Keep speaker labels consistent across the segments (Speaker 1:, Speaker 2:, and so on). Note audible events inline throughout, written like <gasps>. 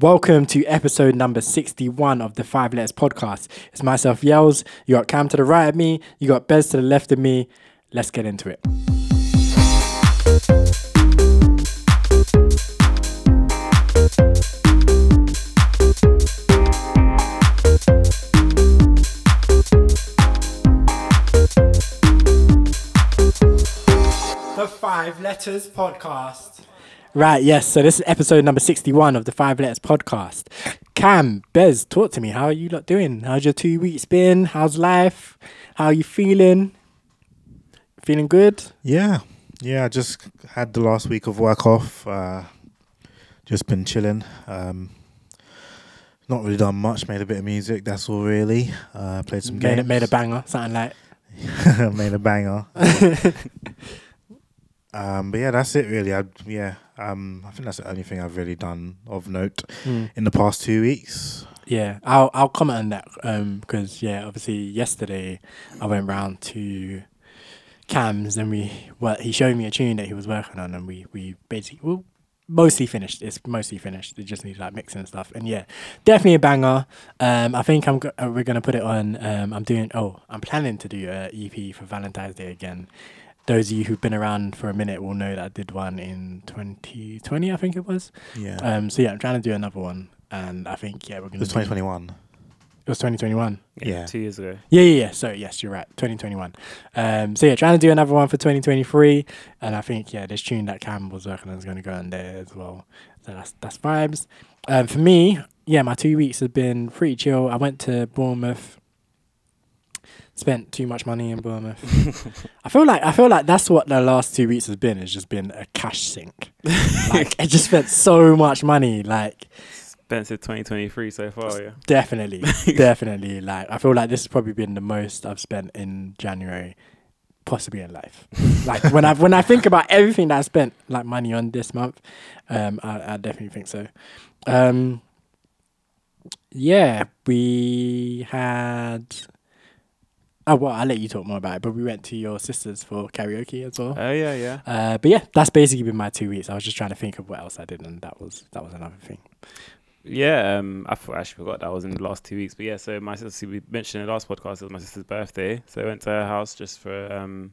Speaker 1: Welcome to episode number 61 of the Five Letters Podcast. It's myself, Yells. You got Cam to the right of me, you got Bez to the left of me. Let's get into it. The Five Letters Podcast. Right, yes. So this is episode number 61 of the Five Letters Podcast. Cam, Bez, talk to me. How are you lot doing? How's your two weeks been? How's life? How are you feeling? Feeling good?
Speaker 2: Yeah, yeah. I just had the last week of work off. Uh, just been chilling. Um, not really done much. Made a bit of music. That's all really. Uh, played some
Speaker 1: Made,
Speaker 2: games.
Speaker 1: a- made a banger, something like
Speaker 2: <laughs> made
Speaker 1: <laughs>
Speaker 2: a banger. um, but yeah, that's it really. I yeah. Um, I think that's the only thing I've really done of note
Speaker 1: Hmm.
Speaker 2: in the past two weeks.
Speaker 1: Yeah, I'll I'll comment on that um because yeah, obviously yesterday I went round to Cam's and we well he showed me a tune that he was working on and we we basically well mostly finished. It's mostly finished. It just needs like mixing and stuff. And yeah, definitely a banger. Um, I think I'm go- uh, we're gonna put it on. Um, I'm doing oh I'm planning to do a EP for Valentine's Day again. Those of you who've been around for a minute will know that I did one in 2020, I think it was.
Speaker 2: Yeah,
Speaker 1: Um, so yeah, I'm trying to do another one, and I think yeah, we're
Speaker 2: it
Speaker 1: gonna.
Speaker 2: was
Speaker 1: do-
Speaker 2: 2021.
Speaker 1: it was 2021.
Speaker 2: Yeah.
Speaker 3: Two years ago.
Speaker 1: Yeah, yeah, yeah. So, yes, you're right. 2021. Um, so, yeah, trying to do another one for 2023. And I think, yeah, this tune that Cam was working on is going to go in there as well. So, that's, that's vibes. Um, for me, yeah, my two weeks have been pretty chill. I went to Bournemouth, spent too much money in Bournemouth. I feel like I feel like that's what the last two weeks has been. It's just been a cash sink. like, I just spent so much money. Like,
Speaker 3: Expensive 2023 so far, yeah.
Speaker 1: Definitely, definitely. Like I feel like this has probably been the most I've spent in January, possibly in life. Like when I when I think about everything that I spent like money on this month, um, I, I definitely think so. Um, yeah, we had. Oh well, I'll let you talk more about it. But we went to your sister's for karaoke as well.
Speaker 3: Oh, yeah, yeah.
Speaker 1: Uh, but yeah, that's basically been my two weeks. I was just trying to think of what else I did, and that was that was another thing.
Speaker 3: Yeah, um, I, f- I actually forgot that was in the last two weeks. But yeah, so my sister, see, we mentioned in the last podcast, it was my sister's birthday. So I went to her house just for um,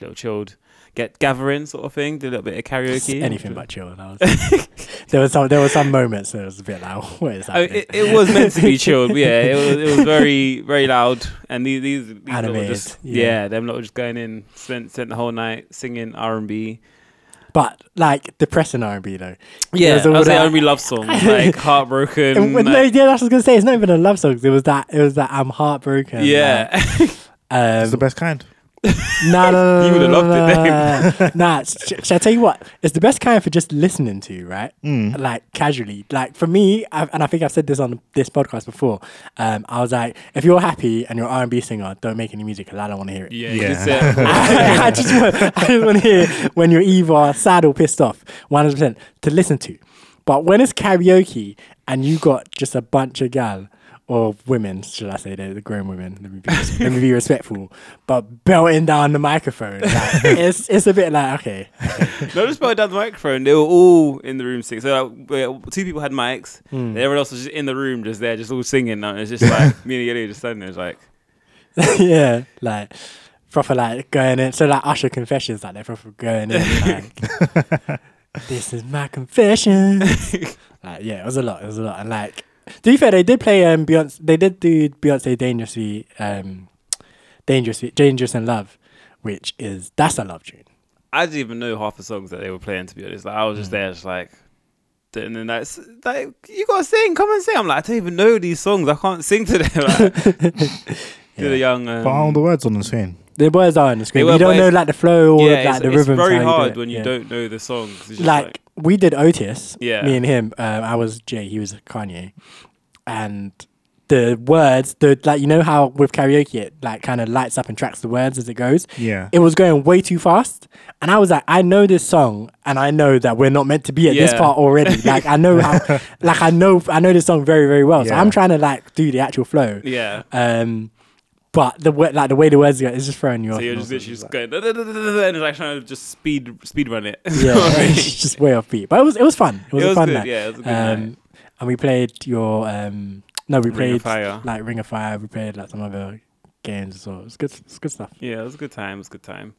Speaker 3: little chilled get gathering sort of thing, did a little bit of karaoke.
Speaker 1: Anything but chill. And I was,
Speaker 3: <laughs>
Speaker 1: there was some there were some moments that was a bit like, <laughs> what is that?
Speaker 3: Oh, it, it was meant
Speaker 1: <laughs>
Speaker 3: to be chilled, yeah. It was, it was very, very loud, and these these, these lot were
Speaker 1: Animated,
Speaker 3: just
Speaker 1: yeah.
Speaker 3: yeah. them lot were just going in, spent spent the whole night singing R and B.
Speaker 1: <laughs> but like depressing R and B though.
Speaker 3: Yeah,
Speaker 1: was
Speaker 3: it
Speaker 1: all
Speaker 3: was the
Speaker 1: that-
Speaker 3: R and B
Speaker 1: <laughs>
Speaker 3: love song, like heartbroken.
Speaker 1: And when-
Speaker 3: like-
Speaker 1: no, yeah, that's what I was gonna say. It's not even a love song. It was that. It was that I'm heartbroken.
Speaker 3: yeah,
Speaker 1: Like,
Speaker 2: It's the
Speaker 1: um,
Speaker 2: best kind.
Speaker 1: no, no,
Speaker 3: <laughs>
Speaker 1: no,
Speaker 3: You would've
Speaker 1: no,
Speaker 3: loved it,
Speaker 1: no, no, no.
Speaker 3: <laughs>
Speaker 1: Nah, sh- shall I tell you what? It's the best kind for just listening to, right?
Speaker 3: Hmm.
Speaker 2: Mm.
Speaker 1: like casually like for me i and i think i've said this on this podcast before um i was like if you're happy and you're an r&b singer don't make any music because i don't want to hear it
Speaker 3: Yeah, um,
Speaker 2: Yeah.
Speaker 3: you said-
Speaker 1: I, <laughs> I just want, I just want to hear when you're either sad or pissed off 100% to listen to but when it's karaoke and you got just a bunch of gal or women, should I say, they're the grown women. Let me be, res- let me be respectful. But belting down the microphone, like, it's it's a bit like okay,
Speaker 3: no, just put it down the microphone. They were all in the room singing. So like, we- two people had mics.
Speaker 1: Hmm.
Speaker 3: Everyone else was just in the room, just there, just all singing. And it's just
Speaker 1: <laughs>
Speaker 3: like me and Yelly just standing there, just like <laughs>
Speaker 1: yeah, like proper like going in. So like Usher confessions, like they're proper going in. Like,
Speaker 3: <laughs>
Speaker 1: this is my confession. like yeah, it was a lot. It was a lot. And like to be fair, they did play um Beyonce. They did do Beyonce dangerously, um, dangerously, dangerous in love, which is that's a love tune.
Speaker 3: I didn't even know half the songs that they were playing. To be honest, like I was
Speaker 1: Hmm.
Speaker 3: just there, just like. And then that's like you gotta sing, come and sing. I'm like, I don't even know these songs. I can't sing to them. <laughs>
Speaker 1: <laughs>
Speaker 3: Like, To the young, um,
Speaker 2: But all the words on the screen.
Speaker 1: The words are on the screen.
Speaker 3: were,
Speaker 1: You don't
Speaker 3: but
Speaker 1: know
Speaker 3: it's-
Speaker 1: like the flow or
Speaker 3: yeah,
Speaker 1: like
Speaker 3: it's,
Speaker 1: the
Speaker 3: it's
Speaker 1: rhythm.
Speaker 3: very hard when you don't know the songs. It's just
Speaker 1: like, we did Otis.
Speaker 3: Yeah.
Speaker 1: Me and him. Uh, I was Jay. He was Kanye. And the words, the like, you know how with karaoke it like kind of lights up and tracks the words as it goes.
Speaker 2: Yeah.
Speaker 1: It was going way too fast, and I was like, I know this song, and I know that we're not meant to be at this
Speaker 3: Yeah.
Speaker 1: part
Speaker 3: <laughs>
Speaker 1: already. like I know how, like I know, I know this song very, very well. So
Speaker 2: Yeah.
Speaker 1: I'm trying to like do the actual flow.
Speaker 3: yeah.
Speaker 1: Um, but the word, like the way the words go, is just throwing you off.
Speaker 3: So you're
Speaker 1: and
Speaker 3: just
Speaker 1: all
Speaker 3: literally
Speaker 1: sorts of
Speaker 3: just going, "Da, da, da, da, da," and it's like trying to just speed speed run it. <laughs>
Speaker 1: <laughs> yeah, it's just way off beat. But it was it was fun. It was,
Speaker 3: It
Speaker 1: a
Speaker 3: was
Speaker 1: fun
Speaker 3: good,
Speaker 1: night.
Speaker 3: yeah, it was a good
Speaker 1: um,
Speaker 3: night.
Speaker 1: and we played your um no we
Speaker 3: Ring
Speaker 1: played
Speaker 3: of Fire.
Speaker 1: like Ring of Fire. We played like some other games as well. It's good. It's good stuff.
Speaker 3: Yeah, it was a good time. It was a good time.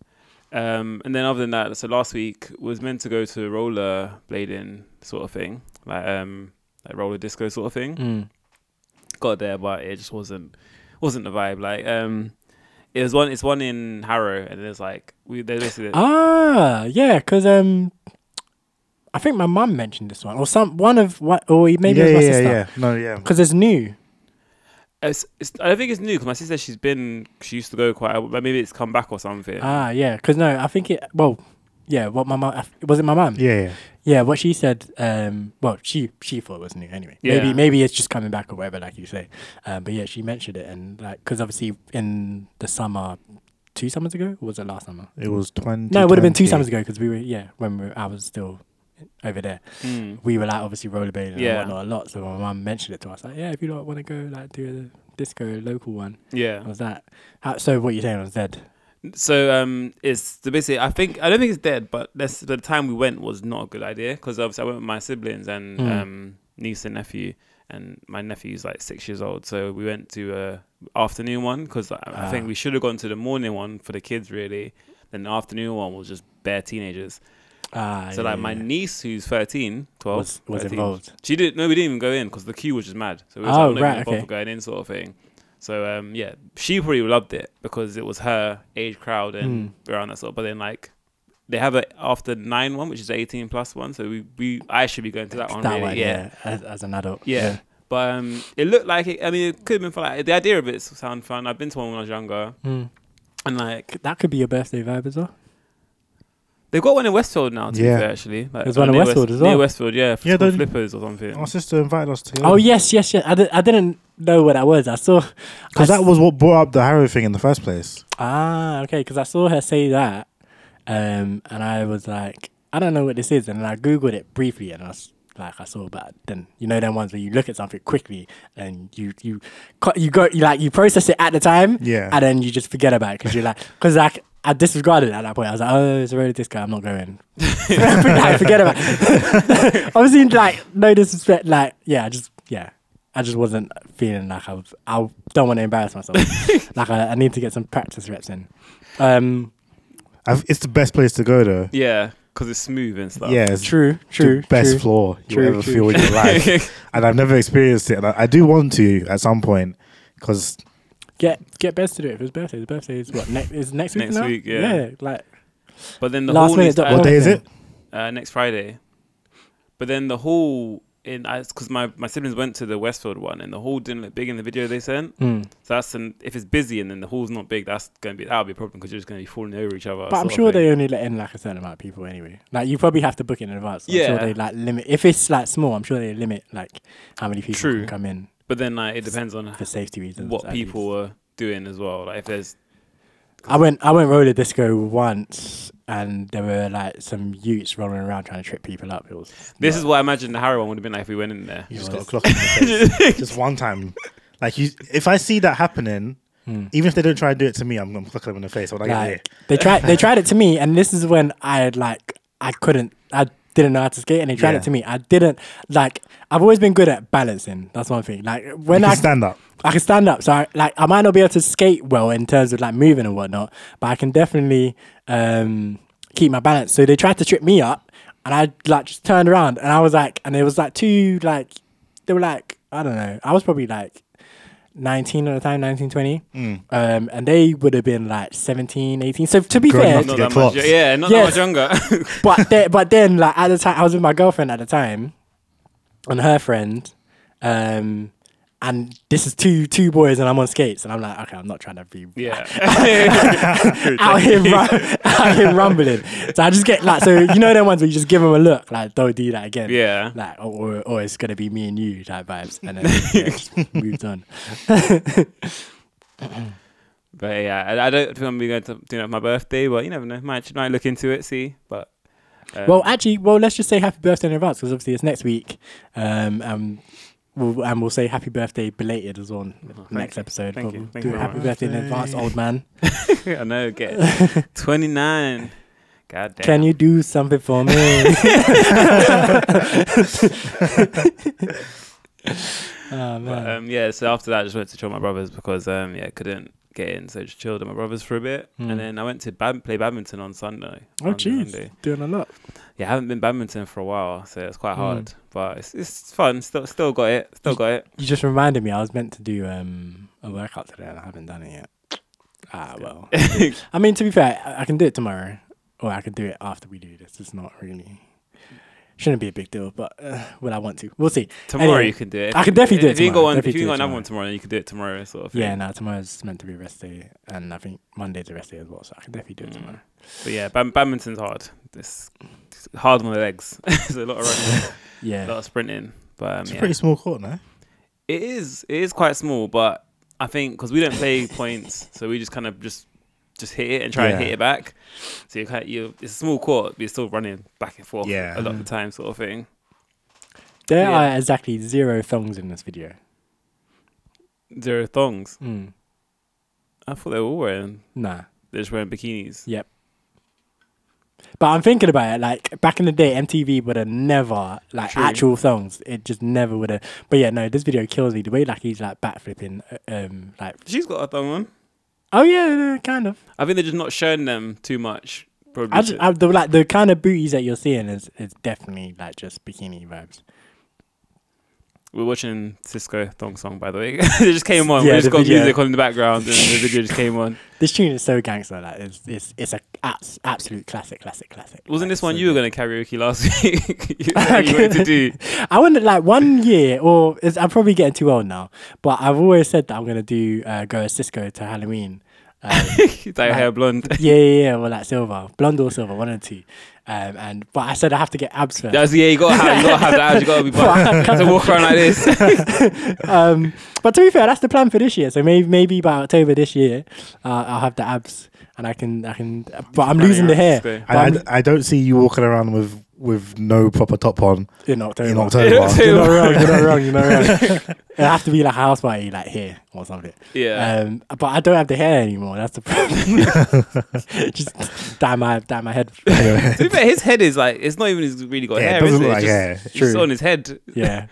Speaker 3: Um, and then other than that, so last week was meant to go to roller blading sort of thing, like um, like roller disco sort of thing.
Speaker 1: Mm.
Speaker 3: Got there, but it just wasn't wasn't the vibe. Like um, it was one. It's one in Harrow, and there's like we they basically
Speaker 1: Ah, yeah, because um, I think my mum mentioned this one or some one of what or maybe
Speaker 2: yeah,
Speaker 1: it was my
Speaker 2: yeah,
Speaker 1: sister.
Speaker 2: yeah. No, yeah.
Speaker 1: Because it's new.
Speaker 3: It's, it's, I don't think it's new because my sister she's been she used to go quite. a- But maybe it's come back or something.
Speaker 1: Ah, yeah. Because no, I think it. Well, yeah. What my mum was it? My mum.
Speaker 2: Yeah, yeah.
Speaker 1: Yeah, What she said. Um. Well, she she thought it was new anyway.
Speaker 3: Yeah.
Speaker 1: Maybe maybe it's just coming back or whatever, like you say. Um. But yeah, she mentioned it and like because obviously in the summer, two summers ago or was it last summer?
Speaker 2: It was 20.
Speaker 1: No, it would have been two summers ago because we were yeah when we were, I was still over there.
Speaker 3: Hmm.
Speaker 1: We were like obviously rollerblading
Speaker 3: Yeah.
Speaker 1: and whatnot a lot. So my mum mentioned it to us like yeah if you lot want to go like do a disco local one.
Speaker 3: Yeah.
Speaker 1: Was that how, so? What you saying was dead?
Speaker 3: So um, it's the basically I think I don't think it's dead, but that's the time we went was not a good idea because obviously I went with my siblings and
Speaker 1: Mm.
Speaker 3: um, niece and nephew, and my nephew's like six years old, so we went to a afternoon one because I, I think
Speaker 1: Ah.
Speaker 3: we should have gone to the morning one for the kids really. Then the afternoon one was just bare teenagers.
Speaker 1: Ah,
Speaker 3: so
Speaker 1: yeah,
Speaker 3: like my
Speaker 1: yeah.
Speaker 3: niece who's 13, 12,
Speaker 1: was was
Speaker 3: 13,
Speaker 1: involved.
Speaker 3: She did no, we didn't even go in because the queue was just mad. So we was
Speaker 1: Oh,
Speaker 3: like, not
Speaker 1: right,
Speaker 3: even bother
Speaker 1: okay.
Speaker 3: going in sort of thing. So um, yeah, she probably loved it because it was her age crowd and
Speaker 1: Hmm.
Speaker 3: around that sort. But then like they have a after nine one, which is the eighteen plus one. So we, we I should be going to that one.
Speaker 1: that
Speaker 3: really.
Speaker 1: one,
Speaker 3: yeah.
Speaker 1: yeah, as, as an adult.
Speaker 3: Yeah. But um, it looked like it. I mean, it could have been fun. Like, the idea of it sound fun. I've been to one when I was younger,
Speaker 1: Yeah. Mm.
Speaker 3: and like
Speaker 1: That could be your birthday vibe as well.
Speaker 3: they've got one in Westfield now. To
Speaker 2: Yeah.
Speaker 3: be fair, actually, like, uh,
Speaker 1: There's one in
Speaker 3: near
Speaker 1: Westfield as
Speaker 3: Near
Speaker 1: well.
Speaker 3: Westfield, yeah,
Speaker 2: Yeah,
Speaker 3: yeah
Speaker 2: don't-
Speaker 3: flippers or something.
Speaker 2: Our sister invited us to go.
Speaker 1: Oh yes, yes, yes. I, di- I didn't know what that was. I saw
Speaker 2: Because
Speaker 1: I
Speaker 2: that
Speaker 1: s-
Speaker 2: was what brought up the Harrow thing in the first place.
Speaker 1: ah okay because I saw her say that, um, and I was like, I don't know what this is, and then I googled it briefly, and I was like, I saw, but then you know them ones where you look at something quickly and you you co- you go you like you process it at the time,
Speaker 2: Yeah.
Speaker 1: and then you just forget about it because you're like because like. I disregarded it at that point. I was like, "Oh, it's already this guy. I'm not going." <laughs> like, forget about. it. <laughs> Obviously, like no disrespect. Like, yeah, I just yeah, I just wasn't feeling like I. Was, I don't want to embarrass myself. like, I, I need to get some practice reps in. Um,
Speaker 2: I've, it's the best place to go, though.
Speaker 3: Yeah, because it's smooth and stuff.
Speaker 2: Yeah, it's
Speaker 1: true, true,
Speaker 2: the best
Speaker 1: true.
Speaker 2: floor you
Speaker 1: True,
Speaker 2: ever
Speaker 1: true.
Speaker 2: feel in your life.
Speaker 1: <laughs>
Speaker 2: and I've never experienced it. And I, I do want to at some point because
Speaker 1: Get get Bez to do it for his birthday. His birthday is what next is next week.
Speaker 3: Next
Speaker 1: now?
Speaker 3: week, yeah.
Speaker 1: like
Speaker 3: But then the
Speaker 1: Last
Speaker 3: hall
Speaker 1: minute
Speaker 3: needs to
Speaker 1: dot
Speaker 3: add-
Speaker 1: com.
Speaker 2: what day is it?
Speaker 3: uh, next Friday. But then the hall in because my my siblings went to the Westfield one and the hall didn't look big in the video they sent.
Speaker 2: Hmm.
Speaker 1: mm.
Speaker 3: So that's an, if it's busy and then the hall's not big, that's gonna be that'll be a problem because you're just gonna be falling over each other.
Speaker 1: But I'm
Speaker 3: sort of
Speaker 1: sure
Speaker 3: thing.
Speaker 1: they only let in like a certain amount of people anyway. Like you probably have to book it in advance. I'm sure
Speaker 3: Yeah.
Speaker 1: they like limit if it's like small. I'm sure they limit like how many people
Speaker 3: True.
Speaker 1: can come in
Speaker 3: But then like it depends on
Speaker 1: for safety reasons.
Speaker 3: what
Speaker 1: at
Speaker 3: people
Speaker 1: least.
Speaker 3: were doing as well. Like if there's
Speaker 1: I went I went roller disco once and there were like some utes rolling around trying to trip people up. It was
Speaker 3: this is what I imagine the Harrow one would have been like if we went in there.
Speaker 2: You
Speaker 1: Yeah,
Speaker 2: just
Speaker 1: well,
Speaker 2: got a clock in your
Speaker 1: <laughs>
Speaker 2: face. just one time. Like you, if I see that happening,
Speaker 1: Hmm.
Speaker 2: even if they don't try and do it to me, I'm gonna clock them in the face. When I get here.
Speaker 1: like they tried
Speaker 2: <laughs>
Speaker 1: they tried it to me and this is when I had like I couldn't I didn't know how to skate and they tried
Speaker 2: Yeah.
Speaker 1: it to me. I didn't like I've always been good at balancing. That's one thing. Like when
Speaker 2: you
Speaker 1: I
Speaker 2: can stand up.
Speaker 1: I can stand up, so I, like I might not be able to skate well in terms of like moving and whatnot, but I can definitely um, keep my balance. So they tried to trip me up, and I like just turned around, and I was like, and it was like two like they were like I don't know, I was probably like. 19 at the time 19 20
Speaker 2: Mm.
Speaker 1: um and they would have been like 17 18 so to be
Speaker 2: Growing
Speaker 1: fair
Speaker 2: up
Speaker 3: Not
Speaker 2: get
Speaker 3: that much,
Speaker 2: clocked.
Speaker 3: yeah, not
Speaker 1: Yes.
Speaker 3: that
Speaker 1: <laughs>
Speaker 3: much younger.
Speaker 1: but then, but then, like at the time, I was with my girlfriend at the time, and her friend, um, and this is two two boys, and I'm on skates, and I'm like, okay, I'm not trying to be <laughs>
Speaker 3: yeah,
Speaker 1: out here, rum- <laughs> out here rumbling. So I just get like, so you know them ones where you just give them a look, like don't do that again.
Speaker 3: yeah.
Speaker 1: Like, or, or, or it's gonna be me and you type vibes, and <laughs> then yeah, just moved on.
Speaker 3: But yeah, I, I don't think I'm going to do that for my birthday, but you never know. Might might look into it, see. But um,
Speaker 1: Well, actually, well, let's just say happy birthday in advance because obviously it's next week, um, and we'll and we'll say happy birthday belated as well.
Speaker 3: oh, thank
Speaker 1: next
Speaker 3: you.
Speaker 1: episode.
Speaker 3: Thank
Speaker 1: but
Speaker 3: you.
Speaker 1: we'll
Speaker 3: Thank
Speaker 1: do
Speaker 3: you
Speaker 1: a
Speaker 3: very
Speaker 1: happy
Speaker 2: much.
Speaker 1: birthday in advance, old man.
Speaker 3: <laughs> I know. Get
Speaker 1: <laughs>
Speaker 3: it. 29. God damn.
Speaker 1: Can you <laughs> do something for me? Oh, man.
Speaker 3: But um, yeah, so after that, I just went to chill with my brothers because um, yeah, couldn't get in, so just chilled at my brothers for a bit,
Speaker 1: Hmm.
Speaker 3: and then I went to bad- play badminton on Sunday.
Speaker 1: oh,
Speaker 3: on
Speaker 1: jeez.
Speaker 3: Sunday.
Speaker 1: Doing a lot.
Speaker 3: Yeah, I haven't been badminton for a while, so it's quite
Speaker 1: Hmm.
Speaker 3: hard, but it's it's fun. Still, still got it. Still got it.
Speaker 1: You just reminded me I was meant to do um, a workout today and I haven't done it yet. Ah, well. <laughs> I mean, to be fair, I, I can do it tomorrow or I can do it after we do this. It's not really. Shouldn't be a big deal, but uh, will I want to? We'll see.
Speaker 3: Tomorrow
Speaker 1: Anyway,
Speaker 3: you can do it.
Speaker 1: I can definitely do it
Speaker 3: If you ain't got
Speaker 1: tomorrow,
Speaker 3: one, if
Speaker 1: definitely do
Speaker 3: you ain't got
Speaker 1: it
Speaker 3: another one tomorrow, then you can do it tomorrow, sort of. Thing.
Speaker 1: Yeah, no, tomorrow's meant to be a rest day, and I think Monday's a rest day as well, so I can definitely do it
Speaker 3: Mm.
Speaker 1: tomorrow.
Speaker 3: But yeah, bad- badminton's hard. It's it's hard on the legs. <laughs> There's a lot of
Speaker 1: <laughs>
Speaker 3: running, a lot
Speaker 1: Yeah.
Speaker 3: of sprinting. But um,
Speaker 2: It's a
Speaker 3: yeah.
Speaker 2: pretty small court, no?
Speaker 3: It is. It is quite small, but I think because we don't play points, so we just kind of just just hit it and try and
Speaker 2: Yeah.
Speaker 3: hit it back. So you kind of, you it's a small court, but you're still running back and forth
Speaker 2: Yeah.
Speaker 3: a lot of
Speaker 1: Mm.
Speaker 3: the time, sort of thing.
Speaker 1: There
Speaker 3: Yeah.
Speaker 1: are exactly zero thongs in this video.
Speaker 3: There are thongs.
Speaker 1: Mm.
Speaker 3: I thought they were all wearing.
Speaker 1: Nah.
Speaker 3: They're just wearing bikinis.
Speaker 1: Yep. But I'm thinking about it, like back in the day, MTV would have never like
Speaker 3: True.
Speaker 1: actual songs. It just never would have. But yeah, no, this video kills me. The way like he's like backflipping, uh, um, like
Speaker 3: She's got a thong on.
Speaker 1: oh yeah, yeah, kind of.
Speaker 3: I think they're just not showing them too much. Probably.
Speaker 1: I just, I, the like the kind of booties that you're seeing is is definitely like just bikini vibes.
Speaker 3: We're watching Cisco thong song, by the way. <laughs> it just came on.
Speaker 1: Yeah,
Speaker 3: we just
Speaker 1: the
Speaker 3: got
Speaker 1: video.
Speaker 3: music on in the background, and the video just came on.
Speaker 1: This tune is so gangster. Like it's it's it's a abs- absolute classic, classic, classic.
Speaker 3: Wasn't
Speaker 1: Like,
Speaker 3: this one
Speaker 1: so
Speaker 3: you were
Speaker 1: good.
Speaker 3: going to karaoke
Speaker 1: <laughs>
Speaker 3: last <laughs> week? you, you wanted to do.
Speaker 1: I wanted like one year, or it's, I'm probably getting too old now. But I've always said that I'm gonna do uh, go as Cisco to
Speaker 3: <laughs>
Speaker 1: Halloween. Um,
Speaker 3: Dye your hair blonde.
Speaker 1: yeah, yeah, yeah, or like silver, blonde or silver, one and two. Um, and but I said I have to get abs first.
Speaker 3: That's yeah, you gotta have, you gotta have the abs, you gotta
Speaker 2: <laughs>
Speaker 3: be buff to walk around like this. <laughs>
Speaker 1: Um, but to be fair, that's the plan for this year. So maybe maybe by October this year, uh, I'll have the abs and I can I can. But I'm losing the hair
Speaker 2: I, I, I don't see you walking around with with no proper top on
Speaker 1: in October.
Speaker 2: in October.
Speaker 3: October.
Speaker 1: You're not wrong. You're not wrong. You're not wrong. <laughs> It'll have to be like a house party, like here or something.
Speaker 3: Yeah,
Speaker 1: Um, but I don't have the hair anymore. That's the problem. <laughs> Just dye my dye my head.
Speaker 2: Anyway,
Speaker 3: to be fair, his head is like it's not even he's really got
Speaker 2: Uh, yeah, it
Speaker 3: hair. Is
Speaker 2: doesn't
Speaker 3: it?
Speaker 2: look like
Speaker 3: It's just,
Speaker 2: hair.
Speaker 3: it's
Speaker 1: True.
Speaker 3: on his head.
Speaker 1: Yeah,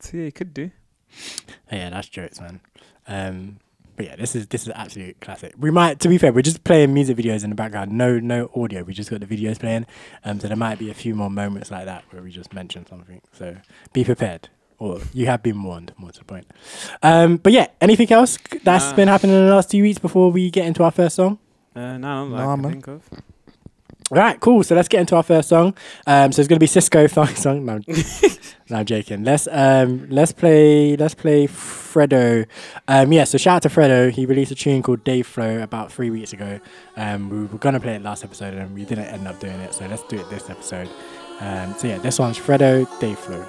Speaker 3: So yeah, he could do.
Speaker 1: yeah, that's jokes, man. Um, but yeah, this is this is absolute classic. We might, to be fair, we're just playing music videos in the background. No, no audio. We just got the videos playing. Um, so there might be a few more moments like that where we just mention something. So be prepared. Or you have been warned, more to the point. Um, but yeah, anything else that's
Speaker 3: Nah.
Speaker 1: been happening in the last two weeks before we get into our first song?
Speaker 3: Uh, no,
Speaker 2: Nah,
Speaker 3: like, I
Speaker 2: man.
Speaker 3: think of.
Speaker 1: Right, cool. So let's get into our first song. Um, so it's gonna be Cisco <laughs> Funk song. No, I'm- no, I'm joking. Let's um, let's play let's play Fredo. Um, yeah. So shout out to Fredo. He released a tune called Day Flow about three weeks ago. Um, we were gonna play it last episode and we didn't end up doing it. So let's do it this episode. Um, so yeah, this one's Fredo Day Flow.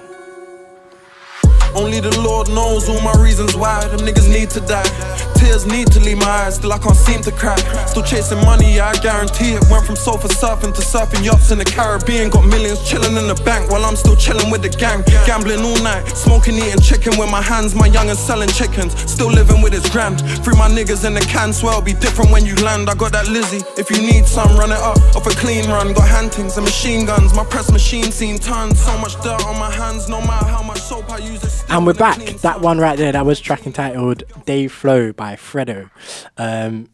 Speaker 4: Only the Lord knows all my reasons why them niggas need to die. Tears need to leave my eyes, still I can't seem to cry. Still chasing money, I guarantee it. Went from sofa surfing to surfing yachts in the Caribbean. Got millions chilling in the bank while I'm still chilling with the gang. Gambling all night, smoking, eating chicken with my hands. My young'un's selling chickens, still living with his grand. Free my niggas in the can, swear it'll be different when you land. I got that Lizzie, if you need some, run it up. Off a clean run, got hantings and machine guns. My press machine seen tons, so much dirt on my hands. No matter how much soap I use, it's
Speaker 1: And we're back. That one right there, that was track entitled Day Flow by Fredo. Um,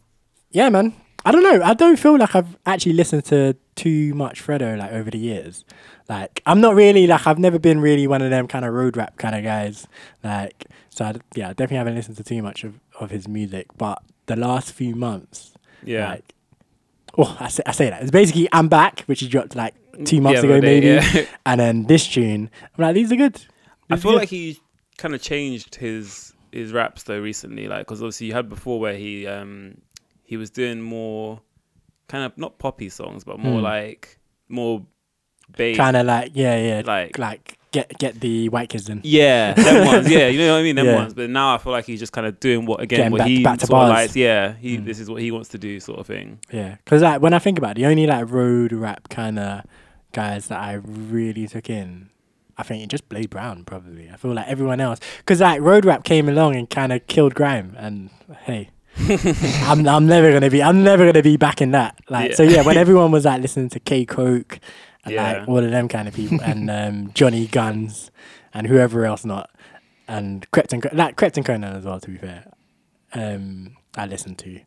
Speaker 1: yeah, man. I don't know. I don't feel like I've actually listened to too much Fredo like over the years. Like I'm not really like I've never been really one of them kind of road rap kind of guys. Like so, I, yeah, I definitely haven't listened to too much of, of his music. But the last few months,
Speaker 3: Yeah,
Speaker 1: like, oh, I say, I say that it's basically I'm back, which he dropped like two months
Speaker 3: other
Speaker 1: ago
Speaker 3: day,
Speaker 1: maybe,
Speaker 2: <laughs>
Speaker 3: yeah.
Speaker 1: <laughs> and then this tune. I'm like, these are good.
Speaker 3: I
Speaker 1: These are
Speaker 3: feel
Speaker 1: good.
Speaker 3: like he kind of changed his his raps though recently, like because obviously you had before where he um he was doing more kind of not poppy songs, but more
Speaker 1: Hmm.
Speaker 3: like more bass
Speaker 1: trying to like yeah yeah like
Speaker 3: Like-
Speaker 1: like get get the white kids in
Speaker 3: Yeah,
Speaker 1: <laughs>
Speaker 3: them ones. Yeah, you know what I mean. Them
Speaker 1: Yeah.
Speaker 3: ones. But now I feel like he's just kind of doing what again
Speaker 1: Getting
Speaker 3: what
Speaker 1: back-
Speaker 3: he
Speaker 1: back to
Speaker 3: sort of
Speaker 1: bars.
Speaker 3: likes. Yeah, he
Speaker 1: Mm.
Speaker 3: this is what he wants to do, sort of thing.
Speaker 1: yeah because like when I think about it, the only like road rap kind of guys that I really took in I think it just Blade Brown probably I feel like everyone else because like road rap came along and kind of killed grime and
Speaker 3: <laughs>
Speaker 1: hey I'm I'm never gonna be I'm never gonna be back in that like so
Speaker 3: Yeah.
Speaker 1: yeah when everyone was like listening to K Coke and
Speaker 3: Yeah.
Speaker 1: like all of them kind of people, and um, Johnny Guns, and whoever else not, and Krypton, Co- like Krypton Conan as well. To be fair, um, I listened to,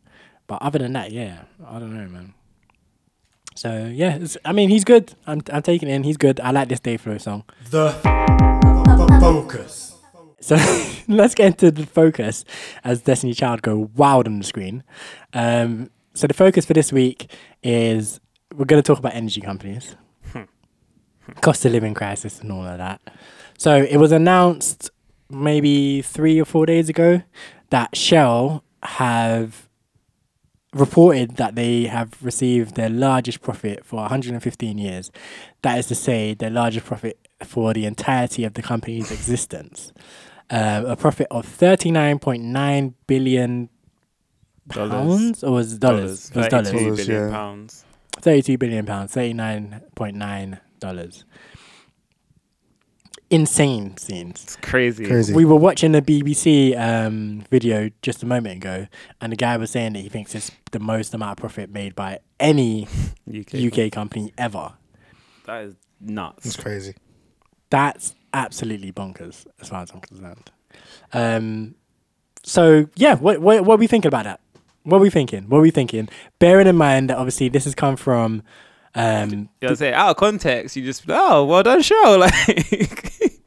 Speaker 1: but other than that, yeah, I don't know, man. So yeah, it's, I mean he's good. I'm I'm taking it in. He's good. I like this Day Flow song.
Speaker 5: The f- focus.
Speaker 1: So <laughs> let's get into the focus as Destiny Child go wild on the screen. Um, so the focus for this week is we're going to talk about energy companies, cost of living crisis, and all of that. So it was announced maybe three or four days ago that Shell have reported that they have received their largest profit for 115 years. That is to say, their largest profit for the entirety of the company's existence. Um, a profit of 39.9 billion
Speaker 3: Dollars.
Speaker 1: pounds, or was it dollars? It was
Speaker 3: Dollars.
Speaker 1: dollars.
Speaker 3: 32
Speaker 2: Dollars,
Speaker 3: billion
Speaker 2: yeah.
Speaker 3: pounds.
Speaker 1: 32 billion pounds, 39.9 dollars. Insane scenes.
Speaker 3: It's crazy.
Speaker 2: Crazy.
Speaker 1: We were watching the BBC um, video just a moment ago, and the guy was saying that he thinks it's the most amount of profit made by any
Speaker 3: UK.
Speaker 1: UK company ever.
Speaker 3: That is nuts.
Speaker 2: It's crazy.
Speaker 1: That's absolutely bonkers, as far as I'm concerned. Um, so yeah, what what what are we thinking about that? What are we thinking? What are we thinking? Bearing in mind that obviously this has come from. Um,
Speaker 3: You know, say out of context, you just oh well done show. <laughs> Like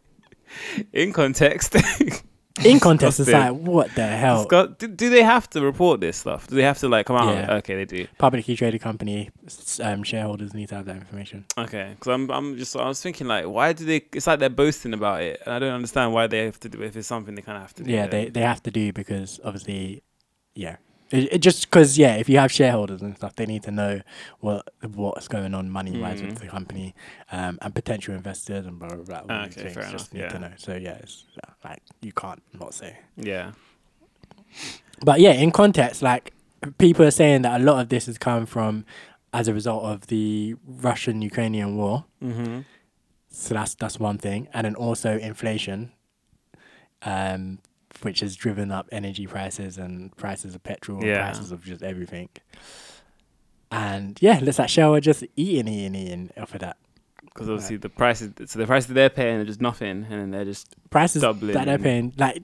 Speaker 3: in context, <laughs>
Speaker 1: in context, it's like
Speaker 3: Disgusting.
Speaker 1: what the hell?
Speaker 3: Scott, do, do they have to report this stuff? Do they have to like come out?
Speaker 1: Oh. Yeah.
Speaker 3: Okay, they do.
Speaker 1: Publicly traded company s- um, shareholders need to have that information.
Speaker 3: Okay, because I'm I'm just I was thinking like why do they? It's like they're boasting about it, and I don't understand why they have to do it if it's something they kind of have to do.
Speaker 1: Yeah, they they have to do because obviously, yeah, it, it just because yeah, if you have shareholders and stuff, they need to know what what's going on money wise with
Speaker 3: Mhm.
Speaker 1: the company, um, and potential investors and blah blah blah. all
Speaker 3: Ah,
Speaker 1: these
Speaker 3: okay, fair
Speaker 1: things just
Speaker 3: enough,
Speaker 1: need to
Speaker 3: yeah.
Speaker 1: know. So yeah, it's uh, like you can't not say.
Speaker 3: yeah.
Speaker 1: But yeah, in context, like people are saying that a lot of this has come from as a result of the Russian-Ukrainian war.
Speaker 3: Mm-hmm.
Speaker 1: So that's that's one thing, and then also inflation, um, which has driven up energy prices and prices of petrol, and
Speaker 3: Yeah.
Speaker 1: prices of just everything. And yeah, looks like Shell are just eating, eating, eating off of that.
Speaker 3: Because obviously the prices, so the prices they're paying are just nothing, and then they're just
Speaker 1: Prices
Speaker 3: Doubling
Speaker 1: that they're
Speaker 3: and-
Speaker 1: paying, like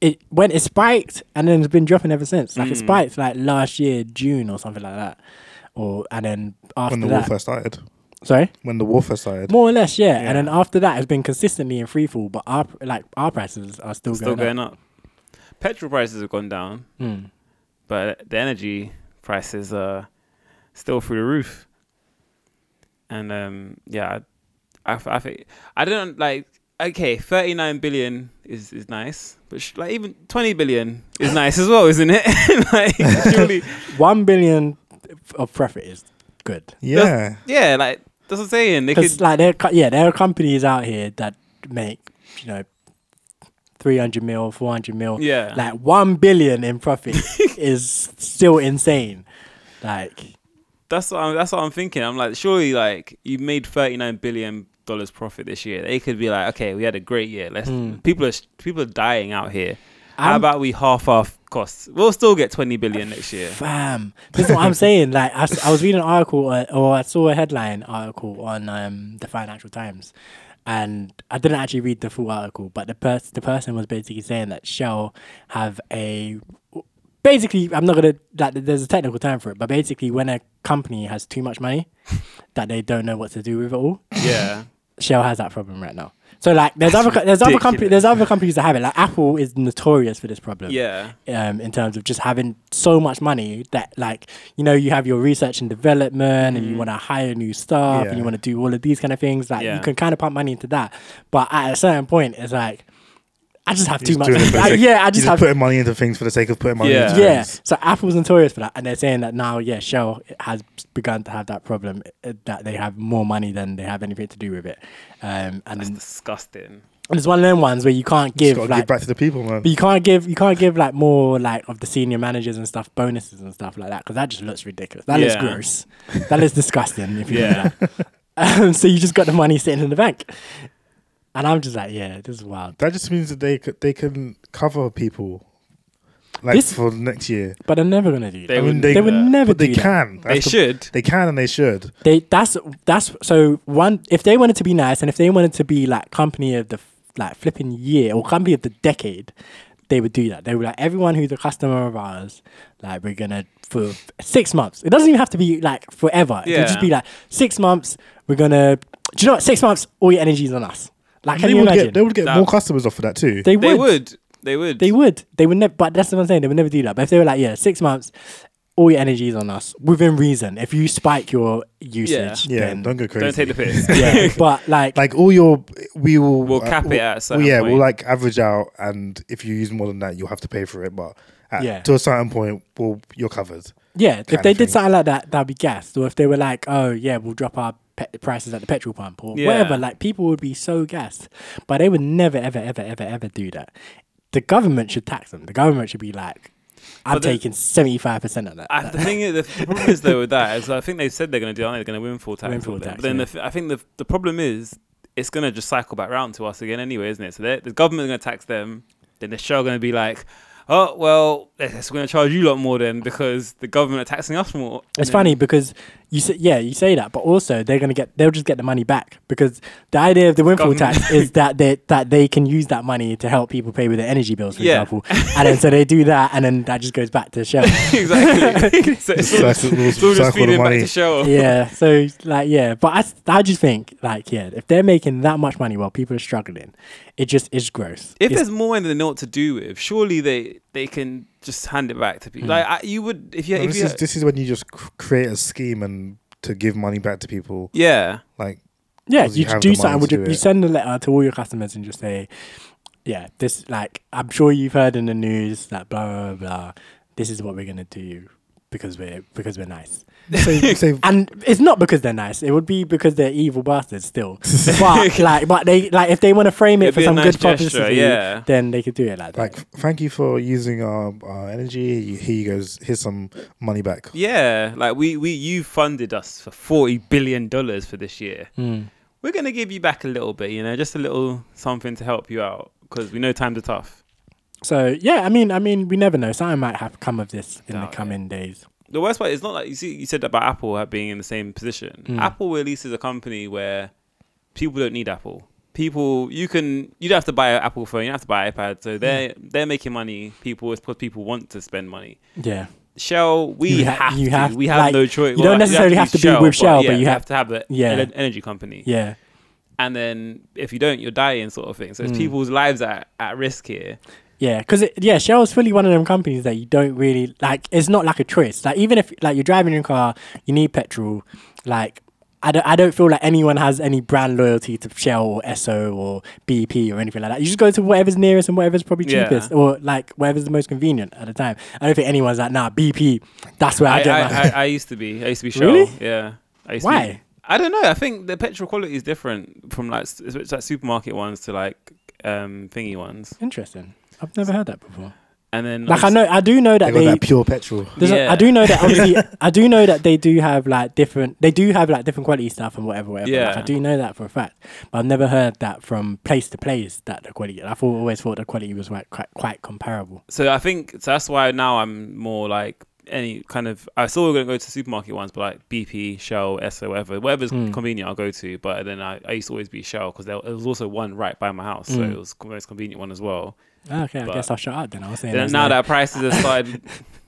Speaker 1: it when it spiked, and then it's been dropping ever since. Like it
Speaker 3: Mm.
Speaker 1: spiked like last year June or something like that, or and then after
Speaker 2: when the
Speaker 1: that,
Speaker 2: warfare started.
Speaker 1: sorry,
Speaker 2: When the warfare started.
Speaker 1: more or less, yeah.
Speaker 3: Yeah.
Speaker 1: And then after that, it's been consistently in free fall, but our like our prices are still
Speaker 3: still
Speaker 1: going up.
Speaker 3: going up. Petrol prices have gone down,
Speaker 1: Hmm.
Speaker 3: but the energy prices are still through the roof. And um, yeah, I, I, I think I don't like. Okay, thirty nine billion is is nice, but sh- like even twenty billion is nice as well, isn't it? <laughs> like surely,
Speaker 1: Hmm. one billion f- of profit is good.
Speaker 2: Yeah.
Speaker 3: yeah, like that's what I'm saying. They could,
Speaker 1: Because like there, are co- yeah, there are companies out here that make you know three hundred mil, four hundred mil.
Speaker 3: yeah,
Speaker 1: Like one billion in
Speaker 3: <laughs>
Speaker 1: profit is still insane. Like
Speaker 3: That's what I'm, that's what I'm thinking. I'm like, surely, like you made 39 billion dollars profit this year. They could be like, okay, we had a great year. Let's
Speaker 1: Mm.
Speaker 3: people are people are dying out here. How
Speaker 1: I'm-
Speaker 3: about we half our f- costs? We'll still get 20 billion
Speaker 1: <laughs>
Speaker 3: next year.
Speaker 1: Fam, this is what I'm saying. Like, I, s- I was reading an article, uh, or I saw a headline article on um, the Financial Times, and I didn't actually read the full article, but the pers- the person was basically saying that Shell have a basically. I'm not gonna like. There's a technical term for it, but basically, when a company has too much money, that they don't know what to do with it all.
Speaker 3: yeah,
Speaker 1: Shell has that problem right now. So like, there's other co- there's other companies
Speaker 3: ridiculous.
Speaker 1: there's other companies that have it. Like Apple is notorious for this problem
Speaker 3: yeah,
Speaker 1: um, in terms of just having so much money that like you know you have your research and development and you want to hire new staff and
Speaker 2: Mm. Yeah.
Speaker 1: you want to do all of these kind of things like
Speaker 3: Yeah.
Speaker 1: you can kind of pump money into that but at a certain point it's like i just have
Speaker 2: You
Speaker 1: too
Speaker 2: just
Speaker 1: much
Speaker 2: do it for the
Speaker 1: I- <laughs>
Speaker 2: sake-
Speaker 1: yeah i
Speaker 2: you
Speaker 1: just have
Speaker 2: putting money into things for the sake of putting money
Speaker 3: Yeah.
Speaker 2: into
Speaker 1: yeah
Speaker 2: things.
Speaker 1: so apple's notorious for that and they're saying that now yeah shell has begun to have that problem uh, that they have more money than they have anything to do with it um and
Speaker 3: that's
Speaker 1: then-
Speaker 3: disgusting.
Speaker 1: and it's one of them ones where you can't give
Speaker 2: Just gotta
Speaker 1: like
Speaker 2: give back to the people, man.
Speaker 1: but you can't give you can't give like more like of the senior managers and stuff bonuses and stuff like that because that just looks ridiculous. That looks
Speaker 3: Yeah.
Speaker 1: gross. that is disgusting. If you do
Speaker 3: Yeah.
Speaker 1: that. Um, so you just got the money sitting in the bank, and I'm just like, yeah, this is wild.
Speaker 2: That just means that they could, they can cover people. like
Speaker 1: This-
Speaker 2: for next year.
Speaker 1: But they're never gonna do that.
Speaker 3: They
Speaker 2: I
Speaker 3: would-
Speaker 2: mean,
Speaker 1: They, would never
Speaker 2: but
Speaker 1: do
Speaker 2: they
Speaker 1: that.
Speaker 2: can.
Speaker 3: They
Speaker 2: That's the-
Speaker 3: should.
Speaker 2: They can and they should.
Speaker 1: They that's that's so one. If they wanted to be nice, and if they wanted to be like company of the f- like flipping year or company of the decade, they would do that. They would like everyone who's a customer of ours, like we're gonna for six months. It doesn't even have to be like forever. It could just
Speaker 3: Yeah.
Speaker 1: be like six months. We're gonna. Do you know what? Six months. All your energy's on us. Like, can
Speaker 2: they,
Speaker 1: you
Speaker 2: would
Speaker 1: imagine?
Speaker 2: get, they would get
Speaker 3: That-
Speaker 2: more customers off of that too.
Speaker 1: They
Speaker 3: They
Speaker 1: would.
Speaker 3: would. They would.
Speaker 1: They would. They would never. But that's what I'm saying. They would never do that. But if they were like, yeah, six months, all your energy is on us within reason. If you spike your usage,
Speaker 2: yeah,
Speaker 1: then
Speaker 2: don't go crazy.
Speaker 3: Don't take the piss. <laughs>
Speaker 1: yeah. But like,
Speaker 2: like all your, we will
Speaker 3: We'll cap it
Speaker 2: we'll-
Speaker 3: at a
Speaker 2: well,
Speaker 3: certain
Speaker 2: yeah, we'll
Speaker 3: point.
Speaker 2: like average out, and if you use more than that, you'll have to pay for it. But at,
Speaker 1: Yeah.
Speaker 2: to a certain point, well, you're covered.
Speaker 1: yeah, if
Speaker 2: kind
Speaker 1: they
Speaker 2: of
Speaker 1: did
Speaker 2: thing.
Speaker 1: something like that, that'd be gassed. Or if they were like, oh yeah, we'll drop our pe- prices at the petrol pump or whatever,
Speaker 3: Yeah.
Speaker 1: like people would be so gassed. But they would never, ever, ever, ever, ever do that. The government should tax them. The government should be like, I'm
Speaker 3: But the-
Speaker 1: taking seventy five percent of that.
Speaker 3: I, the thing is,
Speaker 1: <laughs>
Speaker 3: the problem is though with that is I think they said they're going to do, aren't they? They're going to windfall tax.
Speaker 1: Windfall
Speaker 3: on them.
Speaker 1: tax,
Speaker 3: But then
Speaker 1: yeah.
Speaker 3: the, th- I think the the problem is it's going to just cycle back round to us again anyway, isn't it? So they're- the government's going to tax them. Then the show going to be like, oh well, yes, we're going to charge you lot more then because the government are taxing us more.
Speaker 1: It's
Speaker 3: And
Speaker 1: funny because you say, yeah, you say that, but also they're gonna get they'll just get the money back because the idea of the windfall
Speaker 3: Government.
Speaker 1: tax is that they that they can use that money to help people pay with their energy bills, for
Speaker 3: Yeah.
Speaker 1: example, and then so they do that, and then that just goes back to
Speaker 3: <laughs>
Speaker 1: the Shell. <laughs>
Speaker 3: then- <laughs> exactly. <laughs> so it's all,
Speaker 2: Circle- we'll
Speaker 3: it's all
Speaker 2: circle
Speaker 3: just
Speaker 2: the
Speaker 3: feeding back
Speaker 2: money.
Speaker 3: to show. <laughs>
Speaker 1: yeah, so like yeah, but I s- I just think like yeah, if they're making that much money while people are struggling, it just is gross.
Speaker 3: If
Speaker 1: It's-
Speaker 3: there's more money than they know what to do with, surely they they can just hand it back to people.
Speaker 1: Hmm.
Speaker 3: Like I, you would if you
Speaker 2: And
Speaker 3: if
Speaker 2: this
Speaker 3: you
Speaker 2: is this is when you just cr- create a scheme and to give money back to people.
Speaker 3: yeah. <laughs>
Speaker 2: Like
Speaker 1: Yeah,
Speaker 2: 'cause
Speaker 1: you,
Speaker 2: you have
Speaker 1: do
Speaker 2: the
Speaker 1: something.
Speaker 2: money
Speaker 1: Would
Speaker 2: to
Speaker 1: you,
Speaker 2: do
Speaker 1: you
Speaker 2: it.
Speaker 1: send a letter to all your customers and just say, "Yeah, this like I'm sure you've heard in the news that blah blah blah. This is what we're gonna do because we're because we're nice.
Speaker 2: say, say
Speaker 1: And it's not because they're nice. It would be because they're evil bastards still.
Speaker 3: <laughs>
Speaker 1: but like, but they like if they want to frame it
Speaker 3: It'd
Speaker 1: for
Speaker 3: be a
Speaker 1: some
Speaker 3: nice
Speaker 1: good
Speaker 3: gesture,
Speaker 1: publicity,
Speaker 3: yeah.
Speaker 1: then they could do it like that.
Speaker 2: like thank you for using our, our energy. Here you goes. Here's some money back.
Speaker 3: Yeah, like we we you funded us for forty billion dollars for this year.
Speaker 1: Mm.
Speaker 3: We're gonna give you back a little bit, you know, just a little something to help you out because we know times are tough.
Speaker 1: So yeah, I mean, I mean, we never know. Something might have come of this in
Speaker 3: Oh,
Speaker 1: the
Speaker 3: yeah.
Speaker 1: coming days.
Speaker 3: The worst part is not like you see you said about Apple ha- being in the same position.
Speaker 1: Mm.
Speaker 3: Apple at least is a company where people don't need Apple. People, you can you don't have to buy an Apple phone, you don't have to buy an iPad.
Speaker 1: Hmm.
Speaker 3: So they're they're making money. People, it's because people want to spend money.
Speaker 1: Yeah,
Speaker 3: Shell, we
Speaker 1: You ha-
Speaker 3: have
Speaker 1: you
Speaker 3: to.
Speaker 1: have-
Speaker 3: we have
Speaker 1: like,
Speaker 3: no choice.
Speaker 1: you don't necessarily have to be with Shell, but you
Speaker 3: you
Speaker 1: have-
Speaker 3: have to have an
Speaker 1: yeah.
Speaker 3: energy company.
Speaker 1: yeah.
Speaker 3: and then if you don't, you're dying, sort of thing. So it's
Speaker 1: Mm.
Speaker 3: people's lives at, at risk here.
Speaker 1: Yeah, because yeah, Shell is fully one of them companies that you don't really like. It's not like a choice. Like even if like you're driving your car, you need petrol. Like I don't, I don't feel like anyone has any brand loyalty to Shell or Esso or BP or anything like that. You just go to whatever's nearest and whatever's probably
Speaker 3: Yeah.
Speaker 1: cheapest or like whatever's the most convenient at the time. I don't think anyone's like, nah, BP. That's where I,
Speaker 3: I,
Speaker 1: get
Speaker 3: I,
Speaker 1: my.
Speaker 3: I, I used to be. I used to be Shell.
Speaker 1: Really?
Speaker 3: Yeah. I used To
Speaker 1: Why?
Speaker 3: be, I don't know. I think the petrol quality is different from like s- it's like supermarket ones to like um thingy ones.
Speaker 1: <laughs> Interesting. I've never heard that before.
Speaker 3: And then
Speaker 1: Like I know, I do know
Speaker 2: They
Speaker 1: that
Speaker 2: got
Speaker 1: they.
Speaker 2: that pure petrol.
Speaker 1: There's a,
Speaker 3: Yeah.
Speaker 1: I do know that <laughs> obviously I do know that they do have like different they do have like different quality stuff and whatever whatever. Like,
Speaker 3: Yeah.
Speaker 1: I do know that for a fact, but I've never heard that from place to place that the quality. I thought, always thought the quality was like quite quite comparable.
Speaker 3: So I think so that's why now I'm more like any kind of I still gonna go to supermarket ones, but like BP, Shell, Esso, whatever, whatever's
Speaker 1: Mm.
Speaker 3: convenient, I'll go to. But then I, I used to always be Shell because there there was also one right by my house, so
Speaker 1: Mm.
Speaker 3: it was the most convenient one as well.
Speaker 1: Ah, Okay, I
Speaker 3: But-
Speaker 1: guess I'll shut up then. I was saying
Speaker 3: And
Speaker 1: there's
Speaker 3: now
Speaker 1: no-
Speaker 3: that prices have <laughs> started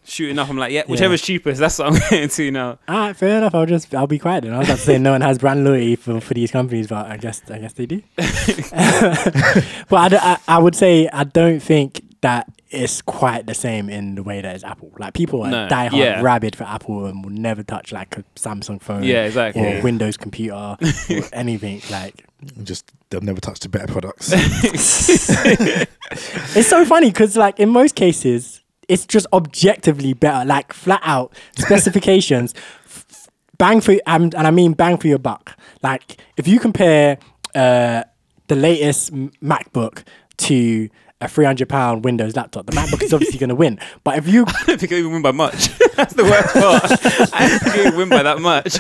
Speaker 3: shooting up, I'm like, yeah, whichever's cheapest, that's what I'm <laughs> going to now.
Speaker 1: all right, Ah, fair enough. I'll just I'll be quiet then. I was about to say no one has brand loyalty for, for these companies, but I guess I guess they
Speaker 3: <laughs>
Speaker 1: do. but I, d- I- I would say I don't think that it's quite the same in the way that it's Apple. Like people are
Speaker 3: No,
Speaker 1: diehard
Speaker 3: yeah.
Speaker 1: rabid for Apple and will never touch like a Samsung phone
Speaker 3: Yeah,
Speaker 1: or
Speaker 3: exactly.
Speaker 1: Windows computer
Speaker 3: <laughs>
Speaker 1: or anything. Like
Speaker 2: Just they've never touched the better
Speaker 3: <laughs>
Speaker 2: products.
Speaker 1: it's so funny because like in most cases it's just objectively better. Like flat out specifications, f- f- bang for um, and I mean bang for your buck. Like if you compare uh, the latest M- MacBook to a three hundred pound Windows laptop, the MacBook is obviously going to win. But if you
Speaker 3: I don't think I even win by much. <laughs> that's the worst part. <laughs> I don't think I even win by that <laughs> much.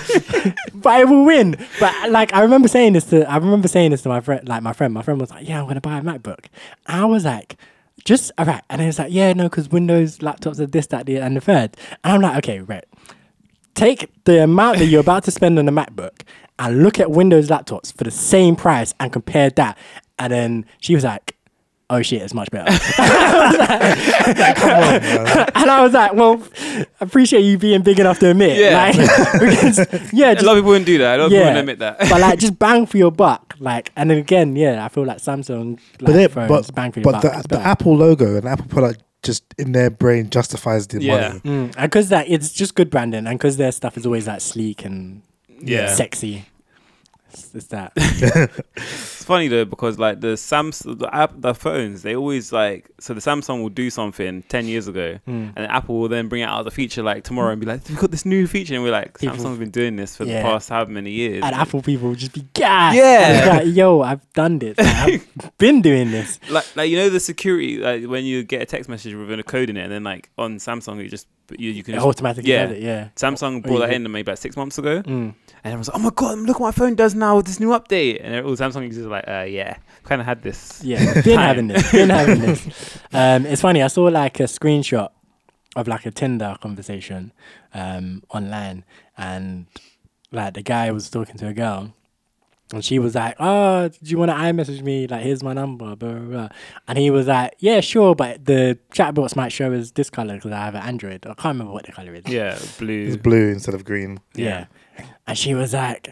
Speaker 1: but I will win. But like I remember saying this to I remember saying this to my friend like my friend. My friend was like, Yeah, I'm gonna buy a MacBook. I was like, just all right. And it was like, yeah, no, because Windows laptops are this, that, the, and the third. And I'm like, okay, right. Take the amount that you're about to spend on the MacBook and look at Windows laptops for the same price and compare that. And then she was like, oh shit, it's much better. <laughs> and I was like, well, I appreciate you being big enough to admit.
Speaker 3: Yeah.
Speaker 1: Like, <laughs> because, yeah,
Speaker 3: <laughs> a lot of people wouldn't do that. A lot of people
Speaker 1: yeah,
Speaker 3: wouldn't admit that.
Speaker 1: but like just bang for your buck, like and then again, yeah, I feel like Samsung, like,
Speaker 2: but it,
Speaker 1: phones,
Speaker 2: but,
Speaker 1: bang for your
Speaker 2: but
Speaker 1: buck,
Speaker 2: the, the Apple logo and Apple product just in their brain justifies the
Speaker 3: Yeah.
Speaker 2: money.
Speaker 1: mm, and because that it's just good branding, and because their stuff is always like sleek and
Speaker 3: <laughs> Yeah.
Speaker 1: sexy. It's, it's that
Speaker 3: It's funny though because like the Samsung, the app, the phones, they always like so the Samsung will do something ten years ago, and Apple will then bring out the feature like tomorrow and be like, "We've got this new feature," and we're like,
Speaker 1: People-
Speaker 3: "Samsung's been doing this for
Speaker 1: Yeah.
Speaker 3: the past how many years?"
Speaker 1: and Apple people would just be gas.
Speaker 3: Yeah.
Speaker 1: like, yo, I've done this. Like,
Speaker 3: <laughs>
Speaker 1: I've been doing this.
Speaker 3: like, like you know the security like when you get a text message with a code in it, and then like on Samsung, you just you, you can
Speaker 1: It
Speaker 3: just,
Speaker 1: automatically
Speaker 3: yeah.
Speaker 1: does it. Oh, Yeah.
Speaker 3: Samsung
Speaker 1: you
Speaker 3: brought that
Speaker 1: could-
Speaker 3: in maybe about six months
Speaker 1: <laughs>
Speaker 3: ago,
Speaker 1: Mm.
Speaker 3: and I was like, "Oh my god, look what my phone does now with this new update!" And all Samsung users are like, "Uh, yeah, kind of had this."
Speaker 1: Yeah, been
Speaker 3: time.
Speaker 1: having this, been having this. Um, it's funny. I saw like a screenshot of like a Tinder conversation um, online, and like the guy was talking to a girl, and she was like, "Oh, do you want to iMessage me? Like, here's my number." Blah, blah blah. And he was like, "Yeah, sure, but the chat box might show as this color because I have an Android. I can't remember what the color is."
Speaker 3: Yeah, blue. <laughs>
Speaker 2: It's blue instead of green.
Speaker 1: Yeah. And she was like,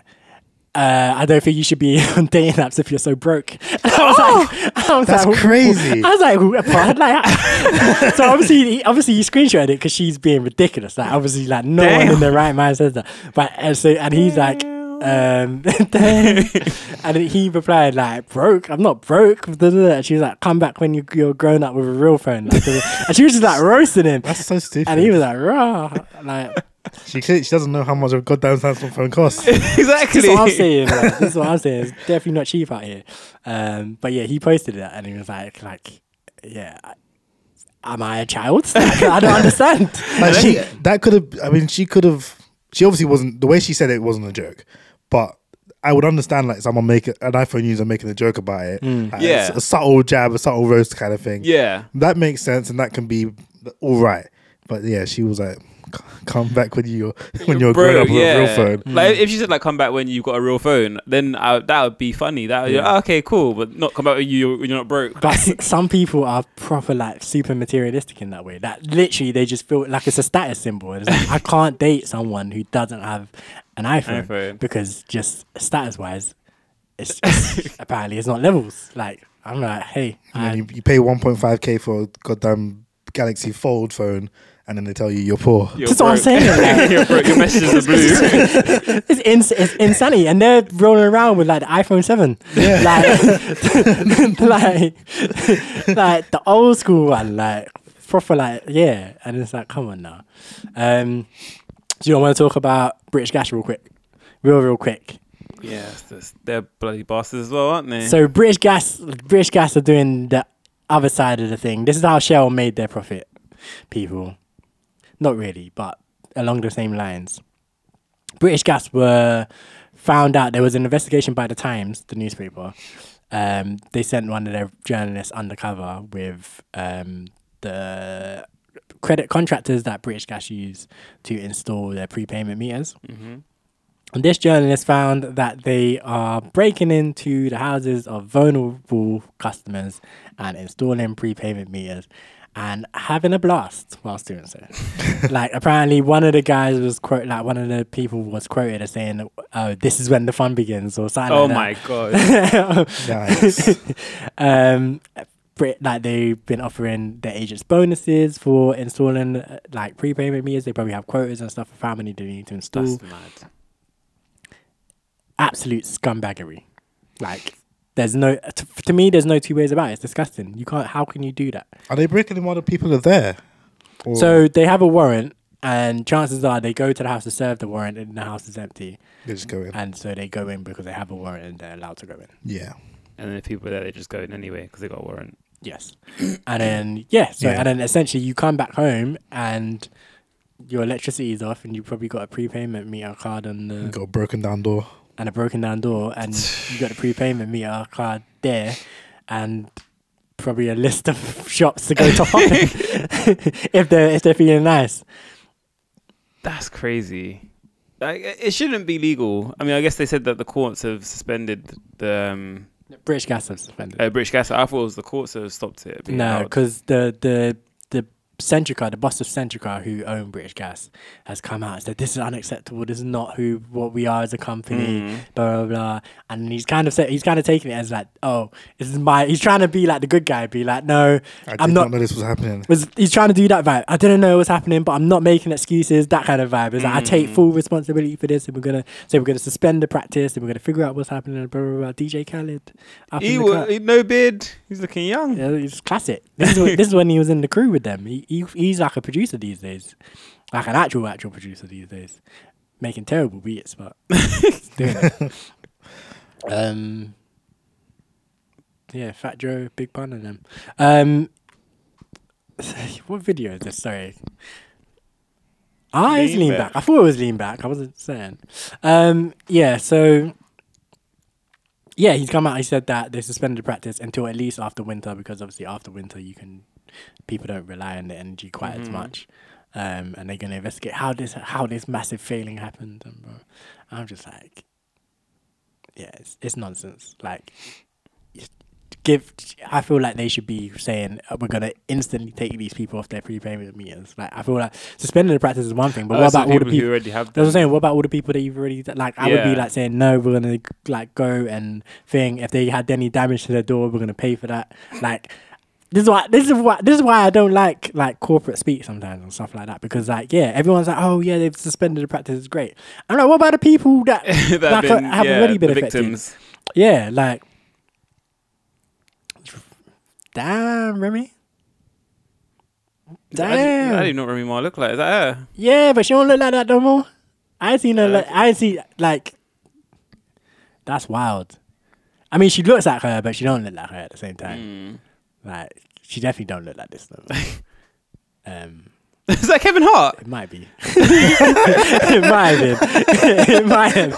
Speaker 1: uh, I don't think you should be <laughs> on dating apps if you're so broke. <laughs> And I was
Speaker 2: <gasps>
Speaker 1: like, I was
Speaker 2: That's
Speaker 1: like, w-
Speaker 2: crazy.
Speaker 1: I was like, <laughs> w- pardon? like so obviously, he, obviously, he screenshotted it because she's being ridiculous. Like, obviously, like no one in
Speaker 3: Damn.
Speaker 1: their right mind says that. But and so, and he's like, um, <laughs>
Speaker 2: <laughs>
Speaker 1: and he replied like, broke. I'm not broke. <laughs> da, da, da. And she was like, come back when you, you're grown up with a real phone. Like, da, da. and she was just like roasting him.
Speaker 2: That's so stupid.
Speaker 1: And he was like, rah, like.
Speaker 2: she clearly, she doesn't know how much a goddamn Samsung phone
Speaker 3: <laughs>
Speaker 2: costs.
Speaker 3: exactly.
Speaker 1: This is what I'm saying. Like, this is what I'm saying. It's definitely not cheap out here. Um, but yeah, he posted that and he was like, like, yeah, I- am I a child? <laughs> Like, I don't
Speaker 3: <laughs>
Speaker 1: understand.
Speaker 2: Like she, that could have. I mean, she could have. She obviously wasn't. The way she said it wasn't a joke, but I would understand like someone make it- an iPhone user making a joke about it.
Speaker 1: Mm.
Speaker 2: Like,
Speaker 3: Yeah.
Speaker 2: it's a subtle jab, a subtle roast kind of thing.
Speaker 3: Yeah.
Speaker 2: that makes sense, and that can be all right. But yeah, she was like, "C- "Come back when you when you're
Speaker 3: Bro,
Speaker 2: grown up with a real phone."
Speaker 3: Like
Speaker 1: Mm.
Speaker 3: if she said like come back when you got a real phone, then I, that would be funny. That would be, "Ah, okay, cool, but not come back when you when you're not broke.
Speaker 1: But s- some people are proper like super materialistic in that way. That literally they just feel like it's a status symbol. It's like, I can't date someone who doesn't have an iPhone,
Speaker 3: iPhone.
Speaker 1: because just status wise, it's,
Speaker 3: <laughs>
Speaker 1: it's apparently it's not levels. Like I'm like, hey,
Speaker 2: And
Speaker 1: I-
Speaker 2: then you, you pay 1.5k for a goddamn Galaxy Fold phone, and then they tell you you're poor.
Speaker 3: <laughs> <laughs> You're
Speaker 1: That's what I'm
Speaker 3: broke.
Speaker 1: saying, like-
Speaker 3: <laughs> you're broke.
Speaker 1: <laughs>
Speaker 3: Your messages are blue.
Speaker 1: It's, ins- it's insanity, and they're rolling around with like the iPhone Seven, like, like, like the old school one, like proper, like yeah. And it's like, come on now. Um, do you want to talk about British Gas real quick, real real quick?
Speaker 3: yeah, it's just- they're bloody bastards as well, aren't they?
Speaker 1: So British Gas, British Gas are doing the other side of the thing. This is how Shell made their profit, people. Not really, but along the same lines. British Gas were found out there was an investigation by the Times, the newspaper. Um, they sent one of their journalists undercover with um, the credit contractors that British Gas use to install their prepayment meters.
Speaker 3: Mm-hmm.
Speaker 1: And this journalist found that they are breaking into the houses of vulnerable customers and installing prepayment meters and having a blast whilst doing
Speaker 3: <laughs>
Speaker 1: so. like apparently one of the guys was quote like one of the people was quoted as saying, Oh, this is when the fun begins or something
Speaker 3: oh
Speaker 1: like <laughs>
Speaker 3: my
Speaker 1: that.
Speaker 3: god.
Speaker 2: Nice.
Speaker 1: um Brit, like they've been offering their agents bonuses for installing uh, like prepayment meters. They probably have quotas and stuff for how many they need to install.
Speaker 3: That's mad.
Speaker 1: absolute scumbaggery. Like, there's no to, to me, there's no two ways about it. It's disgusting. You can't. How can you do that?
Speaker 2: Are they breaking them while the people are there? Or-
Speaker 1: So they have a warrant, and chances are they go to the house to serve the warrant, and the house is empty,
Speaker 2: They just go in.
Speaker 1: and so they go in because they have a warrant and they're allowed to go in.
Speaker 2: Yeah.
Speaker 3: And then if people are there, they just go in anyway because they got a warrant.
Speaker 1: Yes, and then yeah. So
Speaker 2: Yeah.
Speaker 1: and then essentially you come back home and. Your electricity is off, and you probably got a prepayment meter card and the
Speaker 2: Got a broken down door.
Speaker 1: and a broken down door, and you got a prepayment meter card there, and probably a list of <laughs> shops to go top up in <laughs> if they're if they're feeling nice.
Speaker 3: That's crazy. Like it it shouldn't be legal. I mean, I guess they said that the courts have suspended the um,
Speaker 1: British Gas have suspended.
Speaker 3: uh, British Gas. I thought it was the courts that have stopped it. being
Speaker 1: No,
Speaker 3: allowed.
Speaker 1: because the the the Centrica, the boss of Centrica, who own British Gas, has come out and said this is unacceptable. This is not who what we are as a company.
Speaker 2: Mm.
Speaker 1: Blah blah blah. And he's kind of said he's kind of taking it as like, oh, this is my. He's trying to be like the good guy, be like, no,
Speaker 2: I did
Speaker 1: I'm not.
Speaker 2: not, know this was happening.
Speaker 1: was he's trying to do that vibe. I didn't know what's happening, but I'm not making excuses. That kind of vibe is
Speaker 2: Mm.
Speaker 1: like I take full responsibility for this, and we're gonna say we're gonna suspend the practice, and we're gonna figure out what's happening. And blah blah blah. DJ Khaled, up in
Speaker 3: he
Speaker 1: the
Speaker 3: wa-
Speaker 1: cut.
Speaker 3: he- no bid. He's looking young.
Speaker 1: Yeah, it's classic. This is, when, this is when he was in the crew with them. He, he he's like a producer these days, like an actual actual producer these days, making terrible beats,
Speaker 3: <laughs>
Speaker 1: but he's doing it. Um, yeah, Fat Joe, Big Pun, and them. Um, <laughs> what video is this? Sorry. Ah, it's
Speaker 3: Lean
Speaker 1: lean
Speaker 3: Back.
Speaker 1: back. I thought it was lean back. I wasn't saying. Um, yeah, so yeah, he's come out. He said that they suspended practice until at least after winter because obviously after winter you can people don't rely on the energy quite as much, um, and they're gonna investigate how this how this massive failing happened. And bro, I'm just like, yeah, it's, it's nonsense. Like, it's- give. I feel like they should be saying uh, we're gonna instantly take these people off their prepayment meters. Like, I feel like suspending the practice is one thing, but
Speaker 3: Oh,
Speaker 1: what
Speaker 3: so
Speaker 1: about all the
Speaker 3: people who
Speaker 1: people?
Speaker 3: already have?
Speaker 1: That's what
Speaker 3: them?
Speaker 1: I'm saying. What about all the people that you've already like? I would
Speaker 3: Um, Yeah.
Speaker 1: be like saying no, we're gonna like go and thing. If they had any damage to their door, we're gonna pay for that. Like this is why this is why this is why I don't like like corporate speak sometimes and stuff like that because like yeah, everyone's like oh yeah, they've suspended the practice, it's great. I'm like, what about the people that,
Speaker 3: <laughs> that
Speaker 1: like,
Speaker 3: been,
Speaker 1: have
Speaker 3: yeah,
Speaker 1: already been
Speaker 3: the
Speaker 1: affected?
Speaker 3: victims.
Speaker 1: Yeah, like damn, Remy.
Speaker 3: I didn't, I
Speaker 1: Damn.
Speaker 3: didn't know what Remy Ma looked like. Is that her? <laughs>
Speaker 1: Yeah, but she don't look like that no more. I ain't seen her. Like, I ain't see like. That's wild. I mean, she looks like her, but she don't look like her at the same time. Like she definitely don't look like this though. um,
Speaker 3: Is that Kevin Hart?
Speaker 1: it might be. <laughs> it might have been. it might have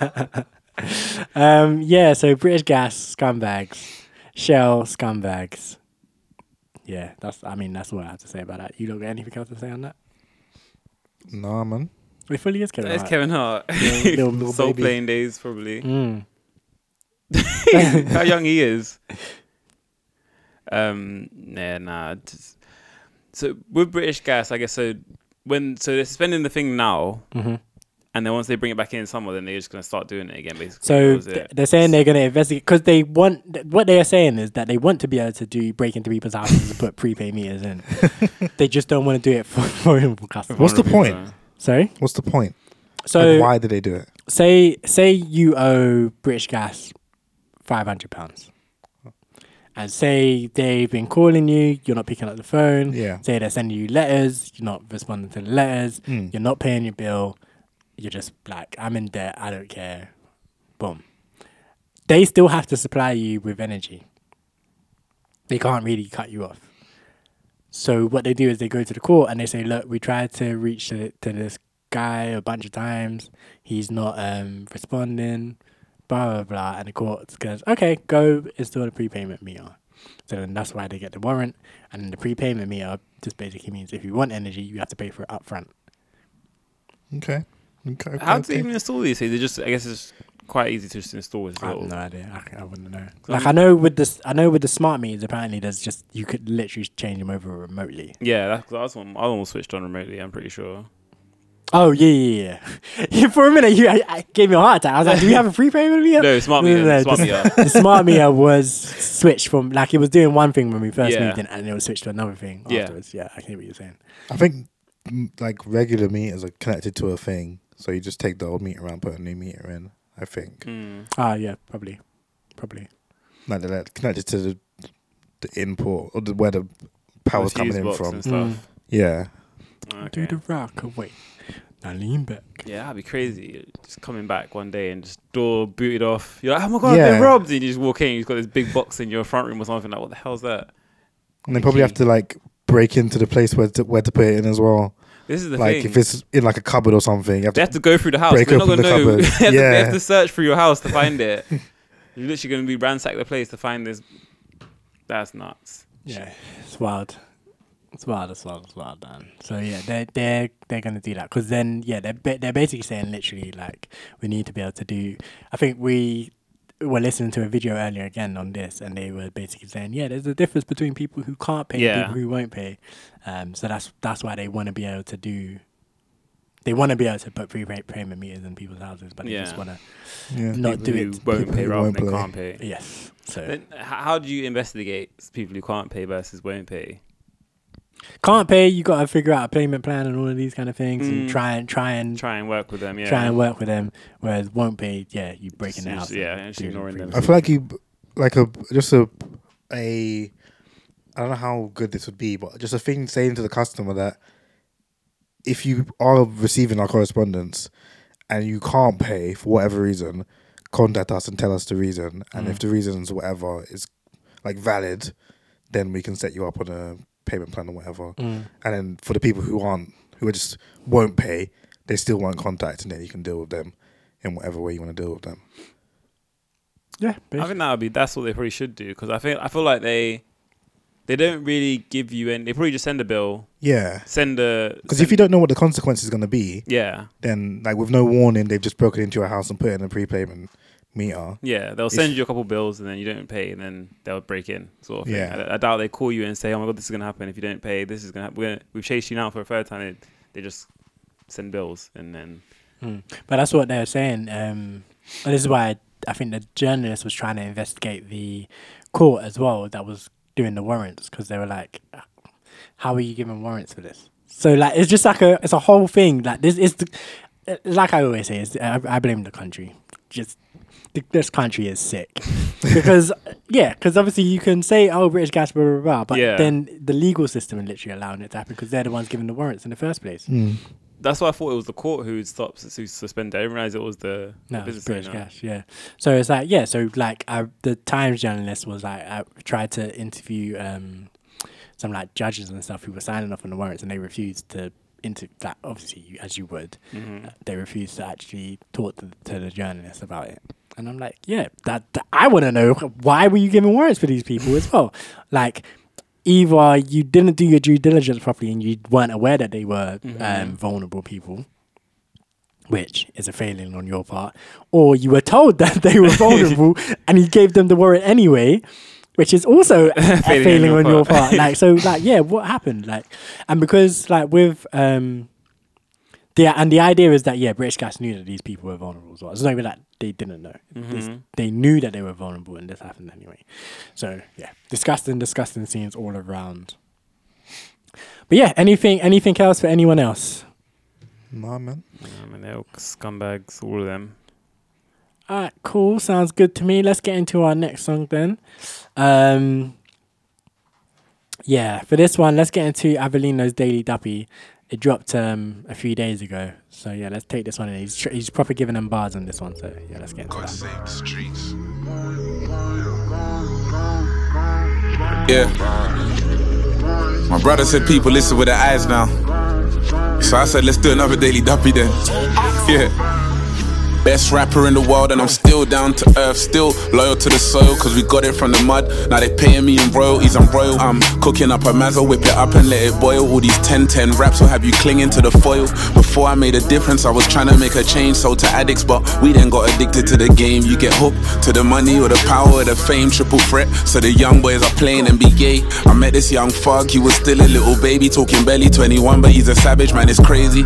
Speaker 1: been. <laughs> <laughs> um, yeah. So British Gas scumbags, Shell scumbags. Yeah, that's. I mean, that's all I have to say about that. You don't got anything else to say on that?
Speaker 2: Nah, man.
Speaker 1: It fully is Kevin.
Speaker 3: That is
Speaker 1: Hart.
Speaker 3: Kevin Hart.
Speaker 1: Little- little
Speaker 3: <laughs> Soul
Speaker 1: baby.
Speaker 3: playing days, probably.
Speaker 1: Mm.
Speaker 3: how young he is. Um, yeah, nah. just- so with British Gas, I guess so. When so they're suspending the thing now, and then once they bring it back in summer, then they're just gonna start doing it again, basically. That
Speaker 1: So
Speaker 3: was
Speaker 1: th-
Speaker 3: it.
Speaker 1: they're saying they're going to investigate because they want. th- What they are saying is that they want to be able to do break into people's houses and put prepay meters <laughs> in. they just don't want to do it for vulnerable customers.
Speaker 2: What's the point?
Speaker 3: So-
Speaker 1: Sorry.
Speaker 2: What's the point?
Speaker 1: So
Speaker 2: like, why did they do it?
Speaker 1: say say you owe British Gas five hundred pounds, and say they've been calling you, you're not picking up the phone.
Speaker 2: Yeah.
Speaker 1: Say they're sending you letters, you're not responding to the letters.
Speaker 2: Mm.
Speaker 1: You're not paying your bill. You're just like, I'm in debt. I don't care. Boom. They still have to supply you with energy. They can't really cut you off. So what they do is they go to the court and they say, look, we tried to reach to, to this guy a bunch of times. He's not um, responding, blah, blah, blah. And the court goes, okay, go install the prepayment meter. So then that's why they get the warrant. And then the prepayment meter just basically means if you want energy, you have to pay for it upfront.
Speaker 2: Okay. Okay. okay,
Speaker 3: How do they
Speaker 2: okay.
Speaker 3: even install these things? They just, I guess, it's quite easy to just install with
Speaker 1: I have
Speaker 3: little.
Speaker 1: no idea. I, c- I wouldn't know.
Speaker 3: I'm-
Speaker 1: Like I know with this, I know with the smart meters. Apparently, there's just you could literally change them over remotely.
Speaker 3: Yeah, that's that was one. I almost switched on remotely. I'm pretty sure.
Speaker 1: Oh yeah, yeah, yeah. <laughs> You- For a minute, you I, I gave me a heart attack. I was like, "Do we have a prepayment meter?"
Speaker 3: No, smart
Speaker 1: No, no,
Speaker 3: meter.
Speaker 1: no,
Speaker 3: smart
Speaker 1: just- <laughs>
Speaker 3: meter.
Speaker 1: the smart meter was switched from like it was doing one thing when we first
Speaker 3: Yeah.
Speaker 1: moved in, and it was switched to another thing
Speaker 3: Yeah.
Speaker 1: afterwards. Yeah, I hear what you're saying.
Speaker 2: I think mm, like regular meters are connected to a thing, so you just take the old meter out, put a new meter in. I think
Speaker 3: Mm.
Speaker 1: Ah, yeah, probably, probably.
Speaker 2: like they're like, connected to the, the import or the, where the power's
Speaker 3: Fuse
Speaker 2: coming in
Speaker 3: box
Speaker 2: from.
Speaker 3: and stuff.
Speaker 2: Yeah,
Speaker 3: Okay.
Speaker 1: Do the rock away. Now lean back.
Speaker 3: Yeah, that'd be crazy. Just coming back one day and just door booted off. You're like, oh my god, I've
Speaker 2: Yeah.
Speaker 3: been robbed. And you just walk in, you've got this big box in your front room or something. Like, what the hell's that?
Speaker 2: and they probably have to like break into the place where to, where to put it in as well.
Speaker 3: This is the
Speaker 2: like
Speaker 3: thing.
Speaker 2: if it's in like a cupboard or something, you have
Speaker 3: they
Speaker 2: to,
Speaker 3: have to go through the house.
Speaker 2: break
Speaker 3: They're not
Speaker 2: open
Speaker 3: gonna
Speaker 2: the
Speaker 3: know.
Speaker 2: cupboard.
Speaker 3: <laughs> they, have to, they
Speaker 2: Yeah.
Speaker 3: <laughs> have to search through your house to find it. You're literally gonna be ransacked the place to find this That's nuts.
Speaker 1: Yeah, it's wild. It's wild. It's wild. It's wild, man. So yeah, they're they're they're gonna do that because then yeah, they're ba- they're basically saying literally like we need to be able to do. I think we were listening to a video earlier again on this, and they were basically saying yeah, there's a difference between people who can't pay
Speaker 3: Yeah.
Speaker 1: and people who won't pay. Um, so that's that's why they want to be able to do. They want to be able to put free rate payment meters in people's houses, but they just
Speaker 3: Yeah.
Speaker 1: want to
Speaker 2: Yeah.
Speaker 1: not
Speaker 3: people
Speaker 1: do
Speaker 3: who
Speaker 1: it.
Speaker 2: People
Speaker 3: won't pay
Speaker 2: who
Speaker 3: rather
Speaker 2: won't
Speaker 3: than
Speaker 2: pay.
Speaker 3: can't pay.
Speaker 1: Yes. So
Speaker 3: Then h- how do you investigate people who can't pay versus won't pay?
Speaker 1: can't pay, you got to figure out a payment plan and all of these kind of things, and
Speaker 3: Mm.
Speaker 1: try and try and
Speaker 3: Try and work with them. Yeah.
Speaker 1: try and work with them. Whereas won't be, yeah, you breaking
Speaker 3: Just-
Speaker 1: the
Speaker 3: just-
Speaker 1: house.
Speaker 3: yeah,
Speaker 1: and
Speaker 3: just
Speaker 1: doing
Speaker 3: ignoring
Speaker 1: free-
Speaker 3: them.
Speaker 2: I feel like you, like a just a a. I don't know how good this would be, but just a thing saying to the customer that if you are receiving our correspondence and you can't pay for whatever reason, contact us and tell us the reason. And if the reason's whatever is like valid, then we can set you up on a payment plan or whatever. And then for the people who aren't, who are just won't pay, they still won't contact, and then you can deal with them in whatever way you want to deal with them.
Speaker 1: Yeah,
Speaker 3: I
Speaker 1: basically.
Speaker 3: think that would be that's what they probably should do because I think I feel like they they don't really give you any. They probably just send a bill,
Speaker 2: Yeah.
Speaker 3: send a
Speaker 2: Because if you don't know what the consequence is going to be,
Speaker 3: yeah
Speaker 2: then like with no warning, they've just broken into your house and put in a prepayment meter.
Speaker 3: yeah they'll send you a couple bills and then you don't pay and then they'll break in sort of thing.
Speaker 2: Yeah.
Speaker 3: I, I doubt they call you and say oh my god this is gonna happen if you don't pay this is gonna happen. We're gonna, we've chased you now for a third time. They, they just send bills and then
Speaker 1: Mm. But that's what they were saying. Um, and this is why I, I think the journalist was trying to investigate the court as well that was doing the warrants because they were like, "How are you giving warrants for this?" So like, it's just like a it's a whole thing. Like this is the, uh, like I always say, is I, I blame the country. Just th- this country is sick because yeah, because obviously you can say oh British gas blah blah blah, but
Speaker 3: Yeah.
Speaker 1: then the legal system is literally allowing it to happen because they're the ones giving the warrants in the first place.
Speaker 3: that's why I thought it was the court who stopped who suspended. I didn't realize it was the, the
Speaker 1: No, it's
Speaker 3: business
Speaker 1: British
Speaker 3: owner.
Speaker 1: Gas, yeah. So it's like, yeah, so like I, the Times journalist was like, I tried to interview um, some like judges and stuff who were signing off on the warrants and they refused to, inter- that obviously, you, as you would,
Speaker 3: Mm-hmm.
Speaker 1: uh, they refused to actually talk to, to the journalist about it. And I'm like, yeah, that, that I want to know why were you giving warrants for these people as well? Like, either you didn't do your due diligence properly and you weren't aware that they were
Speaker 3: Mm-hmm,
Speaker 1: um, vulnerable people, which is a failing on your part, or you were told <laughs> that they were
Speaker 3: <laughs>
Speaker 1: vulnerable and you gave them the warrant anyway, which is also a
Speaker 3: <laughs> Failing on
Speaker 1: failing
Speaker 3: your
Speaker 1: on your
Speaker 3: part.
Speaker 1: part. Like
Speaker 3: <laughs>
Speaker 1: so, like yeah, what happened? Like, and because like with um. The, and the idea is that yeah, British Gas knew that these people were vulnerable as well. It's not even that they didn't know; It's-
Speaker 3: Mm-hmm.
Speaker 1: they knew that they were vulnerable, and this happened anyway. So yeah, disgusting, disgusting scenes all around. But yeah, anything, anything else for anyone else?
Speaker 2: Nah, man.
Speaker 3: I mean, they're all scumbags, all of them.
Speaker 1: All right, cool. Sounds good to me. Let's get into our next song then. Um, yeah, for this one, let's get into Avelino's Daily Duppy. It dropped um, a few days ago. So yeah, let's take this one. In. He's tr- he's proper giving them bars on this one. So yeah, let's get into that.
Speaker 6: same streets.
Speaker 7: Yeah. My brother said people listen with their eyes now. So I said, let's do another Daily Duppy then. Yeah. Best rapper in the world, and I'm still down to earth, still loyal to the soil, cause we got it from the mud. Now they paying me in royalties, I'm royal. I'm cooking up a mazel, whip it up and let it boil. All these 10 10 raps will have you clinging to the foil. Before I made a difference, I was trying to make a change, sold to addicts, but we then got addicted to the game. You get hooked to the money or the power or the fame, triple threat. So the young boys are playing NBA. I met this young fog, he was still a little baby, talking belly 21, but he's a savage, man, it's crazy.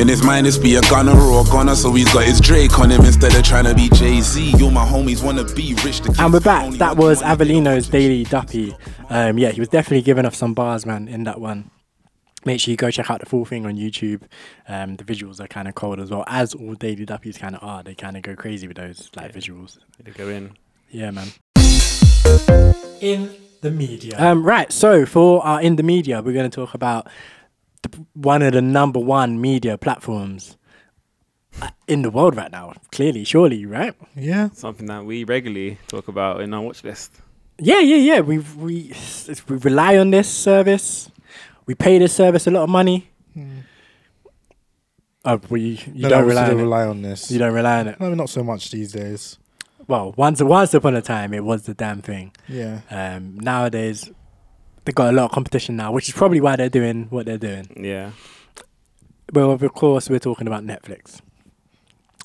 Speaker 7: In his mind, it's be a gunner or a gunner, so he's got his Drake on him instead of trying to be Jay Z. You, my homies, wanna be rich. The
Speaker 1: And we're
Speaker 7: kids
Speaker 1: back.
Speaker 7: only
Speaker 1: That
Speaker 7: want to
Speaker 1: was
Speaker 7: wanna be
Speaker 1: Avelino's
Speaker 7: rich.
Speaker 1: Daily Duppy. Um, yeah, he was definitely giving off some bars, man, in that one. Make sure you go check out the full thing on YouTube. Um, the visuals are kind of cold as well, as all Daily Duppies kind of are. They kind of go crazy with those like visuals.
Speaker 3: They go in.
Speaker 1: Yeah, man. In the media. Um, right. So for our in the media, we're going to talk about the, one of the number one media platforms uh, in the world right now. Clearly, surely, right?
Speaker 2: Yeah.
Speaker 3: Something that we regularly talk about in our watch list.
Speaker 1: Yeah, yeah, yeah. We we we rely on this service. We pay this service a lot of money.
Speaker 2: Mm.
Speaker 1: Oh, well, you, you
Speaker 2: No, no,
Speaker 1: don't
Speaker 2: we
Speaker 1: rely
Speaker 2: still
Speaker 1: on it.
Speaker 2: rely on this.
Speaker 1: You don't rely on it.
Speaker 2: No, not so much these days.
Speaker 1: well, once once upon a time, it was the damn thing.
Speaker 2: Yeah.
Speaker 1: Um, nowadays, they got a lot of competition now, which is probably why they're doing what they're doing.
Speaker 3: Yeah.
Speaker 1: But of course, we're talking about Netflix.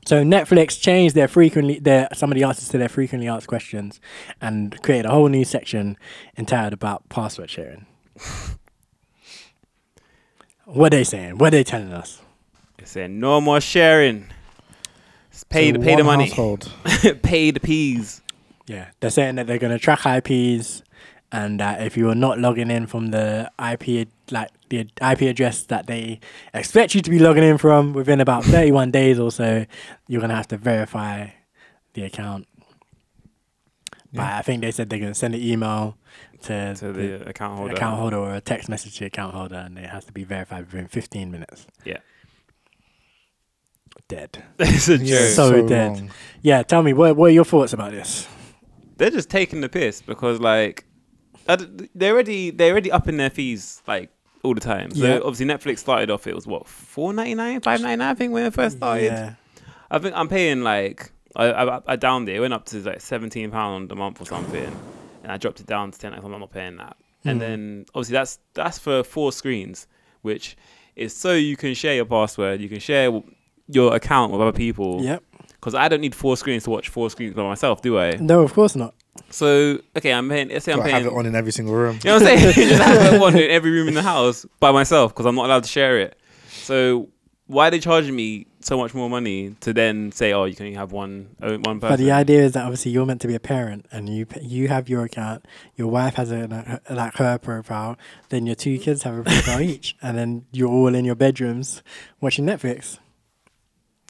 Speaker 1: So Netflix changed their frequently their some of the answers to their frequently asked questions, and created a whole new section entitled about password sharing. what are they saying? What are they telling us?
Speaker 3: They say no more sharing. It's pay the,
Speaker 2: So
Speaker 3: pay the
Speaker 2: one
Speaker 3: money. <laughs>
Speaker 2: Household.
Speaker 3: pay the peas.
Speaker 1: Yeah, they're saying that they're going to track IPs, and that if you are not logging in from the IP like the IP address that they expect you to be logging in from within
Speaker 3: <laughs>
Speaker 1: about 31 days or so, you're going to have to verify the account. But I think they said they're going to send an email to, the,
Speaker 3: To the account holder.
Speaker 1: account holder or a text message to the account holder, and it has to be verified within 15 minutes.
Speaker 3: Yeah. <laughs>
Speaker 1: Dead.
Speaker 3: it's a joke.
Speaker 2: Yeah,
Speaker 1: so,
Speaker 2: so
Speaker 1: dead.
Speaker 2: wrong.
Speaker 1: Yeah, tell me, what, what are your thoughts about this?
Speaker 3: They're just taking the piss because like I d- they're already they're already upping their fees like all the time. So
Speaker 1: Yeah.
Speaker 3: obviously Netflix started off it was what four ninety nine, five ninety nine I think when it first started.
Speaker 1: Yeah.
Speaker 3: I think I'm paying like I I, I downed it. It went up to like seventeen pound a month or something, and I dropped it down to ten. I'm not paying that.
Speaker 2: Hmm.
Speaker 3: And then obviously that's that's for four screens, which is so you can share your password, you can share your account with other people.
Speaker 1: Yep.
Speaker 3: Because I don't need four screens to watch four screens by myself, do I?
Speaker 1: No, of course not.
Speaker 3: So okay, I'm paying. Let's say I'm
Speaker 2: Gotta
Speaker 3: paying.
Speaker 2: Hmm. have it on in every single room.
Speaker 3: You know what I'm saying? <laughs> just have one in every room in the house by myself because I'm not allowed to share it. So why are they charging me so much more money to then say, oh, you can only have one oh, one
Speaker 1: But
Speaker 3: person?
Speaker 1: the idea is that obviously you're meant to be a parent, and you p- you have your account. Your wife has a like, her- like her profile. Then your two kids have a
Speaker 2: <laughs>
Speaker 1: profile each, and then you're all in your bedrooms watching Netflix.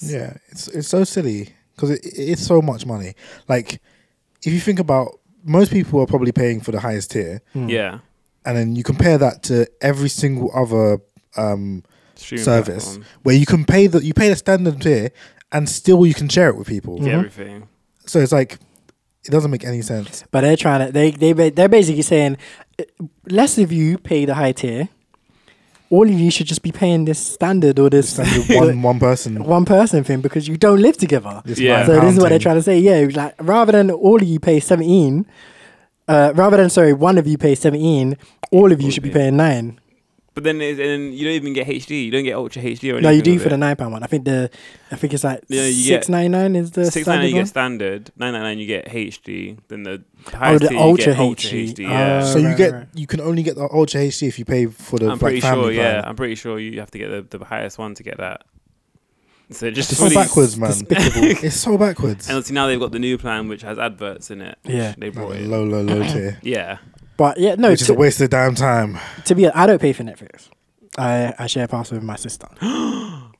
Speaker 2: Yeah, it's it's so silly because it, it- it's so much money. Like, if you think about, most people are probably paying for the highest tier,
Speaker 1: Hmm.
Speaker 3: yeah,
Speaker 2: and then you compare that to every single other um,
Speaker 3: Streaming
Speaker 2: service
Speaker 3: platform.
Speaker 2: where you can pay the you pay the standard tier, and still you can share it with
Speaker 1: Mm-hmm.
Speaker 2: people.
Speaker 3: Yeah, everything.
Speaker 2: So it's like it doesn't make any sense.
Speaker 1: But they're trying to they they ba- they're basically saying, "Uh, less of you pay the high tier. All of you should just be paying this standard or this
Speaker 3: <laughs>
Speaker 2: Standard one one person.
Speaker 1: <laughs> one person thing because you don't live together.
Speaker 2: This
Speaker 3: Yeah.
Speaker 2: nine
Speaker 1: So this is what
Speaker 2: pound
Speaker 1: they're
Speaker 2: thing.
Speaker 1: trying to say. Yeah, it was like rather than all of you pay seventeen, uh, rather than sorry, one of you pay seventeen, all of you
Speaker 3: All
Speaker 1: should
Speaker 3: of
Speaker 1: be
Speaker 3: you.
Speaker 1: paying nine.
Speaker 3: But then it's, and then you don't even get HD. You don't get Ultra HD or anything.
Speaker 1: No, you do
Speaker 3: with
Speaker 1: for the
Speaker 3: it.
Speaker 1: nine pound one. I think the, I think it's like
Speaker 3: Yeah, you get-
Speaker 1: six ninety nine is the
Speaker 3: Six
Speaker 1: standard
Speaker 3: ninety you
Speaker 1: one.
Speaker 3: get standard, nine ninety nine you get HD, then the
Speaker 1: Oh,
Speaker 3: highest
Speaker 1: the
Speaker 3: tier you
Speaker 1: ultra
Speaker 3: get ultra
Speaker 1: HD.
Speaker 3: HD. Yeah,
Speaker 1: Oh,
Speaker 2: So you
Speaker 1: right,
Speaker 2: get
Speaker 1: right.
Speaker 2: you can only get the ultra HD if you pay for the
Speaker 3: I'm
Speaker 2: like,
Speaker 3: pretty
Speaker 2: family
Speaker 3: sure. Yeah,
Speaker 2: plan.
Speaker 3: I'm pretty sure you have to get the, the highest one to get that. So just
Speaker 2: It's so
Speaker 3: fully-
Speaker 2: backwards, man. <laughs> it's so backwards.
Speaker 3: And obviously now they've got the new plan which has adverts in it. which
Speaker 1: Yeah.
Speaker 3: they brought
Speaker 2: Like,
Speaker 3: in.
Speaker 2: low, low,
Speaker 3: <clears throat>
Speaker 2: low tier,
Speaker 3: Yeah,
Speaker 1: But yeah, no.
Speaker 2: which is a
Speaker 1: To,
Speaker 2: waste of damn time.
Speaker 1: to be, I don't pay for Netflix. I I share a password with my
Speaker 3: <gasps>
Speaker 1: sister.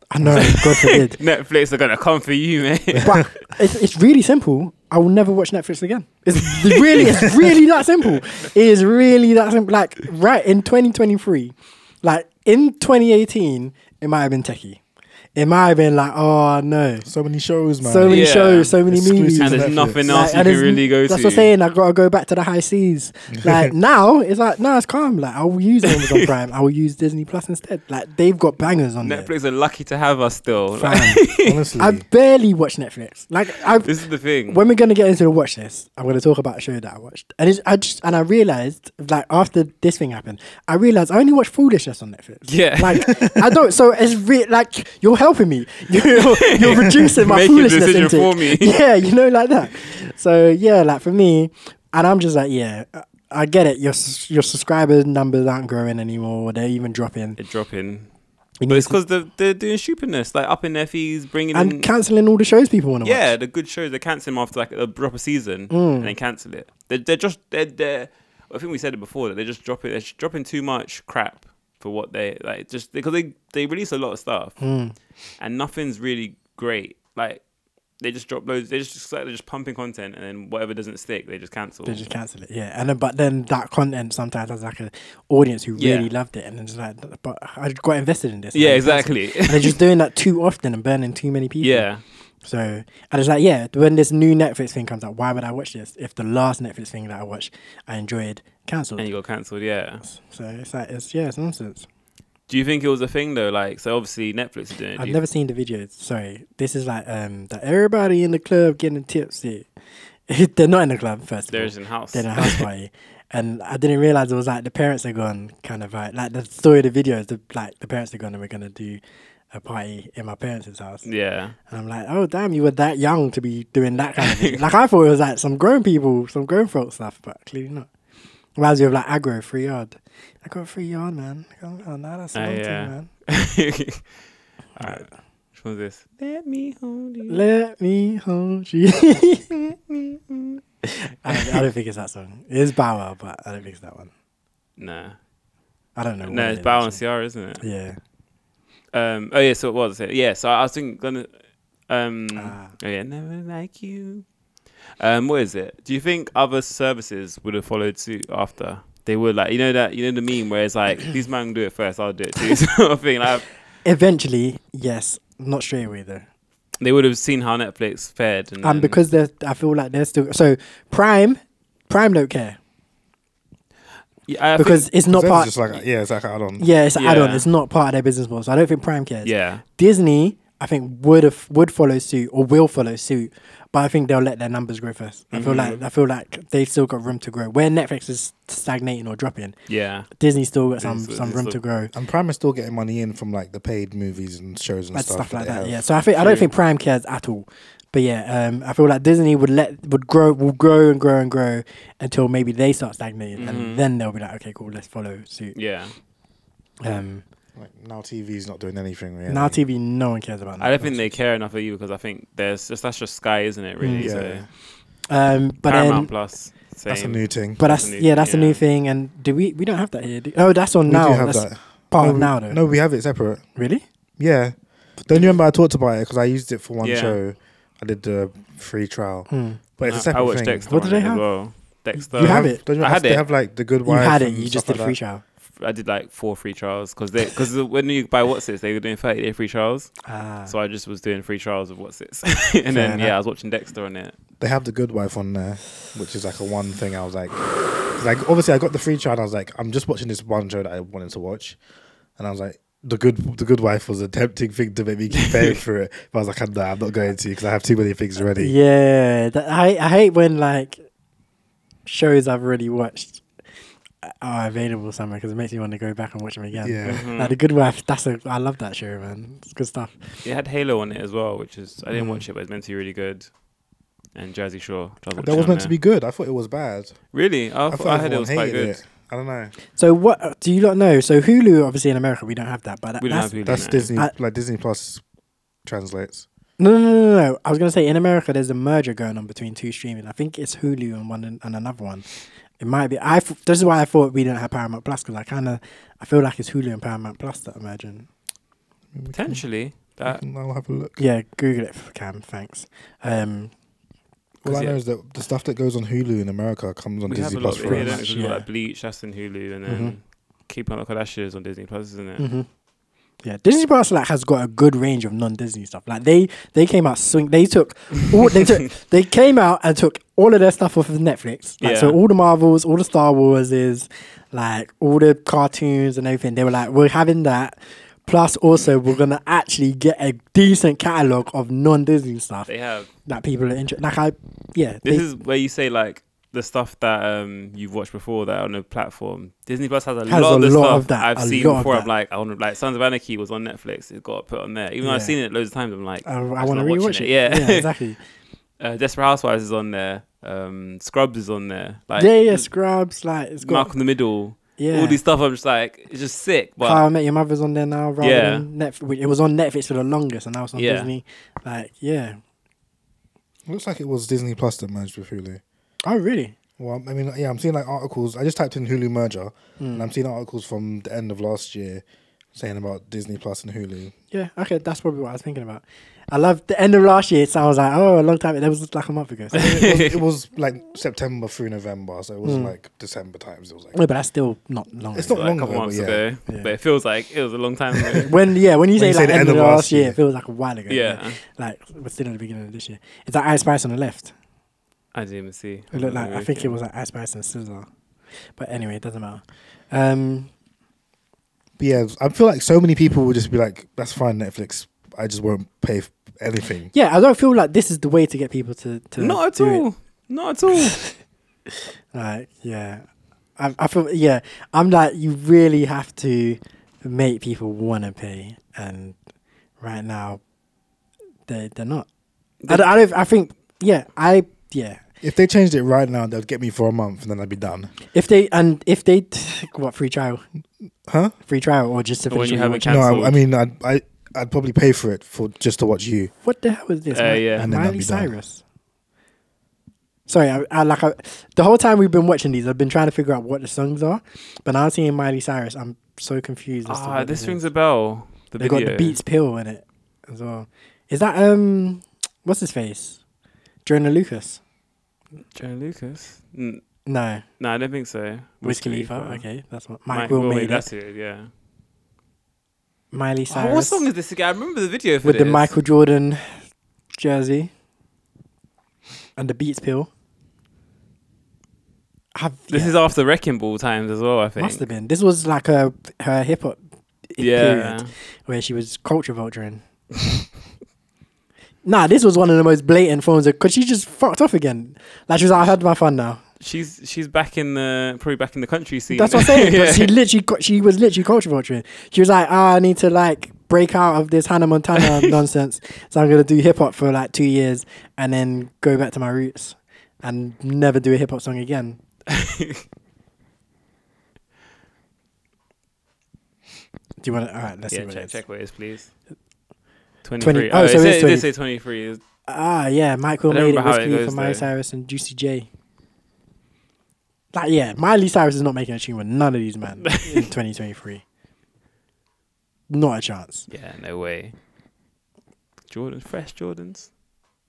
Speaker 1: I know, God
Speaker 3: <laughs>
Speaker 1: forbid.
Speaker 3: Netflix are gonna come for you, man.
Speaker 1: But it's, it's really simple. I will never watch Netflix again. It's really, it's really that simple. It is really that simple. Like right in 2023, like in 2018, it might have been techie. It might have been like, oh no,
Speaker 2: So many shows, man.
Speaker 1: so many
Speaker 3: Yeah.
Speaker 1: shows, so many
Speaker 2: Exclusive
Speaker 1: movies.
Speaker 3: <laughs> and there's
Speaker 2: Netflix.
Speaker 3: nothing
Speaker 1: Like,
Speaker 3: else
Speaker 1: and
Speaker 3: you
Speaker 1: it's-
Speaker 3: can really go
Speaker 1: that's
Speaker 3: to.
Speaker 1: what I'm saying. I gotta go back to the high seas. Like now, it's like now it's calm. Like I will use Amazon
Speaker 3: <laughs>
Speaker 1: Prime. I will use Disney Plus instead. Like they've got bangers on there.
Speaker 3: Netflix are lucky to have us still. Like, <laughs>
Speaker 1: Fam.
Speaker 2: Honestly,
Speaker 1: I barely watch Netflix. Like I,
Speaker 3: this is the thing.
Speaker 1: when we're gonna get into the watch list, I'm gonna talk about a show that I watched, and it's, I just and I realized like after this thing happened, I realized I only watch foolishness on Netflix.
Speaker 3: Yeah. <laughs>
Speaker 1: like I don't. So it's re- like you're helping me. <laughs> You're,
Speaker 3: <laughs>
Speaker 1: you're reducing my
Speaker 3: Making a
Speaker 1: foolishness
Speaker 3: decision
Speaker 1: intake.
Speaker 3: for me.
Speaker 1: <laughs> Yeah, you know, like
Speaker 3: <laughs>
Speaker 1: that. So yeah, like for me, and I'm just like, yeah, I- I get it. Your s- your subscriber numbers aren't growing anymore. They're even dropping.
Speaker 3: They're dropping.
Speaker 1: We
Speaker 3: But
Speaker 1: need
Speaker 3: it's
Speaker 1: to-
Speaker 3: because they're, they're doing stupidness, like upping their fees, bringing in.
Speaker 1: and canceling all the shows people want to watch.
Speaker 3: yeah, the good shows they cancel them after like a proper season
Speaker 1: Mm.
Speaker 3: and then cancel it. They're, they're just they're, they're. I think we said it before that they're just dropping they're just dropping too much crap for what they like just because they they release a lot of stuff
Speaker 1: Mm.
Speaker 3: and nothing's really great. Like they just drop loads. They just like, they're just pumping content and then whatever doesn't stick they just cancel.
Speaker 1: They just cancel it, yeah. And then, but then that content sometimes has like an audience who
Speaker 3: Yeah.
Speaker 1: really loved it, and it's like, but I got invested in this.
Speaker 3: yeah,
Speaker 1: and then cancel it.
Speaker 3: exactly.
Speaker 1: <laughs>
Speaker 3: <laughs>
Speaker 1: And they're just doing that too often and burning too many people.
Speaker 3: yeah,
Speaker 1: So, and it's like, yeah, when this new Netflix thing comes out, why would I watch this if the last Netflix thing that I watched I enjoyed cancelled?
Speaker 3: and you got cancelled. Yeah.
Speaker 1: So it's like, it's yeah, it's nonsense.
Speaker 3: Do you think it was a thing though? Like, so obviously Netflix is doing. it. Do
Speaker 1: I've
Speaker 3: you-
Speaker 1: never seen the videos. Sorry, this is like um, that everybody in the club getting tipsy. <laughs> They're not in the club first. of all.
Speaker 3: There is in house.
Speaker 1: They're in a house party, and I didn't realize it was like the parents are gone, kind of like like the story of the video is the, like the parents are gone and we're gonna do a party in my parents' house.
Speaker 3: yeah.
Speaker 1: And I'm like, oh damn, you were that young to be doing that kind of
Speaker 3: <laughs>
Speaker 1: thing. like I thought it was like some grown people, some grown folk stuff, but clearly not. Reminds me of like aggro, free yard. I got free yard, man. Oh, no, that's
Speaker 3: Ah,
Speaker 1: uh,
Speaker 3: yeah.
Speaker 1: man.
Speaker 3: <laughs> All right. Which one's this? Let me hold you.
Speaker 1: Let me hold you. <laughs> I, I don't think it's that song. It is Bauer, but I don't think it's that one.
Speaker 3: nah.
Speaker 1: I don't know. what
Speaker 3: No,
Speaker 1: it
Speaker 3: it's
Speaker 1: is,
Speaker 3: Bow and
Speaker 1: actually.
Speaker 3: Ciara, isn't it?
Speaker 1: Yeah.
Speaker 3: Um. Oh yeah. So it was. Yeah. So I was thinking gonna. Um.
Speaker 1: Ah.
Speaker 3: Oh yeah. Never like you. Um. What is it? Do you think other services would have followed suit after? They would like you know that you know the meme where
Speaker 1: <coughs>
Speaker 3: it's like these men do it first, I'll do it too <laughs> sort of thing. Like
Speaker 1: Eventually, yes. Not straight away though.
Speaker 3: they would have seen how Netflix fared
Speaker 1: And
Speaker 3: and, then-
Speaker 1: because they're, I feel like they're still so Prime. Prime don't care
Speaker 3: yeah, I think-
Speaker 1: because it's not
Speaker 2: Zed's
Speaker 1: part.
Speaker 2: just like yeah, it's like add on.
Speaker 1: yeah, it's an add-on.
Speaker 3: Yeah.
Speaker 1: It's not part of their business model. So I don't think Prime cares.
Speaker 3: yeah
Speaker 1: Disney, I think would have would follow suit or will follow suit, but I think they'll let their numbers grow first. I feel
Speaker 3: Mm-hmm.
Speaker 1: like I feel like they've still got room to grow. Where Netflix is stagnating or dropping,
Speaker 3: yeah
Speaker 1: Disney's still got some
Speaker 3: Disney-
Speaker 1: some room
Speaker 3: Disney-
Speaker 1: to grow.
Speaker 2: And Prime is still getting money in from like the paid movies and shows and
Speaker 1: and
Speaker 2: stuff,
Speaker 1: stuff like
Speaker 2: they
Speaker 1: that.
Speaker 2: have.
Speaker 1: Yeah. So I think I don't
Speaker 3: True.
Speaker 1: think Prime cares at all. But yeah, um, I feel like Disney would let would grow will grow and grow and grow until maybe they start stagnating,
Speaker 3: Mhm.
Speaker 1: and then they'll be like, okay, cool, let's follow suit.
Speaker 3: yeah.
Speaker 1: Um,
Speaker 2: Like, now TV's not doing anything really.
Speaker 1: Now TV, no one cares about.
Speaker 3: I don't think they care enough for you because I think there's just that's just Sky, isn't it?
Speaker 1: Mm.
Speaker 3: Really,
Speaker 2: Yeah.
Speaker 3: so
Speaker 1: Um, but
Speaker 3: Paramount
Speaker 1: then,
Speaker 3: Plus. Same.
Speaker 2: that's a new thing.
Speaker 1: but
Speaker 3: that's
Speaker 1: that's,
Speaker 3: a new
Speaker 1: yeah, that's
Speaker 3: thing,
Speaker 1: a
Speaker 3: yeah.
Speaker 1: new thing. And do we we don't have that here? Do, oh, that's on
Speaker 2: we
Speaker 1: now.
Speaker 2: do have
Speaker 1: that's
Speaker 2: that.
Speaker 1: part
Speaker 2: no,
Speaker 1: of
Speaker 2: we-
Speaker 1: now though.
Speaker 2: No, we have it separate.
Speaker 1: really.
Speaker 2: Yeah. Don't you remember I talked about it because I used it for one
Speaker 3: Yeah.
Speaker 2: show. I did the free trial,
Speaker 1: Hmm.
Speaker 2: but it's
Speaker 3: I-
Speaker 2: a separate
Speaker 3: I watched
Speaker 2: thing.
Speaker 3: Dexter.
Speaker 1: What do
Speaker 3: on
Speaker 1: they
Speaker 3: it
Speaker 1: have?
Speaker 3: As well. Dexter.
Speaker 1: You have it?
Speaker 2: Don't you
Speaker 3: I
Speaker 2: have,
Speaker 3: had
Speaker 2: they
Speaker 3: it.
Speaker 2: have like the good
Speaker 1: You
Speaker 2: wife.
Speaker 1: had it.
Speaker 2: and
Speaker 1: You just
Speaker 2: stuff
Speaker 1: did a
Speaker 2: like
Speaker 1: free
Speaker 2: that.
Speaker 1: trial.
Speaker 3: I did like four free trials because they because when you buy what's this they were doing thirty day free trials,
Speaker 1: Ah,
Speaker 3: so I just was doing free trials of what's this, <laughs> and then
Speaker 1: enough.
Speaker 3: yeah, I was watching Dexter on it.
Speaker 2: They have the good wife on there, which is like a one thing. I was like, 'cause, like obviously I got the free trial. And I was like, I'm just watching this one show that I wanted to watch, and I was like, the good the good wife was a tempting thing to make me
Speaker 1: <laughs>
Speaker 2: keep paying for it. But I was like, I'm, nah, I'm not going to because I have too many things already.
Speaker 1: Yeah, that, I I hate when like shows I've already watched are available somewhere because it makes me want to go back and watch them again.
Speaker 2: Yeah.
Speaker 3: Mm-hmm.
Speaker 1: Like the Good Wife, that's a I love that show, man. It's good stuff.
Speaker 3: It had Halo on it as well, which is I
Speaker 2: Hmm.
Speaker 3: didn't
Speaker 1: Mm.
Speaker 3: watch it, but it's meant to be really good. And Jersey Shore. which I
Speaker 2: That
Speaker 3: watching
Speaker 2: was
Speaker 3: on
Speaker 2: meant to
Speaker 3: there.
Speaker 2: be good. I thought it was bad.
Speaker 3: really. I,
Speaker 2: I
Speaker 3: thought
Speaker 2: thought
Speaker 3: I heard it
Speaker 2: everyone
Speaker 3: was quite
Speaker 2: hated
Speaker 3: good.
Speaker 2: it. I don't know.
Speaker 1: So what do you not know? So Hulu, obviously in America, we don't have that, but that,
Speaker 3: We didn't
Speaker 1: that's
Speaker 3: have Hulu,
Speaker 2: That's
Speaker 3: no.
Speaker 2: Disney,
Speaker 1: I-
Speaker 2: like Disney Plus translates.
Speaker 1: no, no, no, no, no. I was gonna say in America, there's a merger going on between two streaming. I think it's Hulu and one and another one. It might be. I. f- This is why I thought we didn't have Paramount Plus because I kind of I feel like it's Hulu and Paramount Plus that are merging.
Speaker 3: Potentially. That
Speaker 2: I'll have a look.
Speaker 1: Yeah, Google it, Cam. Thanks. Um,
Speaker 2: All I
Speaker 3: yeah.
Speaker 2: know is that the stuff that goes on Hulu in America comes on
Speaker 3: we have a
Speaker 2: Disney
Speaker 3: lot
Speaker 2: Plus
Speaker 3: of
Speaker 2: for
Speaker 3: here,
Speaker 1: that
Speaker 2: us. Mm-hmm.
Speaker 3: don't we? We've got,
Speaker 1: Yeah.
Speaker 3: like Bleach, that's in Hulu, and then Keeping Up with the Kardashians on Disney Plus, isn't
Speaker 2: Mm.
Speaker 3: it?
Speaker 1: mhm. Yeah, Disney Plus like has got a good range of non-Disney stuff. Like they they came out swing. They took all they
Speaker 3: <laughs>
Speaker 1: took. They came out and took all of their stuff off of Netflix. Like, So
Speaker 3: Yeah.
Speaker 1: all the Marvels, all the Star Wars is like all the cartoons and everything. They were like, we're having that. Plus, also, we're gonna actually get a decent catalog of non-Disney stuff
Speaker 3: They have.
Speaker 1: that people are interested. Like I, yeah,
Speaker 3: This
Speaker 1: they-
Speaker 3: is where you say like the stuff that um you've watched before that on a platform. Disney Plus has a
Speaker 1: Has
Speaker 3: lot,
Speaker 1: a
Speaker 3: of, the
Speaker 1: lot
Speaker 3: stuff
Speaker 1: of that,
Speaker 3: I've
Speaker 1: a
Speaker 3: seen
Speaker 1: lot of
Speaker 3: before. I'm
Speaker 1: that.
Speaker 3: like, I want to like Sons of Anarchy was on Netflix. It got put on there. Even though
Speaker 1: Yeah.
Speaker 3: I've
Speaker 1: Uh,
Speaker 3: seen it loads of times. I'm like,
Speaker 1: I, I
Speaker 3: just
Speaker 1: want to
Speaker 3: not watching
Speaker 1: rewatch it.
Speaker 3: it. Yeah.
Speaker 1: yeah, exactly.
Speaker 3: uh, Desperate Housewives is on there. Um, Scrubs is on there. <laughs> Like,
Speaker 1: yeah, yeah, Scrubs. Like it's got
Speaker 3: Malcolm in the Middle.
Speaker 1: yeah.
Speaker 3: All these stuff. I'm just like, it's just sick. But
Speaker 1: How I Met Your Mother's on there now. Rather
Speaker 3: Yeah.
Speaker 1: than Netflix. It was on Netflix for the longest, and now it's on
Speaker 3: Yeah.
Speaker 1: Disney. Like, yeah.
Speaker 2: Looks like it was Disney Plus that merged with Hulu.
Speaker 1: Oh, really?
Speaker 2: Well, I mean, yeah, I'm seeing like articles. I just typed in Hulu merger, and I'm seeing articles from the end of last year saying about Disney Plus and Hulu.
Speaker 1: Yeah. Okay, that's probably what I was thinking about. I love the end of last year. It sounds like oh, a long time. That was like a month
Speaker 3: <laughs>
Speaker 1: ago. So-
Speaker 2: I mean, it, was, it was like September through November, so it wasn't like December times. It was
Speaker 1: no,
Speaker 2: like
Speaker 1: but that's still not long.
Speaker 2: It's
Speaker 1: ago.
Speaker 2: not
Speaker 3: like, a
Speaker 2: long
Speaker 3: couple
Speaker 2: ago,
Speaker 3: months
Speaker 2: yeah.
Speaker 3: ago,
Speaker 1: Yeah.
Speaker 3: but it feels like it was a long
Speaker 1: <laughs>
Speaker 3: time ago.
Speaker 1: When yeah, when you say like end of last, year,
Speaker 2: year.
Speaker 1: it feels like a while ago.
Speaker 3: yeah,
Speaker 1: Like we're still at the beginning of this year. It's like Ice Spice on the left.
Speaker 3: I didn't even see.
Speaker 1: It looked like I think it was like Ice Spice and Scissor. But anyway, it doesn't matter. Um,
Speaker 2: But yeah, I feel like so many people will just be like, "That's fine, Netflix. I just won't pay f- anything."
Speaker 1: Yeah, I don't feel like this is the way to get people to to
Speaker 3: Not at
Speaker 1: do it.
Speaker 3: all. Not
Speaker 1: <laughs>
Speaker 3: at all.
Speaker 1: Like, yeah, I, I feel yeah. I'm like, you really have to make people want to pay, and right now, they they're not. I, don't, I don't. I think yeah. I yeah.
Speaker 2: If they changed it right now, they'd get me for a month, and then I'd be done.
Speaker 1: If they and if they <sighs> t- what free trial,
Speaker 2: Huh?
Speaker 1: free trial, or just to
Speaker 3: Or when
Speaker 1: finish
Speaker 3: you
Speaker 1: what
Speaker 3: have a
Speaker 1: watch.
Speaker 3: ca-
Speaker 2: No,
Speaker 3: Cancelled.
Speaker 2: I, I mean, I'd, I I'd probably pay for it for just to watch you.
Speaker 1: What the hell is this?
Speaker 3: Uh,
Speaker 1: Mi-
Speaker 3: yeah.
Speaker 2: And then that'd
Speaker 1: Miley
Speaker 2: be done.
Speaker 1: Cyrus. Sorry, I, I like I, the whole time we've been watching these, I've been trying to figure out what the songs are, but now seeing Miley Cyrus, I'm so confused. as to
Speaker 3: Ah,
Speaker 1: what
Speaker 3: this
Speaker 1: is.
Speaker 3: rings a bell. The
Speaker 1: They got
Speaker 3: video.
Speaker 1: the Beats Pill in it as well. Is that um, what's his face? Jonah Lucas?
Speaker 3: Joan Lucas. N-
Speaker 1: No,
Speaker 3: no, I don't think so.
Speaker 1: Wiz
Speaker 3: Wiz
Speaker 1: Khalifa.
Speaker 3: Khalifa.
Speaker 1: Okay, that's what
Speaker 3: Mike
Speaker 1: Mike, Will
Speaker 3: Will,
Speaker 1: made it.
Speaker 3: That's it. Yeah.
Speaker 1: Miley
Speaker 3: Oh,
Speaker 1: Cyrus.
Speaker 3: what song is this again? I remember the video for
Speaker 1: with the
Speaker 3: this.
Speaker 1: Michael Jordan jersey and the Beats Pill? Have
Speaker 3: This
Speaker 1: yeah,
Speaker 3: is after Wrecking Ball times as well. I think.
Speaker 1: must have been. This was like a her hip hop
Speaker 3: Yeah.
Speaker 1: period where she was culture vulturing. nah, this was one of the most blatant forms of because she just fucked off again. Like she was like, I've had my fun now.
Speaker 3: She's she's back in the probably back in the country scene.
Speaker 1: That's what I'm
Speaker 3: <laughs>
Speaker 1: saying.
Speaker 3: yeah.
Speaker 1: But she literally, got, she was literally culture vulturing. She was like, "Ah, I need to like break out of this Hannah
Speaker 3: <laughs>
Speaker 1: Montana nonsense. So I'm gonna do hip hop for like two years and then go back to my roots and never do a hip hop song
Speaker 3: <laughs>
Speaker 1: again. do you want to? All right, let's see
Speaker 3: yeah.
Speaker 1: what it
Speaker 3: Check
Speaker 1: is.
Speaker 3: check what it is, please. Twenty-three.
Speaker 1: oh,
Speaker 3: oh,
Speaker 1: so
Speaker 3: it,
Speaker 1: it
Speaker 3: said,
Speaker 1: is
Speaker 3: it did say twenty-three. It's-
Speaker 1: Ah, yeah, Michael
Speaker 3: I don't
Speaker 1: made it
Speaker 3: remember
Speaker 1: with
Speaker 3: how it
Speaker 1: Khalifa,
Speaker 3: goes,
Speaker 1: Miley
Speaker 3: though.
Speaker 1: Cyrus, and Juicy J. Like, yeah, Miley Cyrus is not making a tune with none of these
Speaker 3: <laughs>
Speaker 1: men in 2023. Not a chance.
Speaker 3: Yeah. No way. Jordan, fresh Jordans.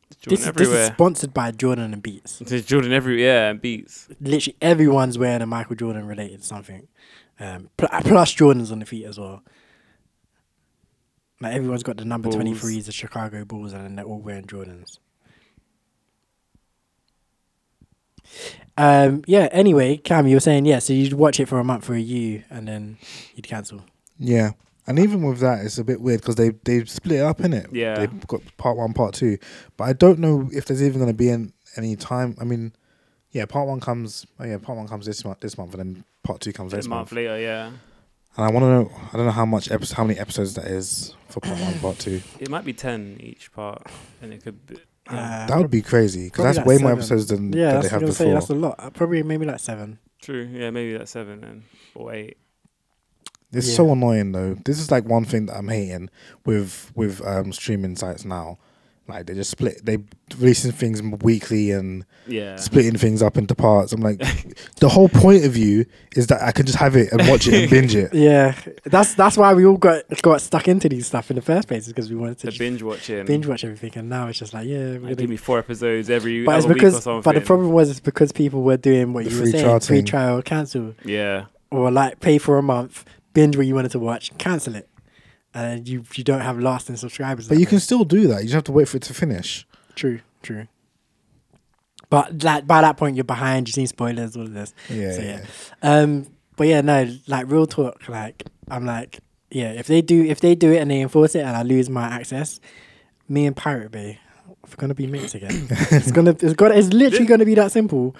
Speaker 3: There's
Speaker 1: This is,
Speaker 3: Jordan
Speaker 1: this is
Speaker 3: everywhere.
Speaker 1: sponsored by Jordan and Beats.
Speaker 3: There's Jordan everywhere and Beats.
Speaker 1: Literally everyone's wearing a Michael Jordan related something. Um, pl- plus Jordan's on the feet as well. Like everyone's got the number
Speaker 3: Bulls.
Speaker 1: 23s, the Chicago Bulls, and then they're all wearing Jordans. Um, yeah, anyway, Cam, you were saying, yeah, so you'd watch it for a month for a year and then you'd cancel.
Speaker 2: Yeah, and even with that, it's a bit weird because they they split it up in it.
Speaker 3: Yeah.
Speaker 2: they've got part one, part two, but I don't know if there's even going to be an, any time. I mean, yeah, part one comes. Oh yeah, part one comes this month, this month, and then part two comes
Speaker 3: A
Speaker 2: this month.
Speaker 3: month later, yeah.
Speaker 2: And I want to know. I don't know how much episode, how many episodes that is for part one,
Speaker 1: <clears throat>
Speaker 2: part two.
Speaker 3: It might be ten each part, and it could be. yeah,
Speaker 1: Uh,
Speaker 2: That would be crazy
Speaker 1: Probably
Speaker 2: because that's
Speaker 1: like
Speaker 2: way more
Speaker 1: seven.
Speaker 2: episodes than
Speaker 1: yeah,
Speaker 2: that
Speaker 1: that's
Speaker 2: they
Speaker 1: what I'm
Speaker 2: have
Speaker 1: going to say.
Speaker 2: before.
Speaker 1: That's a lot. Uh, Probably maybe like seven.
Speaker 3: true. Yeah, maybe that's seven then, or eight.
Speaker 2: It's
Speaker 1: Yeah.
Speaker 2: so annoying though. This is like one thing that I'm hating with with um, streaming sites now. Like they just split, they releasing things weekly and
Speaker 3: Yeah.
Speaker 2: splitting things up into parts. I'm like, the whole point of you is that I can just have it and watch it and
Speaker 1: <laughs>
Speaker 2: binge it.
Speaker 1: Yeah, that's that's why we all got got stuck into these stuff in the first place, is because we wanted to
Speaker 3: The
Speaker 1: just
Speaker 3: binge watching.
Speaker 1: binge watch everything, and now it's just like, yeah, we're
Speaker 3: Mm. Like,
Speaker 1: gonna
Speaker 3: give me four episodes every
Speaker 1: But it's
Speaker 3: other
Speaker 1: because,
Speaker 3: week or something.
Speaker 1: but the problem was it's because people were doing what
Speaker 2: The
Speaker 1: you were
Speaker 2: free
Speaker 1: saying:
Speaker 2: trial
Speaker 1: free
Speaker 2: thing.
Speaker 1: trial, cancel,
Speaker 3: Yeah.
Speaker 1: or like pay for a month, binge what you wanted to watch, cancel it, and then you you don't have lasting subscribers.
Speaker 2: But
Speaker 1: that
Speaker 2: you can
Speaker 1: way.
Speaker 2: still do that. You just have to wait for it to finish.
Speaker 1: true, true. But like by that point, you're behind. You've seen spoilers, all of this.
Speaker 2: Yeah,
Speaker 1: So,
Speaker 2: yeah.
Speaker 1: yeah. Um, but yeah, no, like real talk. Like I'm like, yeah, if they do, if they do it and they enforce it, and I lose my access, me and Pirate Bay, we're gonna be mates
Speaker 2: <laughs>
Speaker 1: again. it's gonna, it's gonna, it's literally gonna be that simple.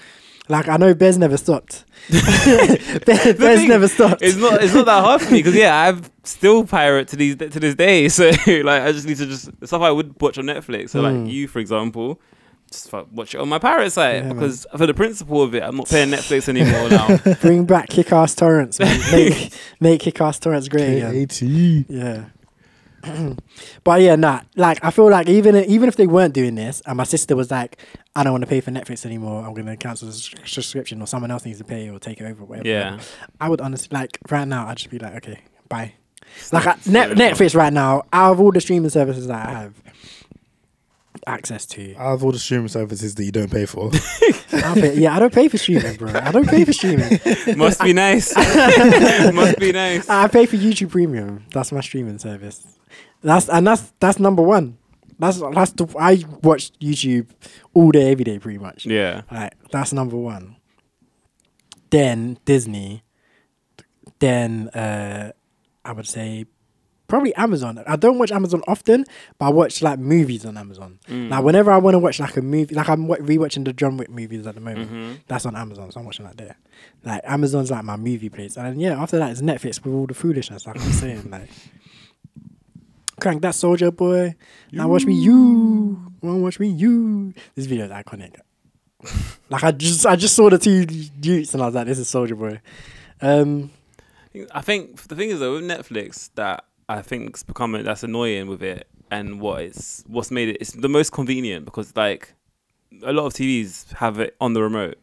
Speaker 1: Like I know Bez never
Speaker 2: <laughs>
Speaker 1: stopped. <laughs> Bez, Bez
Speaker 3: thing
Speaker 1: never stopped.
Speaker 3: It's not. It's not that hard for me because yeah, I'm still pirate to these to this day. <laughs> So like, I just need to just stuff I would watch on Netflix.
Speaker 1: Mm.
Speaker 3: So like you, for example, just fu- watch it on my pirate site
Speaker 1: Yeah,
Speaker 3: because for the principle of it, I'm not paying Netflix anymore now.
Speaker 1: <laughs> Bring back kick-ass torrents, man.
Speaker 2: <laughs>
Speaker 1: Make, make kick-ass torrents great again.
Speaker 2: K-A-T.
Speaker 1: Yeah. <clears throat> but yeah, nah. Like I feel like even even if they weren't doing this, and my sister was like, "I don't want to pay for Netflix anymore. I'm gonna cancel the s- subscription, or someone else needs to pay or take it over, whatever."
Speaker 3: Yeah.
Speaker 1: I would honestly like right now. I'd just be like, "Okay, bye." Like I,
Speaker 3: not-
Speaker 1: Net,
Speaker 3: it's not-
Speaker 1: Netflix right now, out of all the streaming services that I have access to,
Speaker 3: <laughs>
Speaker 2: Out of all the streaming services that you don't pay for,
Speaker 1: I'll pay, yeah, I don't pay for streaming, bro. I don't pay for streaming.
Speaker 3: Must
Speaker 1: <laughs>
Speaker 3: be nice. Must be nice.
Speaker 1: I pay for YouTube Premium. That's my streaming service. That's and that's that's number one. That's that's the I watch YouTube all day, every day, pretty much.
Speaker 3: Yeah.
Speaker 1: Like that's number one. Then Disney. Then uh, I would say probably Amazon. I don't watch Amazon often, but I watch like movies on Amazon. Now, whenever I want to watch like a movie, like I'm wa- rewatching the John Wick movies at the moment. That's on Amazon, so I'm watching that there. Like Amazon's like my movie place, and then, yeah, after that it's Netflix with all the foolishness. Like I'm saying, <laughs> like crank that soldier boy. Now watch me you. Wanna watch me you? This video is iconic. like I just I just saw the two dudes and I was like, this is soldier boy. Um,
Speaker 3: I think the thing is though with Netflix that I think's becoming that's annoying with it and what it's what's made it it's the most convenient because like a lot of TVs have it on the remote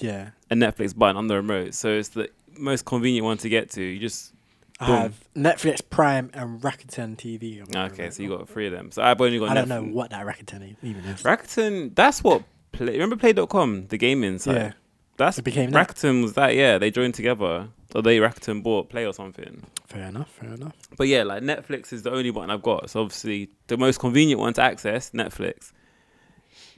Speaker 1: yeah.
Speaker 3: a Netflix button on the remote so it's the most convenient one to get to you just
Speaker 1: I
Speaker 3: Boom.
Speaker 1: have Netflix Prime and Rakuten TV. on my
Speaker 3: okay
Speaker 1: remote.
Speaker 3: so you got three of them so I've only got
Speaker 1: I don't know
Speaker 3: Netflix.
Speaker 1: what that Rakuten e- even is.
Speaker 3: Rakuten that's what play remember play.com the gaming site
Speaker 1: Yeah.
Speaker 3: that's
Speaker 1: It became that.
Speaker 3: Rakuten was that yeah they joined together or they Rakuten bought play or something
Speaker 1: Fair enough. Fair enough.
Speaker 3: But yeah, like Netflix is the only one I've got. So obviously the most convenient one to access, Netflix.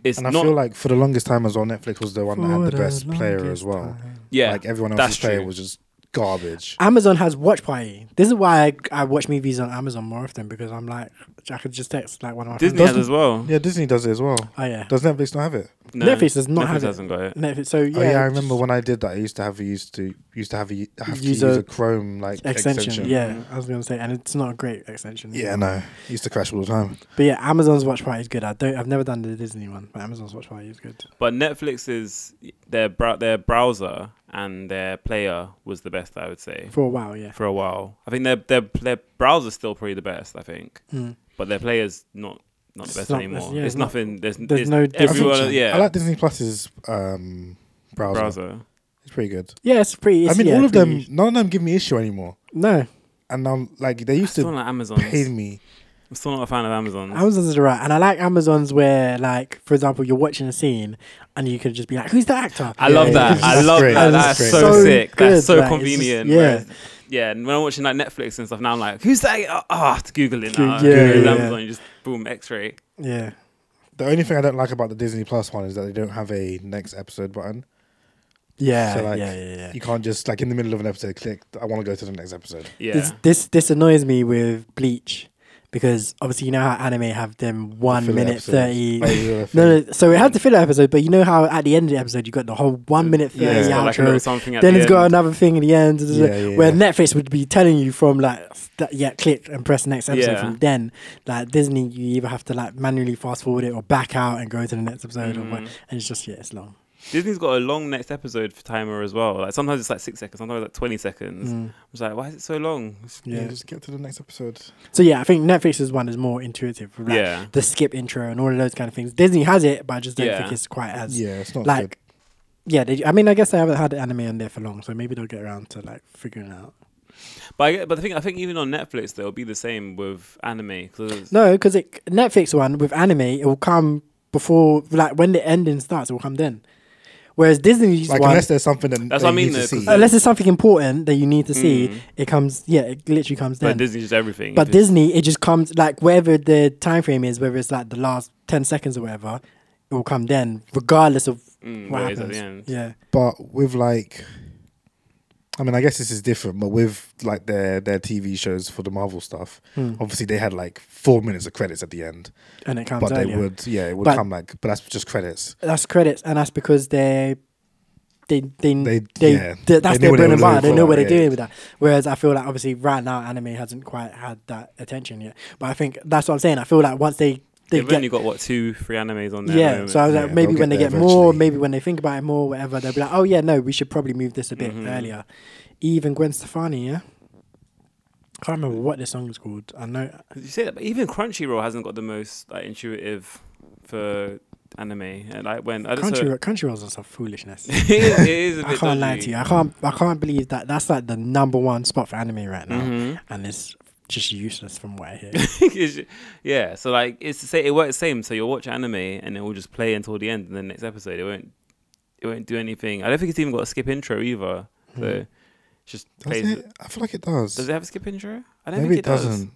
Speaker 3: It's
Speaker 2: And I
Speaker 3: not
Speaker 2: feel like for the longest time as well, Netflix was the one that
Speaker 1: For
Speaker 2: had
Speaker 1: the
Speaker 2: the best player
Speaker 1: longest
Speaker 2: as well.
Speaker 1: time.
Speaker 3: yeah,
Speaker 2: Like everyone else's
Speaker 3: that's
Speaker 2: player
Speaker 3: true.
Speaker 2: was just garbage.
Speaker 1: Amazon has Watch Party. This is why I, I watch movies on Amazon more often because I'm like I could just text like one of my
Speaker 3: Disney
Speaker 1: friends.
Speaker 3: has as well.
Speaker 2: Yeah, Disney does it as well.
Speaker 1: Oh yeah.
Speaker 2: Does Netflix not have it?
Speaker 3: No,
Speaker 1: Netflix does not
Speaker 3: Netflix
Speaker 1: have it.
Speaker 3: hasn't got it.
Speaker 1: Netflix. So yeah.
Speaker 2: oh yeah, I remember when I did that. I used to have used to used to have, a, have to use
Speaker 1: User-
Speaker 2: a Chrome like
Speaker 1: Extension,
Speaker 2: extension. Mm-hmm.
Speaker 1: yeah, I was gonna say, and it's not a great extension.
Speaker 2: Yeah, no, used to crash all the time.
Speaker 1: but yeah, Amazon's Watch Party is good. I don't, I've never done the Disney one, but Amazon's Watch Party is good.
Speaker 3: But Netflix is their brow their browser and their player was the best I would say
Speaker 1: For a while, yeah.
Speaker 3: for a while. I think their their their browser's still probably the best. I think,
Speaker 2: Hmm.
Speaker 1: Mm.
Speaker 3: but their player's not not the
Speaker 1: It's
Speaker 3: best
Speaker 1: not-
Speaker 3: anymore.
Speaker 1: it's- yeah,
Speaker 3: it's
Speaker 1: it's not-
Speaker 3: nothing. There's,
Speaker 1: there's
Speaker 3: it's
Speaker 1: no
Speaker 3: everyone.
Speaker 1: distinction.
Speaker 3: Yeah,
Speaker 2: I like Disney Plus's um, browser.
Speaker 3: browser.
Speaker 2: It's pretty good.
Speaker 1: Yeah, it's pretty.
Speaker 2: I
Speaker 1: It's,
Speaker 2: mean,
Speaker 1: yeah,
Speaker 2: all of them,
Speaker 1: pretty-
Speaker 2: none of them give me issue anymore.
Speaker 1: No,
Speaker 2: And I'm like, they
Speaker 3: I'm
Speaker 2: used
Speaker 3: still
Speaker 2: to
Speaker 3: not Amazon.
Speaker 2: pay me.
Speaker 3: I'm still not a fan of Amazon.
Speaker 1: Amazon's are right, and I like Amazon's where, like, for example, you're watching a scene and you can just be like, "Who's the actor?"
Speaker 3: I
Speaker 2: Yeah,
Speaker 3: love
Speaker 2: yeah,
Speaker 3: that.
Speaker 2: yeah.
Speaker 3: I
Speaker 2: That's
Speaker 3: love
Speaker 2: great.
Speaker 3: that.
Speaker 2: That's
Speaker 3: That's,
Speaker 2: great.
Speaker 3: so
Speaker 1: So
Speaker 3: sick.
Speaker 1: good,
Speaker 3: That's so
Speaker 1: like, it's just-
Speaker 3: convenient.
Speaker 1: yeah.
Speaker 3: whereas- yeah. And when I'm watching like Netflix and stuff now, I'm like, who's that? Ah, oh, Google it now.
Speaker 1: Yeah,
Speaker 3: Google
Speaker 1: yeah,
Speaker 3: Amazon.
Speaker 1: yeah.
Speaker 3: You just boom, X-ray.
Speaker 1: Yeah,
Speaker 2: The only thing I don't like about the Disney Plus one is that they don't have a next episode button.
Speaker 1: yeah,
Speaker 2: So, like,
Speaker 1: yeah, yeah, yeah.
Speaker 2: You can't just like in the middle of an episode click. I want to go to the next episode.
Speaker 3: Yeah.
Speaker 1: This this this annoys me with Bleach because obviously you know how anime have them one
Speaker 2: Filler
Speaker 1: minute
Speaker 2: episodes.
Speaker 1: thirty.
Speaker 2: <laughs> Oh, yeah, I feel
Speaker 1: No,
Speaker 2: it.
Speaker 1: no, so it had the filler episode, but you know how at the end of the episode you got the whole one minute
Speaker 2: Yeah,
Speaker 1: thirty
Speaker 3: It's got, like, a
Speaker 1: outro.
Speaker 3: little something at
Speaker 1: then
Speaker 3: the
Speaker 1: it's got
Speaker 3: end.
Speaker 1: another thing at the end, duh, duh, duh,
Speaker 2: Yeah, yeah,
Speaker 1: where
Speaker 2: yeah.
Speaker 1: Netflix would be telling you from like st- yeah, click and press next episode
Speaker 3: Yeah.
Speaker 1: from then. Like Disney, you either have to like manually fast forward it or back out and go to the next episode or what,
Speaker 3: Mhm.
Speaker 1: and it's just yeah, it's long.
Speaker 3: Disney's got a long next episode for timer as well. Like sometimes it's like six seconds, sometimes like twenty seconds.
Speaker 1: Mm.
Speaker 3: I was like, why is it so long? It's-
Speaker 2: Yeah,
Speaker 1: Yeah.
Speaker 2: just get to the next episode.
Speaker 1: So yeah, I think Netflix's one is more intuitive. Like,
Speaker 3: yeah.
Speaker 1: The skip intro and all of those kind of things. Disney has it, but I just don't
Speaker 3: Yeah.
Speaker 1: think it's quite as
Speaker 2: Yeah, it's not
Speaker 1: like. Yeah, they, I mean, I guess they haven't had anime on there for long, so maybe they'll get around to like figuring it out.
Speaker 3: But I, get- but the thing I think even on Netflix they'll be the same with anime because
Speaker 1: No, because Netflix one with anime, it will come before like when the ending starts, it will come then. Whereas Disney's
Speaker 2: good. Like
Speaker 1: one,
Speaker 2: unless
Speaker 1: unless,
Speaker 2: there's something that that
Speaker 3: That's what I
Speaker 2: you
Speaker 3: mean,
Speaker 2: need to
Speaker 3: though, 'cause
Speaker 2: see.
Speaker 3: they-
Speaker 1: it's something important that you need to see,
Speaker 3: Mm.
Speaker 1: it comes. Yeah, it literally comes
Speaker 3: but
Speaker 1: then.
Speaker 3: Disney's just everything.
Speaker 1: but
Speaker 3: Just-
Speaker 1: Disney, it just comes like wherever the time frame is, whether it's like the last ten seconds or whatever, it will come then, regardless of
Speaker 3: mm,
Speaker 1: what
Speaker 3: what is at
Speaker 1: happens.
Speaker 3: the end.
Speaker 1: Yeah,
Speaker 2: But with like, I mean, I guess this is different. But with like their their TV shows for the Marvel stuff,
Speaker 1: Mm.
Speaker 2: obviously they had like four minutes of credits at the end.
Speaker 1: and it comes.
Speaker 2: But they
Speaker 1: earlier.
Speaker 2: would, yeah, it would
Speaker 1: But-
Speaker 2: come like, but that's just credits.
Speaker 1: That's credits, and that's because they, they, they,
Speaker 2: They,
Speaker 1: they, they
Speaker 2: yeah,
Speaker 1: th- that's
Speaker 2: They knew
Speaker 1: their
Speaker 2: what
Speaker 1: bread and
Speaker 2: were
Speaker 1: butter. They
Speaker 2: looking
Speaker 1: know
Speaker 2: for,
Speaker 1: what they're
Speaker 2: yeah.
Speaker 1: doing with that. Whereas I feel like obviously right now anime hasn't quite had that attention yet. But I think that's what I'm saying. I feel like once they they
Speaker 3: They've
Speaker 1: get
Speaker 3: only got what two, three animes on there. at the
Speaker 1: yeah.
Speaker 3: moment.
Speaker 1: So I was like,
Speaker 2: Yeah,
Speaker 1: maybe
Speaker 2: they'll
Speaker 1: when they
Speaker 2: get
Speaker 1: get
Speaker 2: there
Speaker 1: more,
Speaker 2: eventually.
Speaker 1: maybe when they think about it more, whatever, they'll be like, oh yeah, no, we should probably move this a bit
Speaker 3: Mhm.
Speaker 1: earlier. Even Gwen Stefani, yeah. Can't remember what the song is called. I know.
Speaker 3: Did you say that? But even Crunchyroll hasn't got the most like intuitive for anime. And like when I just
Speaker 1: Country,
Speaker 3: heard,
Speaker 1: ro- country rolls are some foolishness.
Speaker 3: <laughs> it, is, it is a bit.
Speaker 1: I can't lie
Speaker 3: dodgy.
Speaker 1: to you. I can't. I can't believe that that's like the number one spot for anime right now,
Speaker 3: Mhm.
Speaker 1: and it's just useless from what I hear.
Speaker 3: <laughs> It's ju- yeah, so like it's the same. It works the same. So you'll watch anime and it will just play until the end, and the next episode it won't. It won't do anything. I don't think it's even got a skip intro either. So
Speaker 1: Mhm.
Speaker 3: it's just
Speaker 2: Hmm. Does
Speaker 3: plays.
Speaker 2: it? I feel like it does.
Speaker 3: Does it have a skip intro? I don't
Speaker 2: Maybe
Speaker 3: think
Speaker 2: it doesn't.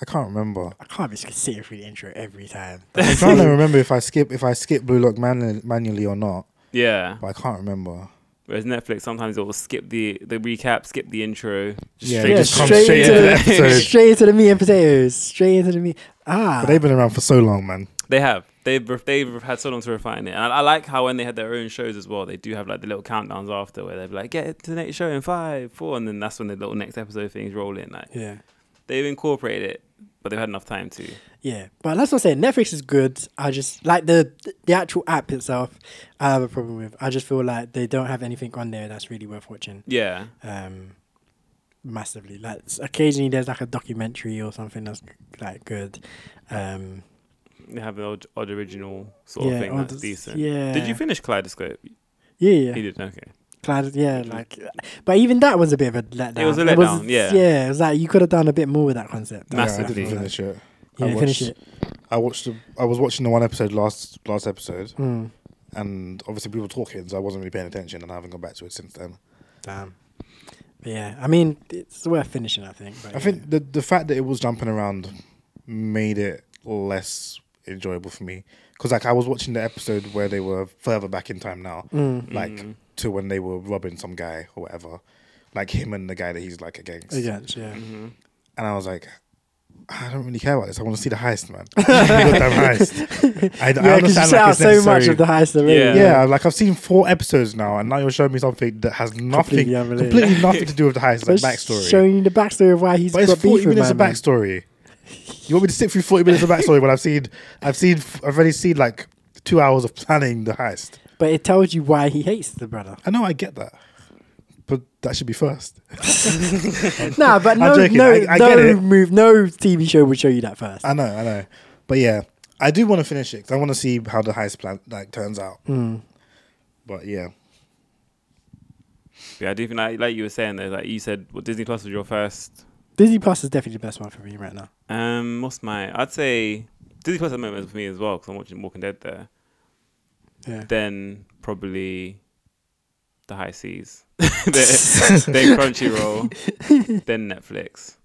Speaker 2: I can't remember.
Speaker 1: I can't be sitting through the intro every time.
Speaker 2: I'm trying to remember if I skip if I skip Blue Lock manu- manually or not,
Speaker 3: Yeah,
Speaker 2: but I can't remember.
Speaker 3: Whereas Netflix sometimes it will skip the the recap, skip the intro, just
Speaker 2: Yeah,
Speaker 3: straight
Speaker 2: just
Speaker 3: to
Speaker 2: come
Speaker 1: straight,
Speaker 2: straight
Speaker 1: into
Speaker 2: into
Speaker 1: the,
Speaker 2: the episode.
Speaker 1: straight into the meat and potatoes. Straight into the meat. Ah,
Speaker 2: But they've been around for so long, man.
Speaker 3: They have. They've ref- they've had so long to refine it, and I, I like how when they had their own shows as well, they do have like the little countdowns after where they're like, get to the next show in five, four, and then that's when the little next episode things roll in. Like
Speaker 1: yeah,
Speaker 3: they've incorporated it, but they've had enough time to.
Speaker 1: yeah. But that's what I'm saying. Netflix is good. I just like the the actual app itself. I have a problem with. I just feel like they don't have anything on there that's really worth watching.
Speaker 3: Yeah,
Speaker 1: Um, massively. Like s- occasionally, there's like a documentary or something that's like good. Um,
Speaker 3: they have an odd, odd original sort
Speaker 1: Yeah,
Speaker 3: of thing
Speaker 1: odd-
Speaker 3: that's decent.
Speaker 1: yeah.
Speaker 3: Did you finish Kaleidoscope?
Speaker 1: yeah, yeah.
Speaker 3: You did. Okay.
Speaker 1: Glad, yeah, like, but even that was a bit of a letdown.
Speaker 3: It was a letdown, yeah.
Speaker 1: yeah. It was like you could have done a bit more with that concept.
Speaker 3: Massive.
Speaker 2: Yeah, I
Speaker 3: Massively.
Speaker 2: didn't finish it.
Speaker 1: Yeah,
Speaker 2: I
Speaker 1: you finish
Speaker 2: watched-
Speaker 1: it.
Speaker 2: I watched. The, I was watching the one episode last last episode, and obviously people were talking, so I wasn't really paying attention, and I haven't gone back to it since then.
Speaker 1: Damn. But yeah, I mean, it's worth finishing. I think. But
Speaker 2: I think the the fact that it was jumping around made it less enjoyable for me because like I was watching the episode where they were further back in time now,
Speaker 1: Mm.
Speaker 2: like to when they were robbing some guy or whatever, like him and the guy that he's like against,
Speaker 1: against yeah,
Speaker 2: and I was like. I don't really care about this. I want to see the
Speaker 1: <laughs>
Speaker 2: heist, man. <laughs> The Goddamn heist. I, I
Speaker 1: yeah, because you
Speaker 2: understand
Speaker 1: set
Speaker 2: like,
Speaker 1: out
Speaker 2: it's
Speaker 1: so much
Speaker 2: necessary.
Speaker 1: of the heist already.
Speaker 3: Yeah.
Speaker 2: Yeah, like I've seen four episodes now, and now you're showing me something that has nothing,
Speaker 1: Completely
Speaker 2: completely,
Speaker 1: unrelated. <laughs>
Speaker 2: nothing to do with the heist,
Speaker 1: But
Speaker 2: like
Speaker 1: it's
Speaker 2: backstory.
Speaker 1: Showing you the backstory of why he's
Speaker 2: but it's
Speaker 1: got beef
Speaker 2: forty
Speaker 1: with
Speaker 2: minutes
Speaker 1: my
Speaker 2: of
Speaker 1: man.
Speaker 2: backstory. You want me to sit through forty minutes of backstory when I've seen, I've seen, I've already seen like two hours of planning the heist.
Speaker 1: But it tells you why he hates the brother.
Speaker 2: I know I get that, but that should be first. <laughs>
Speaker 1: nah, but no,
Speaker 2: joking,
Speaker 1: no,
Speaker 2: I- I
Speaker 1: no
Speaker 2: get it. Uh,
Speaker 1: move, no TV show would show you that first.
Speaker 2: I know, I know, but yeah, I do want to finish it 'cause I want to see how the heist plan like turns out.
Speaker 1: Hmm.
Speaker 2: But yeah,
Speaker 3: Yeah, I do think like, like you were saying there, like you said, what Disney Plus was your first.
Speaker 1: Disney Plus is definitely the best one for me right now.
Speaker 3: Um, what's my? I'd say Disney Plus at the moment is for me as well because I'm watching Walking Dead there.
Speaker 1: Yeah.
Speaker 3: then probably the high seas, <laughs> then, then Crunchyroll, <laughs> then Netflix.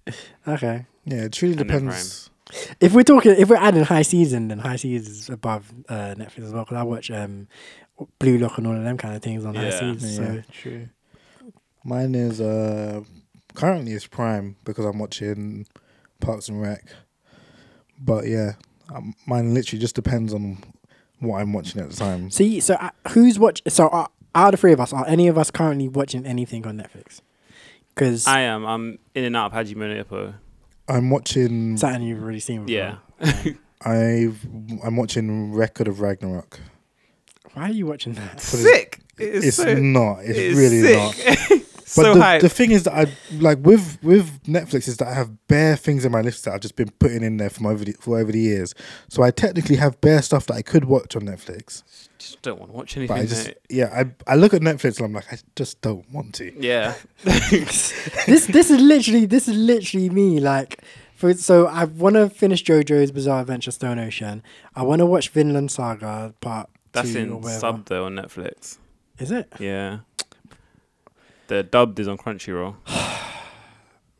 Speaker 1: Okay.
Speaker 2: yeah, it truly
Speaker 3: And then
Speaker 2: depends.
Speaker 1: If we're talking, if we're adding high season, then high season is above uh, Netflix as well. Because I watch um, Blue Lock and all of them kind of things on high
Speaker 3: Yeah.
Speaker 1: season. So
Speaker 2: true. Mine is uh currently it's Prime because I'm watching Parks and Rec. But yeah, um, mine literally just depends on what I'm watching at the time.
Speaker 1: see, so uh, who's watch? So are, out of the three of us, are any of us currently watching anything on Netflix? Because
Speaker 3: I am. I'm in and out of Hajime no Ippo.
Speaker 2: I'm watching.
Speaker 1: something you've already seen. Before.
Speaker 3: Yeah.
Speaker 2: I I'm watching Record of Ragnarok.
Speaker 1: Why are you watching that?
Speaker 3: Sick. It is
Speaker 2: It's
Speaker 3: so,
Speaker 2: not. It's
Speaker 3: it is
Speaker 2: really
Speaker 3: sick.
Speaker 2: not. But
Speaker 3: so
Speaker 2: the,
Speaker 3: hype.
Speaker 2: the thing is that I like with with Netflix is that I have bare things in my list that I've just been putting in there from over the, for over the years. So I technically have bare stuff that I could watch on Netflix.
Speaker 3: just don't want to watch
Speaker 2: But
Speaker 3: anything.
Speaker 2: I just
Speaker 3: mate.
Speaker 2: yeah, I I look at Netflix and I'm like, I just don't want to. <laughs>
Speaker 3: Yeah. <laughs>
Speaker 1: this this is literally this is literally me. Like, for so I want to finish JoJo's Bizarre Adventure Stone Ocean. I want to watch Vinland Saga Part.
Speaker 3: That's
Speaker 1: two or
Speaker 3: in
Speaker 1: whatever.
Speaker 3: sub though on Netflix.
Speaker 1: Is it?
Speaker 3: Yeah. The dubbed is on Crunchyroll.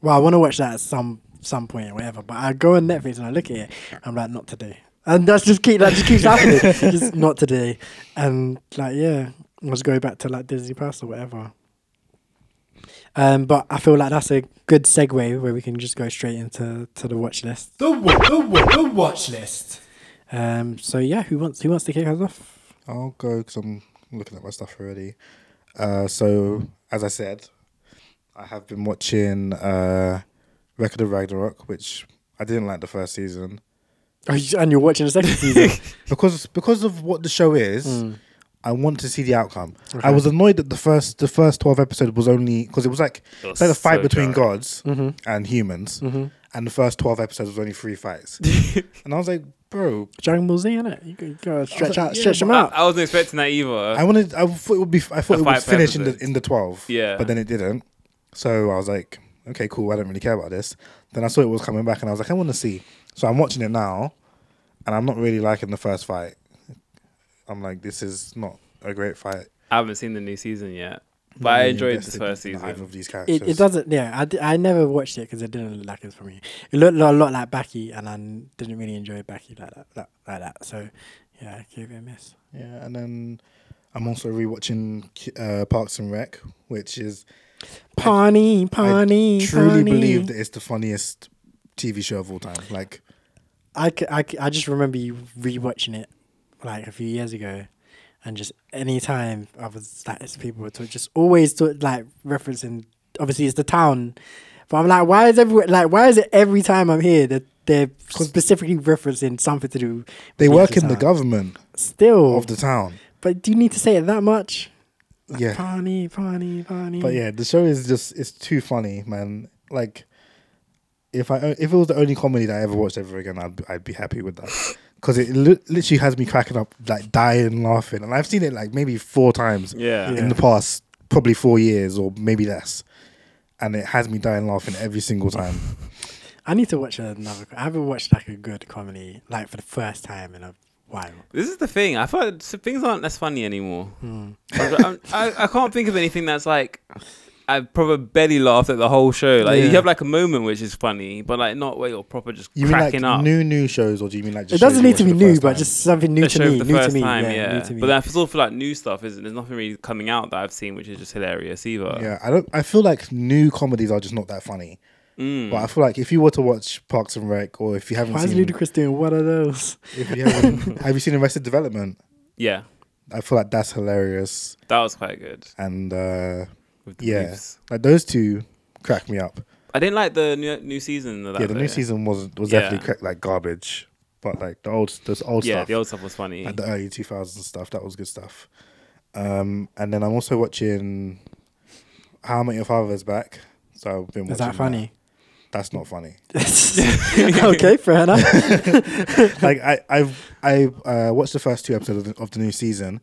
Speaker 1: well, I want to watch that at some some point or whatever. But I go on Netflix and I look at it, I'm like, not today. And that's just keep that just keeps happening. just not today. And like, yeah, let's go back to like Disney Plus or whatever. Um, but I feel like that's a good segue where we can just go straight into to the watch list.
Speaker 5: The, wa- the, wa- the watch list.
Speaker 1: Um, so yeah, who wants who wants to kick us off?
Speaker 2: I'll go because I'm looking at my stuff already. Uh, so as I said, I have been watching uh, Record of Ragnarok, which I didn't like the first season.
Speaker 1: Oh, you- and you're watching the second season.
Speaker 2: because because of what the show is, I want to see the outcome. I was annoyed that the first the first twelve episode was only because it was like
Speaker 3: It
Speaker 2: it's
Speaker 3: was
Speaker 2: like a fight
Speaker 3: so
Speaker 2: between
Speaker 3: dry.
Speaker 2: gods and humans, and the first twelve episodes was only three fights, and I was like, bro,
Speaker 1: Dragon Ball Z, innit? You can go stretch out,
Speaker 2: yeah,
Speaker 1: stretch them
Speaker 3: I,
Speaker 1: out.
Speaker 3: I wasn't expecting that either.
Speaker 2: I wanted I thought it would be I thought
Speaker 3: Uh, A
Speaker 2: it would
Speaker 3: fight per
Speaker 2: finish in the
Speaker 3: episode.
Speaker 2: in the twelve,
Speaker 3: Yeah.
Speaker 2: but then it didn't. So I was like, okay, cool, I don't really care about this. Then I saw it was coming back, and I was like, I want to see. So I'm watching it now, and I'm not really liking the first fight. I'm like, this is not a great fight.
Speaker 3: I haven't seen the new season yet, but I
Speaker 2: really
Speaker 3: enjoyed the
Speaker 2: invested
Speaker 3: first
Speaker 2: in either
Speaker 3: season.
Speaker 2: of these
Speaker 1: It,
Speaker 2: characters.
Speaker 1: it doesn't. Yeah, I, d- I never watched it because it didn't look like it was for me. It looked a lot like Becky, and I n- didn't really enjoy Becky like that, like, like that. So yeah, I gave it a miss.
Speaker 2: Yeah, and then I'm also rewatching uh, Parks and Rec, which is
Speaker 1: Pawnee, Pawnee,
Speaker 2: I truly
Speaker 1: Pawnee.
Speaker 2: believe that it's the funniest TV show of all time. Like,
Speaker 1: I, c- I, c- I just remember you rewatching it like a few years ago, and just any time I was like, as people were talking, just always talk, like referencing. Obviously, it's the town, but I'm like, why is everyone like, why is it every time I'm here that they're specifically referencing something to do?
Speaker 2: they
Speaker 1: with
Speaker 2: work in the
Speaker 1: town?
Speaker 2: government
Speaker 1: still,
Speaker 2: of the town.
Speaker 1: but do you need to say it that much?
Speaker 2: Yeah.
Speaker 1: Pawnee, Pawnee, Pawnee.
Speaker 2: But yeah, the show is just it's too funny, man. Like if I if it was the only comedy that I ever watched ever again, I'd I'd be happy with that because it li- literally has me cracking up, like dying laughing, and I've seen it like maybe four times
Speaker 3: Yeah.
Speaker 1: Yeah.
Speaker 2: in the past, probably four years or maybe less, and it has me dying laughing every single time.
Speaker 1: I need to watch another. I haven't watched like a good comedy like for the first time in a while.
Speaker 3: This is the thing. I thought so things aren't as funny anymore.
Speaker 2: Hmm.
Speaker 3: Like, I'm- I, I can't think of anything that's like I probably barely laughed at the whole show. Like
Speaker 1: Yeah.
Speaker 3: you have like a moment which is funny, but like not where you're proper just
Speaker 2: You mean like
Speaker 3: cracking up.
Speaker 2: new new shows, or do you mean like
Speaker 1: It
Speaker 2: just shows
Speaker 1: doesn't
Speaker 2: you
Speaker 1: need to be
Speaker 2: watch for the
Speaker 1: new,
Speaker 2: first
Speaker 1: but
Speaker 2: time?
Speaker 1: just something new
Speaker 3: the
Speaker 1: to
Speaker 3: show
Speaker 1: me.
Speaker 3: for the
Speaker 1: New to
Speaker 3: first
Speaker 1: me.
Speaker 3: time,
Speaker 1: yeah,
Speaker 3: yeah.
Speaker 1: New to me.
Speaker 3: But then it's all for like new stuff, isn't it? There's nothing really coming out that I've seen which is just hilarious either.
Speaker 2: yeah, I don't. I feel like new comedies are just not that funny.
Speaker 3: Mm.
Speaker 2: But I feel like if you were to watch Parks and Rec, or if you haven't
Speaker 1: Why is
Speaker 2: seen
Speaker 1: Ludacris doing one of
Speaker 3: <laughs>
Speaker 1: those?
Speaker 2: If you haven't, <laughs> have you seen Arrested Development?
Speaker 3: Yeah.
Speaker 2: I feel like that's hilarious,
Speaker 3: That was quite good.
Speaker 2: and uh,
Speaker 3: With the
Speaker 2: yeah,
Speaker 3: boobs.
Speaker 2: like those two crack me up.
Speaker 3: I didn't like the new new season of that.
Speaker 2: yeah, the
Speaker 3: though.
Speaker 2: new season was was
Speaker 3: Oh, Yeah.
Speaker 2: definitely crack, like garbage, but like the old, this old
Speaker 3: Yeah,
Speaker 2: stuff,
Speaker 3: the old stuff was funny.
Speaker 2: like the early two thousands stuff, that was good stuff. Um, and then I'm also watching How I Met Your Father's back, so I've been watching.
Speaker 1: Is that funny?
Speaker 2: That's not funny.
Speaker 1: <laughs>
Speaker 3: <laughs>
Speaker 1: okay, fair enough.
Speaker 2: like I I've I uh, watched the first two episodes of the, of the new season,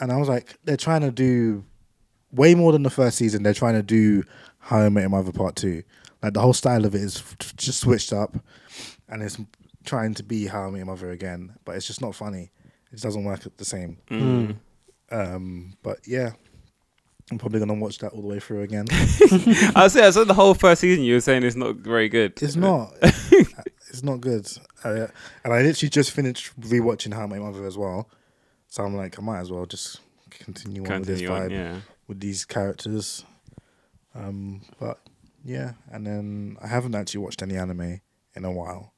Speaker 2: and I was like, they're trying to do way more than the first season. They're trying to do How I Met Your Mother Part Two. Like the whole style of it is f- just switched up, and it's trying to be How I Met Your Mother again, but it's just not funny. It doesn't work the same.
Speaker 3: Mm.
Speaker 2: Um, but yeah. I'm probably gonna watch that all the way through again.
Speaker 3: I say I saw the whole first season. You were saying it's not very good.
Speaker 2: Hmm. It's not.
Speaker 1: <laughs>
Speaker 2: it's not good. Uh, and I literally just finished rewatching How I Met Your Mother as well, so I'm like, I might as well just continue, on with this
Speaker 3: Continue on,
Speaker 2: vibe
Speaker 3: yeah.
Speaker 2: with these characters. Um, but yeah, and then I haven't actually watched any anime in a while,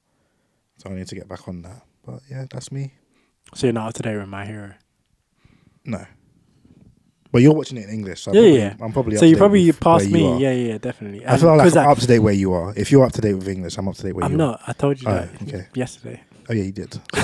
Speaker 2: so I need to get back on that. But yeah, that's me.
Speaker 1: so you're not up to date with my hero.
Speaker 2: No. But you're watching it in English, so
Speaker 1: Yeah,
Speaker 2: I'm,
Speaker 1: yeah.
Speaker 2: probably, I'm probably. up
Speaker 1: So
Speaker 2: to
Speaker 1: you
Speaker 2: date
Speaker 1: probably
Speaker 2: with
Speaker 1: passed
Speaker 2: where you
Speaker 1: me. Yeah,
Speaker 2: are.
Speaker 1: yeah, definitely.
Speaker 2: I
Speaker 1: Um,
Speaker 2: feel like
Speaker 1: 'cause
Speaker 2: I'm up to date where you are. If you're up to date with English, I'm up to date where
Speaker 1: I'm
Speaker 2: you
Speaker 1: not. I told you
Speaker 2: Oh,
Speaker 1: that
Speaker 2: okay.
Speaker 1: yesterday.
Speaker 2: are. Oh yeah, you did.
Speaker 1: <laughs>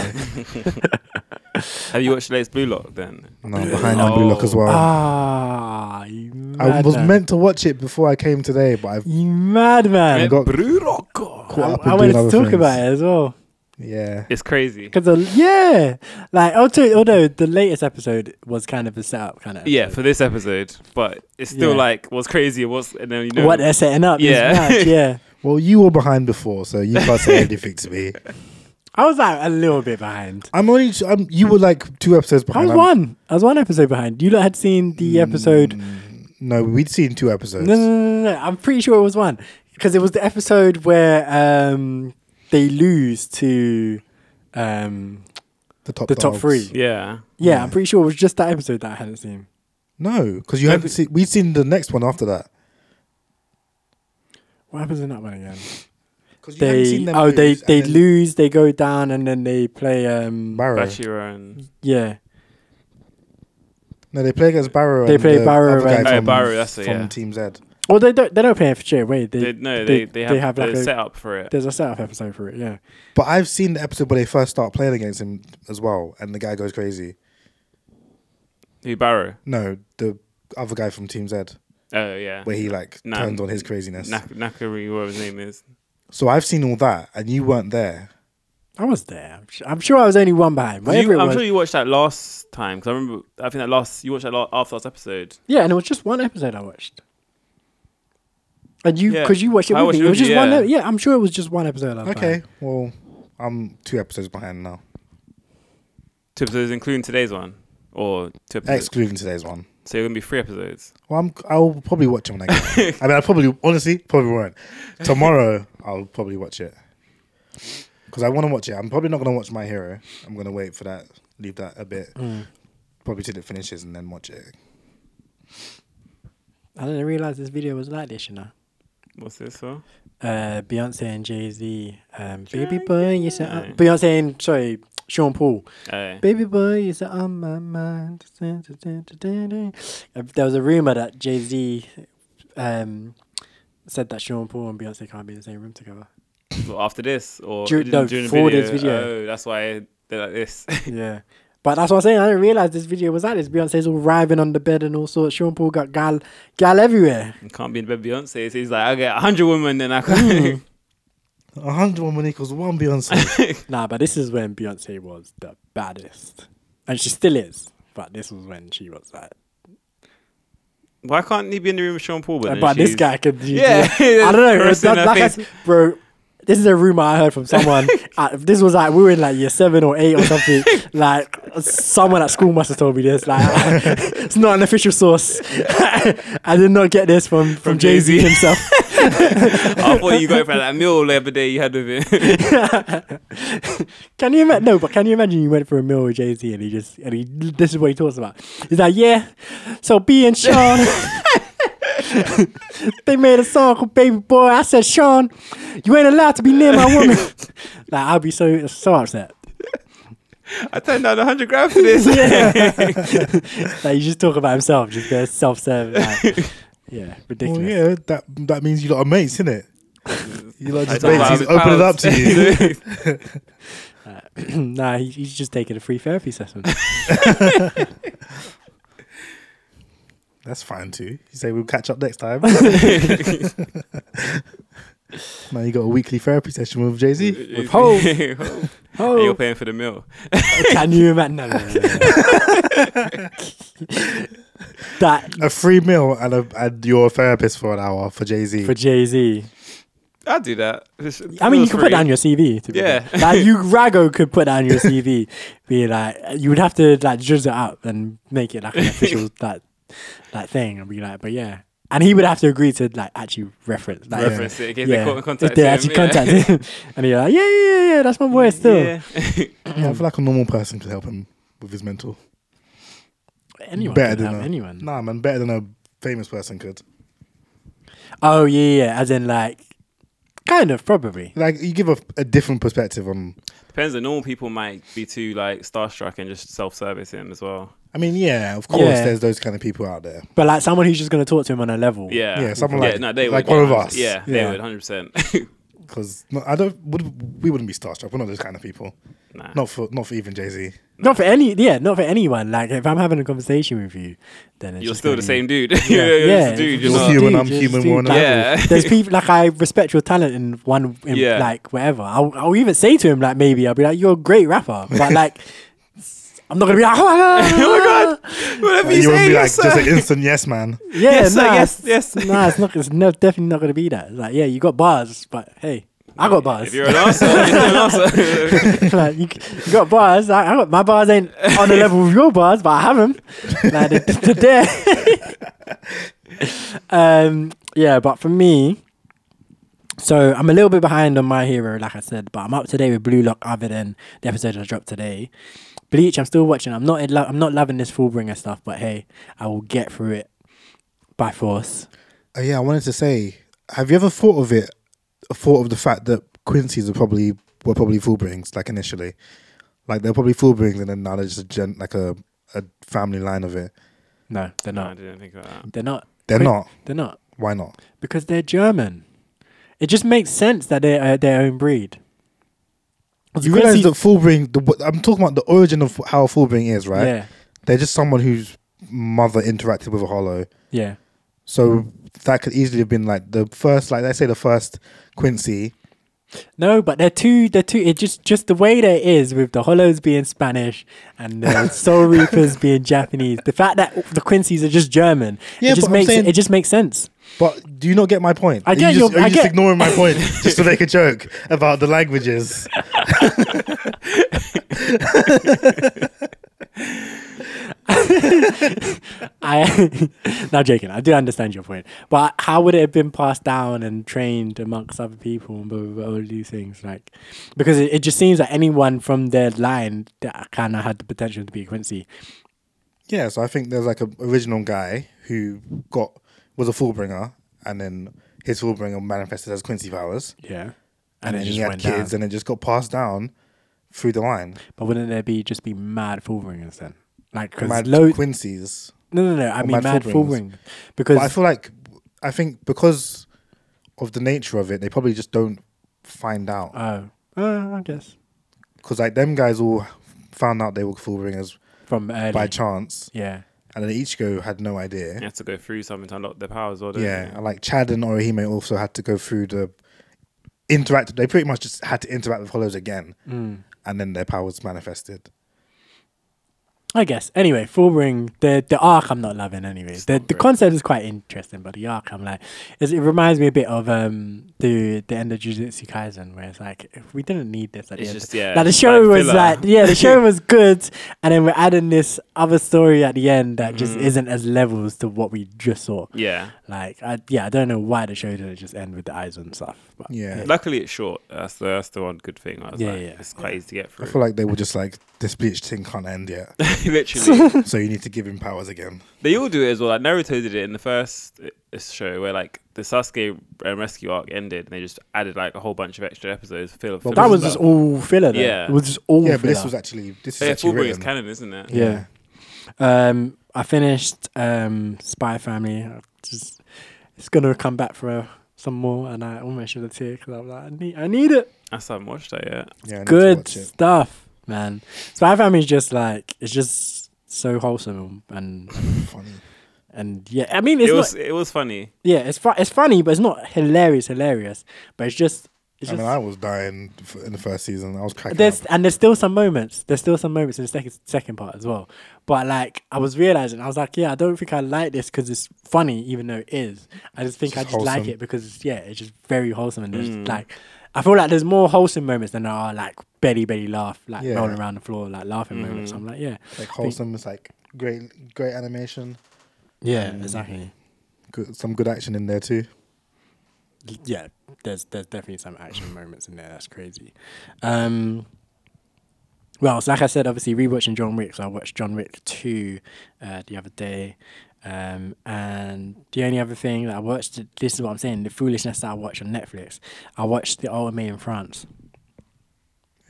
Speaker 3: Have you watched the latest Blue Lock then?
Speaker 2: No, behind that blue lock as
Speaker 3: Oh.
Speaker 2: well.
Speaker 1: Ah, you
Speaker 2: I
Speaker 1: madman.
Speaker 2: was meant to watch it before I came today, but I've
Speaker 1: You madman.
Speaker 2: <laughs> I got
Speaker 1: Oh, I,
Speaker 2: caught up.
Speaker 1: I wanted
Speaker 2: in doing
Speaker 1: to
Speaker 2: other
Speaker 1: talk
Speaker 2: things.
Speaker 1: about it as well.
Speaker 2: Yeah,
Speaker 3: It's crazy.
Speaker 1: Because yeah, like although although the latest episode was kind of a setup, kind of
Speaker 3: Yeah, for this episode, but it's still
Speaker 1: Yeah.
Speaker 3: like what's crazy. What's and then you know
Speaker 1: what they're setting up.
Speaker 3: Yeah.
Speaker 1: Yeah, yeah.
Speaker 2: well, you were behind before, so you can't say anything to
Speaker 1: <laughs>
Speaker 2: me.
Speaker 1: I was like a little bit behind.
Speaker 2: I'm only. I'm, you were like two episodes
Speaker 1: I
Speaker 2: behind.
Speaker 1: was
Speaker 2: I'm- Mm,
Speaker 1: one. I was one episode behind. You lot had seen the episode. No,
Speaker 2: No, we'd seen two episodes.
Speaker 1: no, no, no, no. I'm pretty sure it was one because it was the episode where um they lose to um
Speaker 2: The top.
Speaker 1: the top
Speaker 2: dogs.
Speaker 1: three.
Speaker 3: Yeah,
Speaker 1: yeah, I'm pretty sure it was just that episode that I hadn't seen.
Speaker 2: No, because you haven't seen. We'd seen the next one after that.
Speaker 1: What happens in that one again?
Speaker 2: 'Cause you haven't
Speaker 1: They
Speaker 2: seen them
Speaker 1: oh they
Speaker 2: lose, and
Speaker 1: they
Speaker 2: then
Speaker 1: lose, they go down, and then they play um
Speaker 2: Barrow.
Speaker 3: Bashira and
Speaker 1: yeah.
Speaker 2: No, they play against Barrow.
Speaker 1: They
Speaker 2: and
Speaker 1: play
Speaker 2: the
Speaker 1: Barrow
Speaker 2: other guy
Speaker 1: and-
Speaker 3: Oh,
Speaker 2: from-
Speaker 3: Barrow, that's it,
Speaker 2: from
Speaker 3: yeah.
Speaker 2: Team Z.
Speaker 1: Well, they don't. They don't pay for straight away. They,
Speaker 3: they, no, they, they, have, the
Speaker 1: like a,
Speaker 3: setup for it.
Speaker 1: there's a setup episode for it. Yeah,
Speaker 2: But I've seen the episode where they first start playing against him as well, and the guy goes crazy.
Speaker 3: Who Barrow?
Speaker 2: No, the other guy from Team Z,
Speaker 3: Oh yeah,
Speaker 2: where he like
Speaker 3: No.
Speaker 2: turns on his craziness.
Speaker 3: Nak- Nakari, whatever his name is.
Speaker 2: So I've seen all that, and you weren't there.
Speaker 1: I was there. I'm sure, I'm sure I was only one behind. Whatever
Speaker 3: You-
Speaker 1: it
Speaker 3: I'm
Speaker 1: was.
Speaker 3: sure you watched that last time because I remember. I think that last you watched that la- after last episode.
Speaker 1: yeah, and it was just one episode I watched. And you,
Speaker 3: Yeah.
Speaker 1: because you watched it,
Speaker 3: I
Speaker 1: with me.
Speaker 3: watched it
Speaker 1: it
Speaker 3: with
Speaker 1: was
Speaker 3: you,
Speaker 1: just one.
Speaker 3: yeah.
Speaker 1: ep- yeah, I'm sure it was just one episode. I was
Speaker 2: Okay, well, I'm two episodes behind now,
Speaker 3: Two episodes, including today's one, or two episodes.
Speaker 2: excluding today's one.
Speaker 3: so you're gonna be three episodes.
Speaker 2: Well, I'm, I'll probably watch it when I get. home. I mean, I probably, honestly, probably won't. Tomorrow, I'll probably watch it because I want to watch it. I'm probably not going to watch My Hero. I'm going to wait for that. Leave that a bit. probably till it finishes and then watch it.
Speaker 1: I didn't realize this video was like this, you know.
Speaker 3: What's this for? Oh,
Speaker 1: Uh, Beyonce and Jay Z, um, baby boy, you said uh, Beyonce and sorry, Sean Paul,
Speaker 3: Hey.
Speaker 1: baby boy, you said on my mind. Dun, dun, dun, dun, dun, dun. Uh, There was a rumor that Jay Z um, said that Sean Paul and Beyonce can't be in the same room <laughs> together.
Speaker 3: Well, after this or
Speaker 1: Dur-
Speaker 3: during,
Speaker 1: no,
Speaker 3: during the
Speaker 1: for
Speaker 3: video?
Speaker 1: this video.
Speaker 3: Oh, that's why they're like this. <laughs>
Speaker 1: Yeah. But that's what I'm saying. I didn't realize this video was like this. Beyonce's all writhing on the bed and all sorts. Sean Paul got gal, gal everywhere.
Speaker 3: You can't be in bed with Beyonce. So he's like, I get hundred women, then I can.
Speaker 1: Hmm.
Speaker 2: A hundred women equals one Beyonce.
Speaker 1: Nah, but this is when Beyonce was the baddest, and she still is. But this was when she was like.
Speaker 3: <laughs> why can't he be in the room with Sean Paul? But, then
Speaker 1: Uh, but this
Speaker 3: she's-
Speaker 1: guy could. do-
Speaker 3: Yeah, <laughs>
Speaker 1: I don't know.
Speaker 3: First
Speaker 1: It's
Speaker 3: in
Speaker 1: not,
Speaker 3: her
Speaker 1: like I s-
Speaker 3: face.
Speaker 1: bro, this is a rumor I heard from
Speaker 3: <laughs>
Speaker 1: someone. uh, this was like we were in like year seven or eight or something. like someone at school must have told me this. Like <laughs> it's not an official source. <laughs> I did not get this from from, Jay
Speaker 3: Jay-Z.
Speaker 1: Z himself.
Speaker 3: I thought you got for that meal the other day you had with him. <laughs>
Speaker 1: Can you imagine? No, but can you imagine you went for a meal with Jay Z and he just and he this is what he talks about. He's like, yeah. So B and Sean, <laughs> they made a song called Baby Boy. I said, Sean, you ain't allowed to be near my woman. <laughs> like I'll be so so upset. <laughs>
Speaker 3: I turned down 100 grand for
Speaker 2: <laughs>
Speaker 3: this.
Speaker 1: Like you just talk about himself, just go self serve. Like, yeah, ridiculous.
Speaker 2: well, yeah, that that means you lot are mates, innit? You lot are just
Speaker 3: Talk
Speaker 2: mates.
Speaker 3: about
Speaker 2: He's
Speaker 3: his
Speaker 2: opened it up to you.
Speaker 3: powers.
Speaker 1: <clears throat> nah, he, he's just taking a free therapy session.
Speaker 2: That's fine too. You say we'll catch up next time. <laughs> now you got a weekly therapy session with Jay
Speaker 3: <laughs>
Speaker 2: Z.
Speaker 1: With hope.
Speaker 3: And you're
Speaker 1: Oh,
Speaker 3: paying for the meal.
Speaker 1: can you imagine? No, no, no, no,
Speaker 3: <laughs>
Speaker 1: no. that
Speaker 2: A free meal and a and your therapist for an hour for Jay Z.
Speaker 1: for Jay Z.
Speaker 3: I'd do that.
Speaker 1: I mean, you could put that on your CV. To be
Speaker 3: Yeah.
Speaker 1: fair. like
Speaker 3: <laughs>
Speaker 1: you, Rago could put that on your CV. Be like, you would have to like jizz it up and make it like an
Speaker 3: <laughs>
Speaker 1: official that that thing, and be like, but yeah. And he would have to agree to like actually reference like, if-
Speaker 3: Reference it in case
Speaker 1: yeah.
Speaker 3: they contact
Speaker 1: if they actually contact him, <laughs> and you're like, yeah, yeah, yeah, yeah, that's my boy still.
Speaker 2: Yeah, I feel like a normal person could help him with his mental.
Speaker 1: Anyone
Speaker 2: better
Speaker 1: could
Speaker 2: than
Speaker 1: have
Speaker 2: a,
Speaker 1: anyone.
Speaker 2: Nah, man, better than a famous person could.
Speaker 1: Oh yeah, yeah, as in like, kind of probably.
Speaker 2: Like you give a, a different perspective on.
Speaker 3: Depends on normal people might be too like starstruck and just self service him as well.
Speaker 2: I mean, yeah, of course,
Speaker 1: Yeah.
Speaker 2: there's those kind of people out there.
Speaker 1: But like someone who's just gonna talk to him on a level.
Speaker 3: Yeah.
Speaker 2: Yeah, someone like- like
Speaker 3: yeah,
Speaker 2: one of
Speaker 3: 100%.
Speaker 2: us.
Speaker 3: Yeah,
Speaker 2: Yeah.
Speaker 3: they would 100%.
Speaker 2: Because no, I don't. Would, we wouldn't be starstruck. We're not those kind of people.
Speaker 3: <laughs> nah.
Speaker 2: Not for not for even Jay Z.
Speaker 1: Not for any, yeah, not for anyone. Like if I'm having a conversation with you, then it's
Speaker 3: You're
Speaker 1: just
Speaker 3: still
Speaker 1: gonna
Speaker 3: the
Speaker 1: be-
Speaker 3: same dude. <laughs> Yeah, you're just a
Speaker 1: it's
Speaker 3: dude.
Speaker 2: You're
Speaker 3: You're
Speaker 1: just
Speaker 3: not.
Speaker 1: a
Speaker 2: human,
Speaker 1: dude,
Speaker 2: I'm
Speaker 1: just a
Speaker 2: human,
Speaker 1: dude,
Speaker 2: we're on
Speaker 1: like-
Speaker 3: Yeah.
Speaker 1: <laughs> There's people like I respect your talent in one, in,
Speaker 3: Yeah.
Speaker 1: like whatever. I'll, I'll even say to him like maybe I'll be like you're a great rapper,
Speaker 3: <laughs>
Speaker 1: but like I'm not gonna be like oh my god,
Speaker 3: Oh Whatever
Speaker 2: you
Speaker 3: you
Speaker 2: wouldn't
Speaker 3: say,
Speaker 2: be like
Speaker 3: yes,
Speaker 2: just an
Speaker 3: sir.
Speaker 2: instant yes man.
Speaker 1: yeah,
Speaker 3: Yes, sir,
Speaker 1: nah,
Speaker 3: yes,
Speaker 1: it's- <laughs>
Speaker 3: yes.
Speaker 1: nah, it's not, it's no, definitely not gonna be that. It's like yeah, you got bars, but hey, I got
Speaker 3: <laughs> If
Speaker 1: bars.
Speaker 3: you're an arsehole,
Speaker 1: <laughs>
Speaker 2: <laughs>
Speaker 3: you're still an arsehole.
Speaker 1: like you, you got bars. Like, I got, my bars ain't on the level with your bars, but I have them. Like they're, they're there. <laughs> um, yeah, but for me, so I'm a little bit behind on my hero, like I said, but I'm up to date with Blue Lock. Other than the episode I dropped today, Bleach, I'm still watching. I'm not, in lo- I'm not loving this Fullbringer stuff, but hey, I will get through it by force.
Speaker 2: Uh, yeah, I wanted to say, have you ever thought of it? Thought of the fact that Quincy's are probably were probably full brings like initially, like they're probably full brings, and then now they're just a gen, like a a family line of it.
Speaker 1: No, they're
Speaker 3: <laughs> No, I
Speaker 1: not.
Speaker 3: didn't think about that.
Speaker 1: They're not.
Speaker 2: They're
Speaker 1: Quin-
Speaker 2: not.
Speaker 1: They're not.
Speaker 2: Why not?
Speaker 1: Because they're German. It just makes sense that they're uh, their own breed.
Speaker 2: You realize that full bring. The, wh- I'm talking about the origin of how full bring is, right?
Speaker 1: Yeah,
Speaker 2: They're just someone whose mother interacted with a hollow,
Speaker 1: yeah,
Speaker 2: so that could easily have been like the first, like let's say the first Quincy.
Speaker 1: no, but they're too. They're too. It just just the way there is with the Hollows being Spanish and
Speaker 2: <laughs>
Speaker 1: the Soul Reapers being Japanese. The fact that the Quincy's are just German,
Speaker 2: Yeah,
Speaker 1: it just
Speaker 2: but I'm
Speaker 1: makes
Speaker 2: saying-
Speaker 1: it just makes sense.
Speaker 2: But do you not get my point?
Speaker 1: I
Speaker 2: Are
Speaker 1: get
Speaker 2: you just,
Speaker 1: your-
Speaker 2: Are you
Speaker 1: I
Speaker 2: just
Speaker 1: get-
Speaker 2: ignoring my
Speaker 1: <laughs>
Speaker 2: point just to make a joke about the languages?
Speaker 1: I <laughs> now joking. I do understand your point, but how would it have been passed down and trained amongst other people and blah, blah, blah, all these things? Like, because it, it just seems like anyone from their line that kind of had the potential to be a Quincy
Speaker 2: Yeah, so I think there's like a original guy who got was a fullbringer, and then his fullbringer manifested as Quincy Powers,
Speaker 1: Yeah.
Speaker 2: and, then
Speaker 1: it
Speaker 2: he
Speaker 1: just
Speaker 2: had
Speaker 1: went
Speaker 2: kids,
Speaker 1: down.
Speaker 2: and it just got passed down through the line.
Speaker 1: But wouldn't there be just be mad full ringers then? Like because
Speaker 2: Mad
Speaker 1: loads.
Speaker 2: Quincy's.
Speaker 1: no, no, no. I mean
Speaker 2: mad
Speaker 1: mad
Speaker 2: full
Speaker 1: full
Speaker 2: ringers.
Speaker 1: ringers
Speaker 2: But I
Speaker 1: because
Speaker 2: feel like I think because of the nature of it, they probably just don't find out.
Speaker 1: oh, uh, I guess
Speaker 2: because like them guys all found out they were full ringers
Speaker 1: from early.
Speaker 2: by chance,
Speaker 1: yeah.
Speaker 2: and then Ichigo had no idea.
Speaker 3: You have to go through something to unlock their powers, or
Speaker 2: Yeah, and, like Chad and Orihime also had to go through the interact. They pretty much just had to interact with Hollows again,
Speaker 3: Mm.
Speaker 2: and then their powers manifested.
Speaker 1: I guess. Anyway, Full Ring, the the arc I'm not loving anyway. the the concept is quite interesting, but the arc I'm like it's, it reminds me a bit of um the the end of Jujutsu Kaisen where it's like if we didn't need this at the
Speaker 3: It's
Speaker 1: end.
Speaker 3: just, yeah,
Speaker 1: like the
Speaker 3: it's
Speaker 1: show
Speaker 3: like
Speaker 1: was
Speaker 3: filler.
Speaker 1: like yeah, the
Speaker 3: <laughs>
Speaker 1: show was good and then we're adding this other story at the end that just isn't as levels to what we just saw.
Speaker 3: Mm-hmm. yeah.
Speaker 1: Like I yeah, I don't know why the show didn't just end with the eyes and stuff. But
Speaker 2: Yeah,
Speaker 3: Luckily, it's short. That's the that's the one good thing. I was
Speaker 1: Yeah,
Speaker 3: like,
Speaker 1: yeah,
Speaker 3: it's quite easy to get
Speaker 2: I
Speaker 3: through. <laughs>
Speaker 2: feel like they were just like this bleach thing can't end yet, <laughs>
Speaker 3: Literally,
Speaker 2: so you need to give him powers again.
Speaker 3: they all do it as well. Like Naruto did it in the first uh, show, where like the Sasuke um, rescue arc ended, and they just added like a whole bunch of extra episodes. Fill,
Speaker 2: But
Speaker 1: that
Speaker 2: This
Speaker 1: was
Speaker 2: is
Speaker 1: just all filler though.
Speaker 3: Yeah.
Speaker 1: It was just all
Speaker 2: yeah,
Speaker 1: filler.
Speaker 2: but this was actually this is
Speaker 3: yeah,
Speaker 2: actually
Speaker 3: Fullbringer is
Speaker 2: written.
Speaker 3: canon, isn't it?
Speaker 1: Yeah. Um, I finished um, Spy Family. I Just, it's gonna come back for uh, some more, and I almost shed a tear because I'm like, I need, I need it.
Speaker 3: I still haven't watched that yet.
Speaker 2: yeah, I need to
Speaker 1: Good
Speaker 2: watch it.
Speaker 1: stuff, man. Spy Family is just like it's just so wholesome and
Speaker 2: Funny.
Speaker 1: and yeah. I mean, it's
Speaker 3: it
Speaker 1: not.
Speaker 3: was it was funny.
Speaker 1: yeah, it's fu- it's funny, but it's not hilarious, hilarious. But it's just. It's
Speaker 2: I
Speaker 1: just
Speaker 2: mean, I was dying f- in the first season. I was cracking.
Speaker 1: there's
Speaker 2: up.
Speaker 1: and there's still some moments. There's still some moments in the second second part as well. But like I was realizing, I was like, yeah, I don't think I like this because it's funny, even though it is. I just think
Speaker 2: It's
Speaker 1: I just like
Speaker 2: wholesome. Mm.
Speaker 1: it because it's, yeah, it's just very wholesome and there's like I feel like there's more wholesome moments than there are like belly belly laugh, like
Speaker 2: Yeah. Mm-hmm.
Speaker 1: rolling around the floor, like laughing moments. I'm like, yeah,
Speaker 2: like wholesome. It's like great, great animation.
Speaker 1: yeah, exactly.
Speaker 2: Good, some good action in there too.
Speaker 1: Yeah, there's there's definitely some action moments in there. That's crazy. Um, well, so like I said, obviously rewatching John Wick. So I watched John Wick two uh, the other day, um, and the only other thing that I watched, this is what I'm saying, the foolishness that I watched on Netflix. I watched the Old Me in France.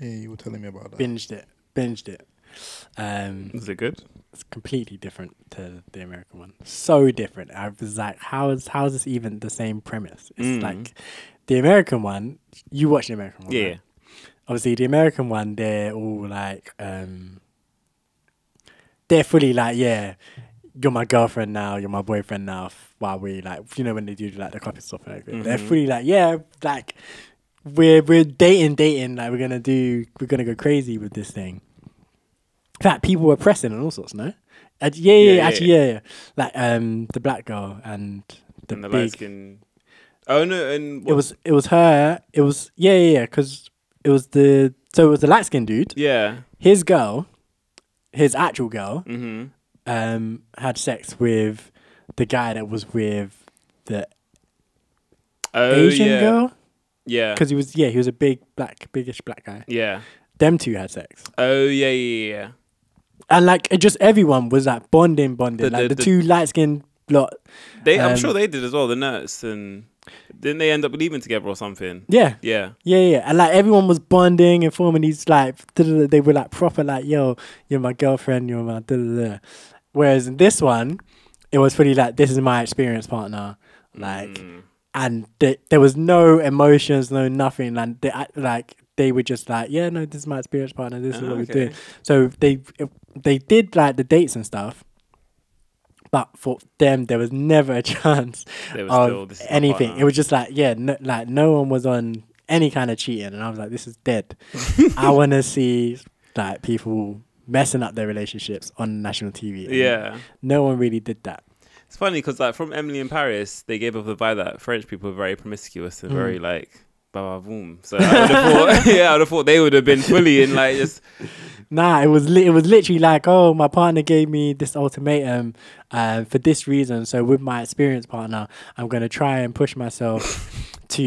Speaker 2: Yeah, you were telling me about that.
Speaker 1: Binged it. Binged it. Um,
Speaker 3: Is it good?
Speaker 1: it's completely different to the American one. So different. I was like, how is how is this even the same premise? It's like the American one. You watch the American one,
Speaker 3: Yeah.
Speaker 1: right? Obviously, the American one, they're all like, um, they're fully like, yeah, you're my girlfriend now, you're my boyfriend now. f- While we like, you know, when they do like the copy stuff, like, they're fully like, yeah, like we're we're dating, dating. Like we're gonna do, we're gonna go crazy with this thing. In fact, people were pressing and all sorts. No, Uh, yeah, yeah,
Speaker 3: Yeah,
Speaker 1: yeah,
Speaker 3: yeah,
Speaker 1: actually, yeah, yeah. Like um, the black girl and the,
Speaker 3: and the light
Speaker 1: big.
Speaker 3: skin. Oh no! And
Speaker 1: It was it was her. It was yeah, yeah, yeah. Because it was the so it was the light skinned dude.
Speaker 3: yeah.
Speaker 1: His girl, his actual girl,
Speaker 3: Mm-hmm.
Speaker 1: um, had sex with the guy that was with the
Speaker 3: Oh
Speaker 1: Asian
Speaker 3: yeah.
Speaker 1: girl
Speaker 3: Yeah.
Speaker 1: because he was yeah he was a big black biggish black guy.
Speaker 3: Yeah.
Speaker 1: Them two had sex.
Speaker 3: Oh yeah yeah yeah.
Speaker 1: and like it just everyone was like bonding, bonding.
Speaker 3: The-
Speaker 1: like
Speaker 3: the-
Speaker 1: the,
Speaker 3: the-
Speaker 1: two light skinned lot.
Speaker 3: They, I'm
Speaker 1: Um,
Speaker 3: sure they did as well. The nurse and didn't they end up leaving together or something?
Speaker 1: Yeah.
Speaker 3: Yeah.
Speaker 1: Yeah, yeah, and like everyone was bonding and forming these like da-da-da, they were like proper like yo, you're my girlfriend, you're my da-da-da. Whereas in this one, it was pretty like this is my experience partner,
Speaker 3: Mm.
Speaker 1: like, and th- there was no emotions, no nothing, and they act like they were just like yeah, no, this is my experience partner, this is
Speaker 3: Ah,
Speaker 1: what
Speaker 3: okay.
Speaker 1: we're doing. So they they did like the dates and stuff, but for them there was never a <laughs> chance
Speaker 3: They were
Speaker 1: of
Speaker 3: still, "This is my
Speaker 1: anything.
Speaker 3: partner."
Speaker 1: It was just like yeah, no, like no one was on any kind of cheating, and I was like, this is
Speaker 3: <laughs>
Speaker 1: dead. I want to see like people messing up their relationships on national TV. and
Speaker 3: Yeah.
Speaker 1: no one really did that.
Speaker 3: It's funny because like from Emily in Paris, they gave off the vibe that French people are very promiscuous and
Speaker 1: Mm.
Speaker 3: very like. Bah, boom. So I would have thought, <laughs> yeah, I would have thought they would have been fully in
Speaker 1: <laughs>
Speaker 3: like just
Speaker 1: Nah, it was li- it was literally like, oh, my partner gave me this ultimatum uh, for this reason. So with my experienced partner, I'm gonna try and push myself to,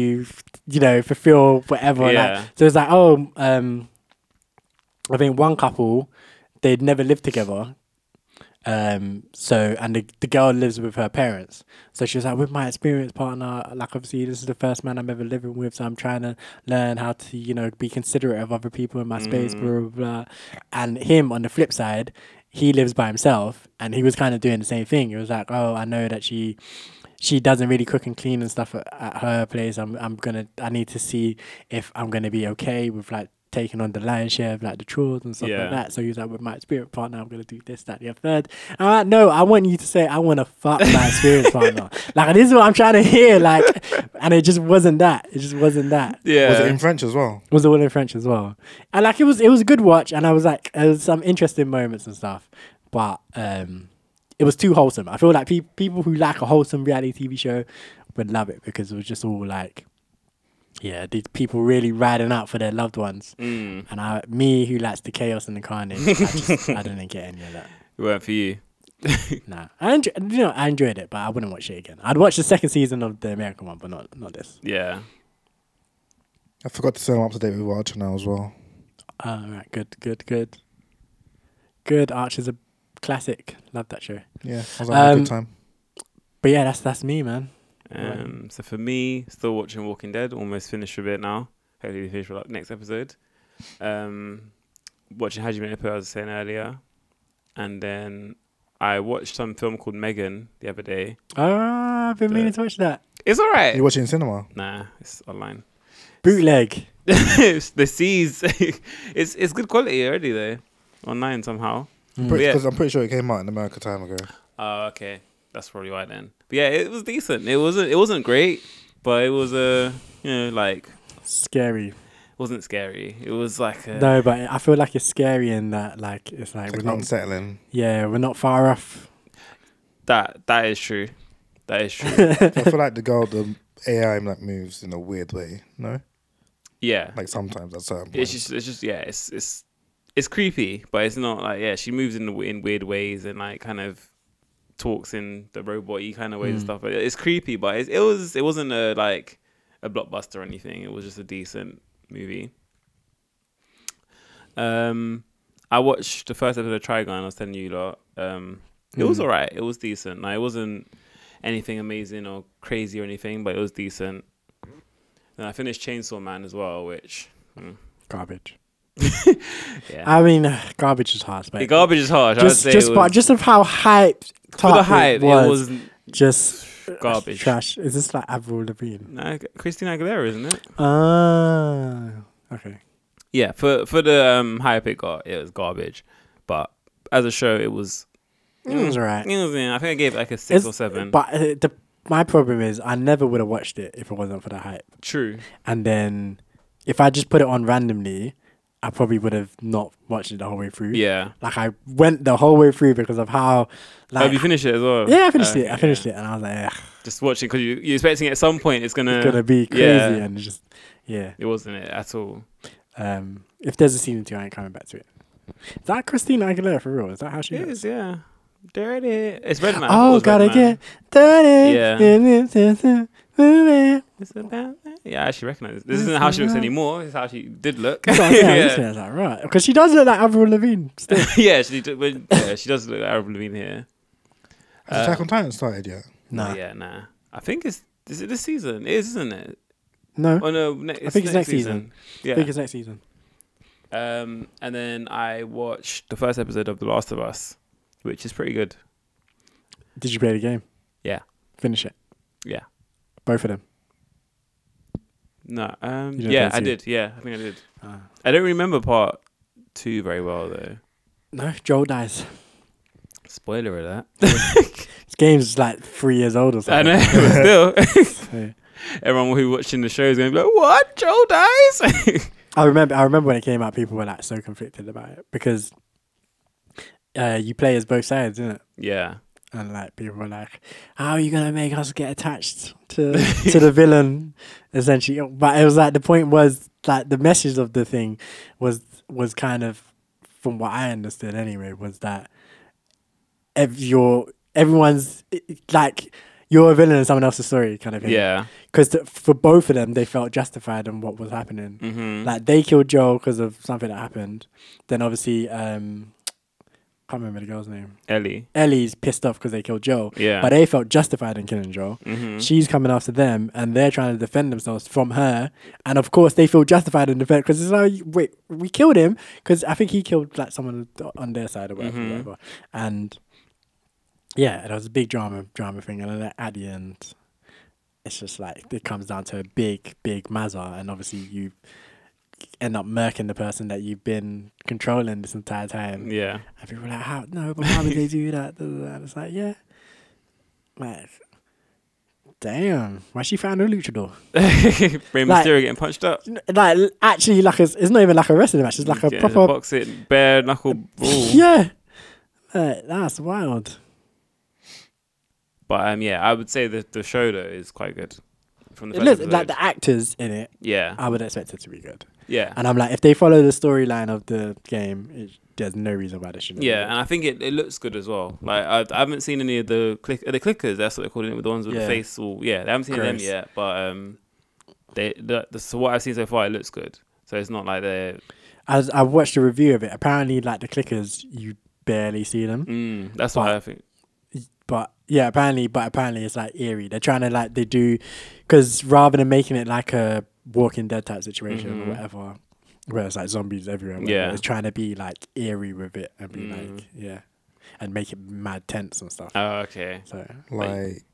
Speaker 1: you know, fulfill whatever.
Speaker 3: Yeah.
Speaker 1: Like, so it's like, oh, um, I think one couple they'd never lived together, Um, so and the, the girl lives with her parents. So she was like, with my experienced partner, like obviously this is the first man I'm ever living with, so I'm trying to learn how to, you know, be considerate of other people in my space, blah, blah blah. And him on the flip side, he lives by himself and he was kind of doing the same thing. It was like, Oh, I know that she she doesn't really cook and clean and stuff at, at her place. I'm I'm gonna I need to see if I'm gonna be okay with like taking on the lion's share of like the chores and stuff
Speaker 3: Yeah.
Speaker 1: like that. So he was like, with my spirit partner, I'm gonna do this, that, the other third. And I'm like, no, I want you to say I wanna fuck my spirit partner. Like this is what I'm trying to hear. Like and it just wasn't that. It just wasn't that.
Speaker 3: Yeah.
Speaker 2: Was it in French as well?
Speaker 1: It was all in French as well. And like it was it was a good watch and I was like there was some interesting moments and stuff. But um it was too wholesome. I feel like pe- people who like a wholesome reality TV show would love it because it was just all like yeah, these people really riding out for their loved ones.
Speaker 3: Mm.
Speaker 1: And I me who likes the chaos and the carnage, I just I didn't get any of that.
Speaker 3: It weren't for you.
Speaker 1: Nah. I enjoy, you know, I enjoyed it, but I wouldn't watch it again. I'd watch the second season of the American one, but not not this.
Speaker 3: Yeah.
Speaker 2: I forgot to set them up to date with Watch now as well.
Speaker 1: All Uh, right, good, good, good, good. Archer's a classic. Love that show.
Speaker 2: Yeah, I was having a
Speaker 1: Um,
Speaker 2: good time.
Speaker 1: But yeah, that's that's me, man.
Speaker 3: Um, so for me, still watching Walking Dead. Almost finished with it now. Hopefully we finish with like next episode. Um, watching Hajime Ippo, as I was saying earlier, and then I watched some film called Megan the other day.
Speaker 1: Ah, I've been meaning to watch that
Speaker 3: It's alright.
Speaker 2: You watch it in cinema?
Speaker 3: Nah, it's online. <laughs>
Speaker 1: bootleg.
Speaker 3: the seas. <laughs> it's it's good quality already though. Online somehow. But yeah.
Speaker 2: Because I'm pretty sure it came out in America time ago.
Speaker 3: Oh, okay. That's probably why then. But yeah, it was decent. It wasn't it wasn't great, but it was uh, you know like it
Speaker 1: Scary.
Speaker 3: wasn't scary. It was like a,
Speaker 1: No, but I feel like it's scary in that, like, it's like,
Speaker 2: It's
Speaker 1: we're
Speaker 2: like
Speaker 1: not,
Speaker 2: unsettling.
Speaker 1: yeah, we're not far off.
Speaker 3: that that is true. That is true.
Speaker 2: I feel like the girl, the AI like moves in a weird way. No,
Speaker 3: yeah.
Speaker 2: like sometimes at certain
Speaker 3: It's
Speaker 2: points.
Speaker 3: just it's just yeah. It's it's it's creepy, but it's not like yeah. She moves in the, in weird ways and like kind of talks in the robot y kind of ways and stuff. But It's creepy, but it's, it was it wasn't a like a blockbuster or anything. It was just a decent movie. Um, I watched the first episode of Trigon. I was telling you lot. Um, it was alright. It was decent. Like, it wasn't anything amazing or crazy or anything, but it was decent. Then I finished Chainsaw Man as well, which mm,
Speaker 1: Garbage.
Speaker 3: yeah.
Speaker 1: I mean, garbage is harsh, but
Speaker 3: The garbage is harsh.
Speaker 1: just,
Speaker 3: I would say
Speaker 1: just,
Speaker 3: it
Speaker 1: but
Speaker 3: was,
Speaker 1: just of how hyped,
Speaker 3: for the
Speaker 1: top
Speaker 3: hype,
Speaker 1: it was,
Speaker 3: it was
Speaker 1: just
Speaker 3: garbage.
Speaker 1: trash. Is this like Avril Lavigne?
Speaker 3: Nah, uh, Christina Aguilera, isn't it?
Speaker 1: Ah, okay.
Speaker 3: Yeah, for for the um, hype it got, it was garbage. But as a show, it was.
Speaker 1: It was alright.
Speaker 3: It was, yeah, I think I gave it like a six
Speaker 1: Mm. It's-
Speaker 3: or seven.
Speaker 1: But uh, the, my problem is, I never would have watched it if it wasn't for the hype.
Speaker 3: True.
Speaker 1: And then, if I just put it on randomly, I probably would have not watched it the whole way through.
Speaker 3: Yeah.
Speaker 1: Like I went the whole way through because of how. Like,
Speaker 3: Have you finished it as well?
Speaker 1: yeah, I finished it.
Speaker 3: Okay,
Speaker 1: I finished
Speaker 3: yeah.
Speaker 1: it, and I was like, "Ugh,
Speaker 3: Just watching because you you're expecting at some point it's gonna
Speaker 1: it's gonna be crazy,
Speaker 3: yeah.
Speaker 1: and it's just yeah.
Speaker 3: It wasn't it at all.
Speaker 1: Um, if there's a season two, I ain't coming back to it. Is that Christina Aguilera for real? Is that how she?
Speaker 3: It
Speaker 1: looks?
Speaker 3: is, yeah. Dirty. It's Redman. I thought it
Speaker 1: Oh,
Speaker 3: was
Speaker 1: gotta
Speaker 3: Redman.
Speaker 1: get dirty.
Speaker 3: Yeah. <laughs>
Speaker 1: Yeah.
Speaker 3: It's about that. Yeah, I actually recognize this. This isn't how she looks anymore. This is how she did look.
Speaker 1: That's what
Speaker 3: <laughs>
Speaker 1: I'm saying. yeah. That's like, right. Because she does look like Avril Lavigne still.
Speaker 3: yeah, she do, but, yeah, she does look like Avril Lavigne here.
Speaker 2: Has
Speaker 3: uh,
Speaker 2: Attack on Titan started yet?
Speaker 1: Nah.
Speaker 3: Yeah, nah. I think it's is it this season? It is, isn't it?
Speaker 1: No.
Speaker 3: Oh no, ne- it's
Speaker 1: think it's next I
Speaker 3: Yeah.
Speaker 1: think it's next season.
Speaker 3: um, and then I watched the first episode of The Last of Us, which is pretty good.
Speaker 1: Did you play the game?
Speaker 3: Yeah.
Speaker 1: Finish it.
Speaker 3: Yeah.
Speaker 1: Both of them.
Speaker 3: No. Um.
Speaker 1: You didn't
Speaker 3: Yeah, I
Speaker 1: fancy it?
Speaker 3: did. Yeah, I think I did.
Speaker 1: Ah.
Speaker 3: I don't remember part two very well though.
Speaker 1: No, Joel dies.
Speaker 3: Spoiler alert.
Speaker 1: This game's like three years old or
Speaker 3: I
Speaker 1: something.
Speaker 3: know. <laughs>
Speaker 1: <laughs>
Speaker 3: but still,
Speaker 1: So-
Speaker 3: everyone who watching the show is going to be like, "What? Joel dies?" <laughs>
Speaker 1: I remember. I remember when it came out, people were like so conflicted about it because uh, you play as both sides, didn't it?
Speaker 3: yeah.
Speaker 1: And like people were like, "How are you gonna make us get attached to
Speaker 3: <laughs>
Speaker 1: to the villain?" Essentially, but it was like the point was like the message of the thing was was kind of, from what I understood anyway, was that if you're everyone's like you're a villain in someone else's story kind of thing.
Speaker 3: Yeah.
Speaker 1: Because for both of them, they felt justified in what was happening.
Speaker 3: Mm-hmm.
Speaker 1: Like they killed Joel because of something that happened. Then obviously, um, can't remember the girl's name.
Speaker 3: Ellie.
Speaker 1: Ellie's pissed off because they killed Joel.
Speaker 3: Yeah.
Speaker 1: But they felt justified in killing Joel.
Speaker 3: Mhm.
Speaker 1: She's coming after them, and they're trying to defend themselves from her. And of course, they feel justified in defense because it's like, "Oh, wait, we killed him because I think he killed like someone on their side or whatever,
Speaker 3: Mhm.
Speaker 1: whatever. And yeah, and it was a big drama, drama thing. And then at the end, it's just like it comes down to a big, big mazza, and obviously you end up murking the person that you've been controlling this entire time.
Speaker 3: Yeah.
Speaker 1: And people were like, how? No, but how did they do that? Da, da, da. And it's like, yeah. Like, damn. Why she found no luchador?
Speaker 3: <laughs> Rey
Speaker 1: Like-
Speaker 3: Mysterio getting punched up.
Speaker 1: Like, l- actually, like, it's, it's not even like a wrestling match. It's like a
Speaker 3: yeah,
Speaker 1: proper.
Speaker 3: box it
Speaker 1: <laughs>
Speaker 3: bare knuckle brawl.
Speaker 1: Yeah. Like, that's wild.
Speaker 3: But um, yeah, I would say that the show though is quite good. From the
Speaker 1: It
Speaker 3: first
Speaker 1: looks,
Speaker 3: episode.
Speaker 1: like, the actors in it,
Speaker 3: yeah,
Speaker 1: I would expect it to be good.
Speaker 3: yeah,
Speaker 1: And I'm like, if they follow the storyline of the game, it, there's no reason why they shouldn't. be
Speaker 3: yeah,
Speaker 1: good.
Speaker 3: and I think it, it looks good as well. Like I, I haven't seen any of the click uh, the clickers. That's what they're calling it with the ones with
Speaker 1: Yeah.
Speaker 3: the face. Or yeah, I haven't seen them
Speaker 1: Gross.
Speaker 3: yet. But um, they the, the so what I've seen so far, it looks good. So it's not like they're
Speaker 1: As I watched a review of it, apparently, like, the clickers, you barely see them.
Speaker 3: mm, that's what
Speaker 1: But-
Speaker 3: I think.
Speaker 1: but yeah, apparently, but apparently it's like eerie. They're trying to like they do, because rather than making it like a Walking Dead type situation
Speaker 3: Mhm.
Speaker 1: or whatever, where it's like zombies everywhere, whatever,
Speaker 3: Yeah.
Speaker 1: they're trying to be like eerie with it and be
Speaker 3: Mm.
Speaker 1: like yeah, and make it mad tense and stuff.
Speaker 3: Oh, okay.
Speaker 1: so
Speaker 2: Like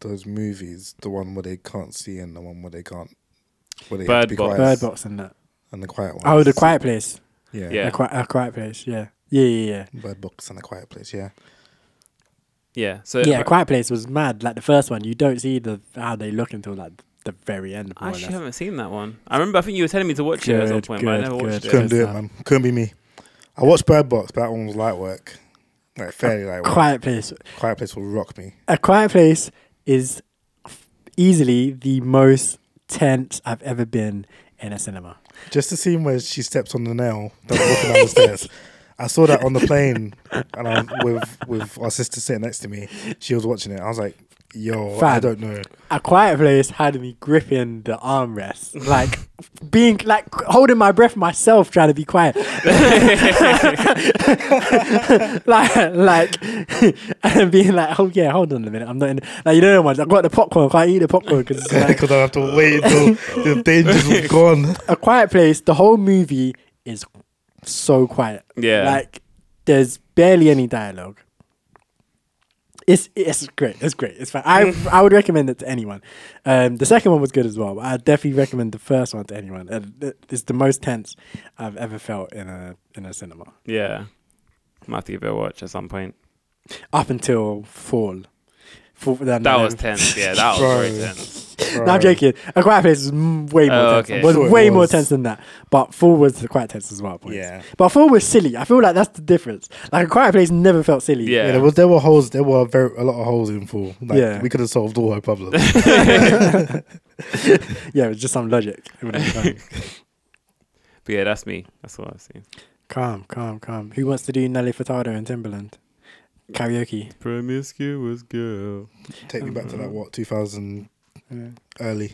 Speaker 2: those movies, the one where they can't see and the one where they can't. Where they have
Speaker 3: Bird
Speaker 2: to be
Speaker 3: Box.
Speaker 2: quiet,
Speaker 1: Bird Box and that.
Speaker 2: and the quiet one.
Speaker 1: Oh, the Quiet Place.
Speaker 2: Yeah.
Speaker 3: Yeah.
Speaker 1: A, qui- a Quiet Place. Yeah. Yeah, yeah, yeah.
Speaker 2: Bird Box and the Quiet Place. Yeah.
Speaker 3: Yeah. So
Speaker 1: yeah, Quiet Place was mad. Like the first one, you don't see the how they look until like the very end.
Speaker 3: I
Speaker 1: More or
Speaker 3: actually
Speaker 1: less.
Speaker 3: haven't seen that one. I remember. I think you were telling me to watch it at some
Speaker 1: Good,
Speaker 3: point, but I
Speaker 1: good,
Speaker 3: never watched
Speaker 1: good.
Speaker 3: it.
Speaker 1: Good.
Speaker 2: Couldn't do it,
Speaker 1: Sam.
Speaker 2: man. Couldn't be me. I watched Bird Box, but that one was light work. Like fairly light work.
Speaker 1: Quiet Place
Speaker 2: Quiet Place will rock me.
Speaker 1: A Quiet Place is f- easily the most tense I've ever been in a cinema.
Speaker 2: Just the scene where she steps on the nail, that's walking down the stairs. I saw that on the plane, and I was with with our sister sitting next to me. She was watching it. I was like, "Yo, I
Speaker 1: Fam.
Speaker 2: don't know."
Speaker 1: A Quiet Place had me gripping the armrest, like being like holding my breath myself, trying to be quiet. like, <laughs> like, and being like, oh yeah, hold on a minute, I'm not in. Like, you know, what? I've got the popcorn, can't eat the popcorn because it's like,
Speaker 2: Because I have to wait until the dangers was
Speaker 1: <laughs>
Speaker 2: gone.
Speaker 1: A Quiet Place, the whole movie is so quiet.
Speaker 3: Yeah.
Speaker 1: Like there's barely any dialogue. It's it's great. It's great. It's fine.
Speaker 3: <laughs>
Speaker 1: I I would recommend it to anyone. Um, the second one was good as well. But I definitely recommend the first one to anyone. Uh, th- It's the most tense I've ever felt in a in a cinema.
Speaker 3: Yeah. Might have to give it a watch at some point.
Speaker 1: Up until fall. fall that
Speaker 3: That was <laughs> tense. Yeah, that was very
Speaker 2: Bro.
Speaker 3: tense.
Speaker 1: No, I'm joking. A Quiet Place is mm, way more
Speaker 3: Oh,
Speaker 1: tense.
Speaker 3: okay.
Speaker 1: Was
Speaker 2: Sure it
Speaker 1: way more
Speaker 2: was.
Speaker 1: tense than that. But Four was quite tense as well. at points.
Speaker 2: Yeah.
Speaker 1: But Four was silly. I feel like that's the difference. Like A Quiet Place never felt silly.
Speaker 3: Yeah.
Speaker 2: Yeah, there was there were holes. There were very, a lot of holes in full. Like,
Speaker 1: Yeah.
Speaker 2: we could have solved all her problems.
Speaker 1: <laughs> Yeah, it was just some logic. It would've been fun.
Speaker 3: But yeah, that's me. That's what I've seen.
Speaker 1: calm, calm, calm. Who wants to do Nelly Furtado and Timberland? Karaoke.
Speaker 3: Promiscuous girl.
Speaker 2: Take me back to that what 2000
Speaker 1: Yeah,
Speaker 2: early.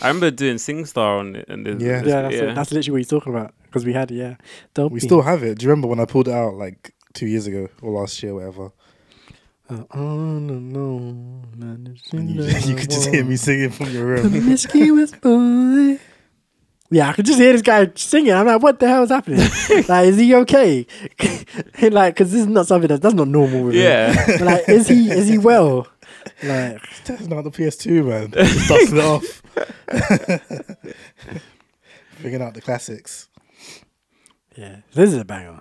Speaker 3: I remember doing SingStar on it. And this,
Speaker 2: Yeah.
Speaker 3: this-
Speaker 1: yeah, that's, It, that's literally what he's talking about. Because we had, yeah. Don't
Speaker 2: We
Speaker 1: be-
Speaker 2: still have it. Do you remember when I pulled it out like two years ago or last year, whatever?
Speaker 1: Uh, oh, no, no, no,
Speaker 2: And you, just, <laughs> you could just hear me singing from your
Speaker 1: <laughs>
Speaker 2: room.
Speaker 1: Promiscuous boy. Yeah, I could just hear this guy singing. I'm like, what the hell is happening? like, is he okay? <laughs> like, because this is not something that's that's not normal. With him.
Speaker 3: yeah.
Speaker 1: But, like, is he is he well? Like,
Speaker 2: That's not the PS2, man. Just dusted it off. <laughs> Figuring out the classics.
Speaker 1: yeah, this is a banger.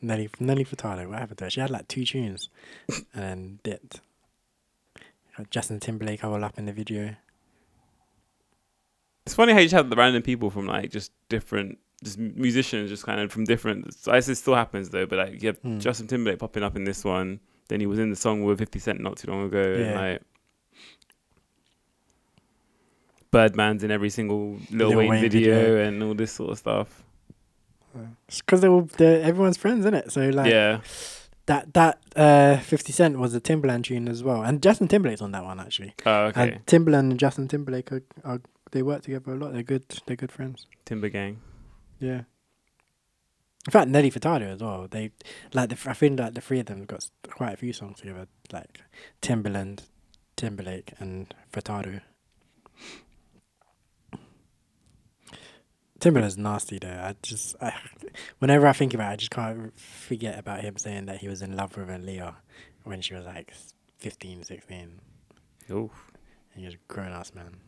Speaker 1: Nelly Nelly Furtado. What happened to her? She had like two tunes, and then dipped. Got Justin Timberlake all up in the video.
Speaker 3: <laughs> It's funny how you just have the random people from like just different, just musicians, just kind of from different. So I guess it still happens though, but like you have
Speaker 1: Mm.
Speaker 3: Justin Timberlake popping up in this one. Then he was in the song with 50 Cent not too long ago. And
Speaker 1: Yeah.
Speaker 3: like Birdman's in every single Lil,
Speaker 1: Lil
Speaker 3: Wayne,
Speaker 1: Wayne
Speaker 3: video,
Speaker 1: video.
Speaker 3: and all this sort of stuff.
Speaker 1: It's because they were they're everyone's friends, in it. So like
Speaker 3: yeah.
Speaker 1: that that uh, Fifty Cent was a Timberland tune as well, and Justin Timberlake's on that one actually.
Speaker 3: Oh, okay.
Speaker 1: And Timberland and Justin Timberlake are, are they work together a lot. They're good. They're good friends.
Speaker 3: Timber Gang.
Speaker 1: Yeah. In fact, Nelly Furtado as well. They like the, I think like the three of them have got s- quite a few songs together, like Timberland, Timberlake, and Furtado. Timberland's nasty though. I just, I, whenever I think about it, I just can't forget about him saying that he was in love with Aaliyah when she was like s- 15, 16.
Speaker 3: Oof.
Speaker 1: And he was a grown ass man.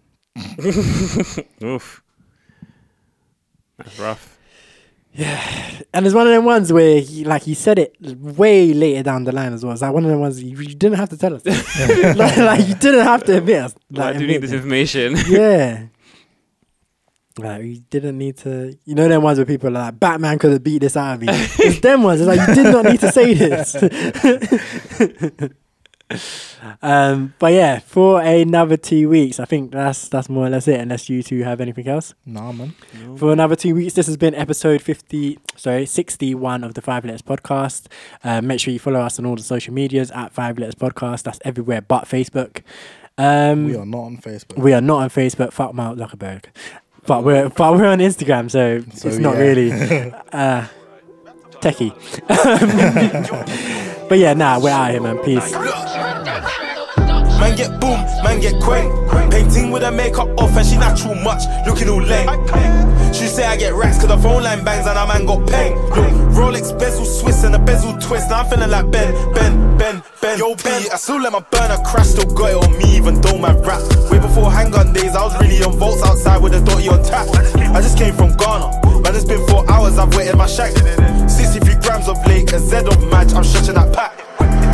Speaker 3: Oof. That's rough.
Speaker 1: And it's one of them ones where, he, like, he said it way later down the line as well. It's like one of them ones you, you didn't have to tell us. <laughs> like, like, you didn't have to admit us.
Speaker 3: Like, I do need
Speaker 1: admit
Speaker 3: this
Speaker 1: it.
Speaker 3: information.
Speaker 1: yeah. Like, you didn't need to. You know, them ones where people are like, Batman could have beat this out of
Speaker 3: <laughs>
Speaker 1: me. it's them ones. It's like, you did not need to say this. um, but yeah, for another two weeks, I think that's that's more or less it, unless you two have anything else.
Speaker 2: Nah, man.
Speaker 1: For another two weeks, this has been episode 50, sorry, 61 of the Five Letters Podcast. Uh, make sure you follow us on all the social medias at Five Letters Podcast. That's everywhere but Facebook. Um,
Speaker 2: We are not on Facebook.
Speaker 1: we are not on Facebook. Fuck Mark Zuckerberg. But we're but we're on Instagram, so,
Speaker 2: So,
Speaker 1: it's not
Speaker 2: yeah. <laughs>
Speaker 1: really uh, techie. <laughs> but yeah, nah, we're out here, man. Peace.
Speaker 4: Man get boom, man get quaint. Painting with her makeup off and she natural much, looking all lame. She say I get racks cause the phone line bangs and her man got pain. Look, Rolex bezel Swiss and a bezel twist. Now I'm feeling like Ben, Ben, Ben, Ben. Yo, Ben, I still let my burner crash, still got it on me even though my rap. Way before handgun days, I was really on volts outside with a dotty on tap. I just came from Ghana, man, it's been four hours, I've waited my shack. 63 grams of lake, a Z of match, I'm stretching that pack.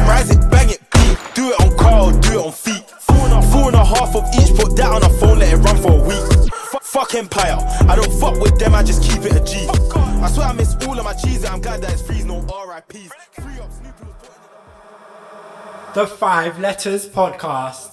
Speaker 4: Rise it, bang it, beat. Do it on car, or do it on feet. Four and, a, four and a half of each, put that on a phone, let it run for a week. F- fuck Empire, I don't fuck with them, I just keep it a G. I swear I miss all of my cheese, I'm glad that it's freeze, no RIPs. Free up, Snoop was put in the-
Speaker 5: The Five Letters Podcast.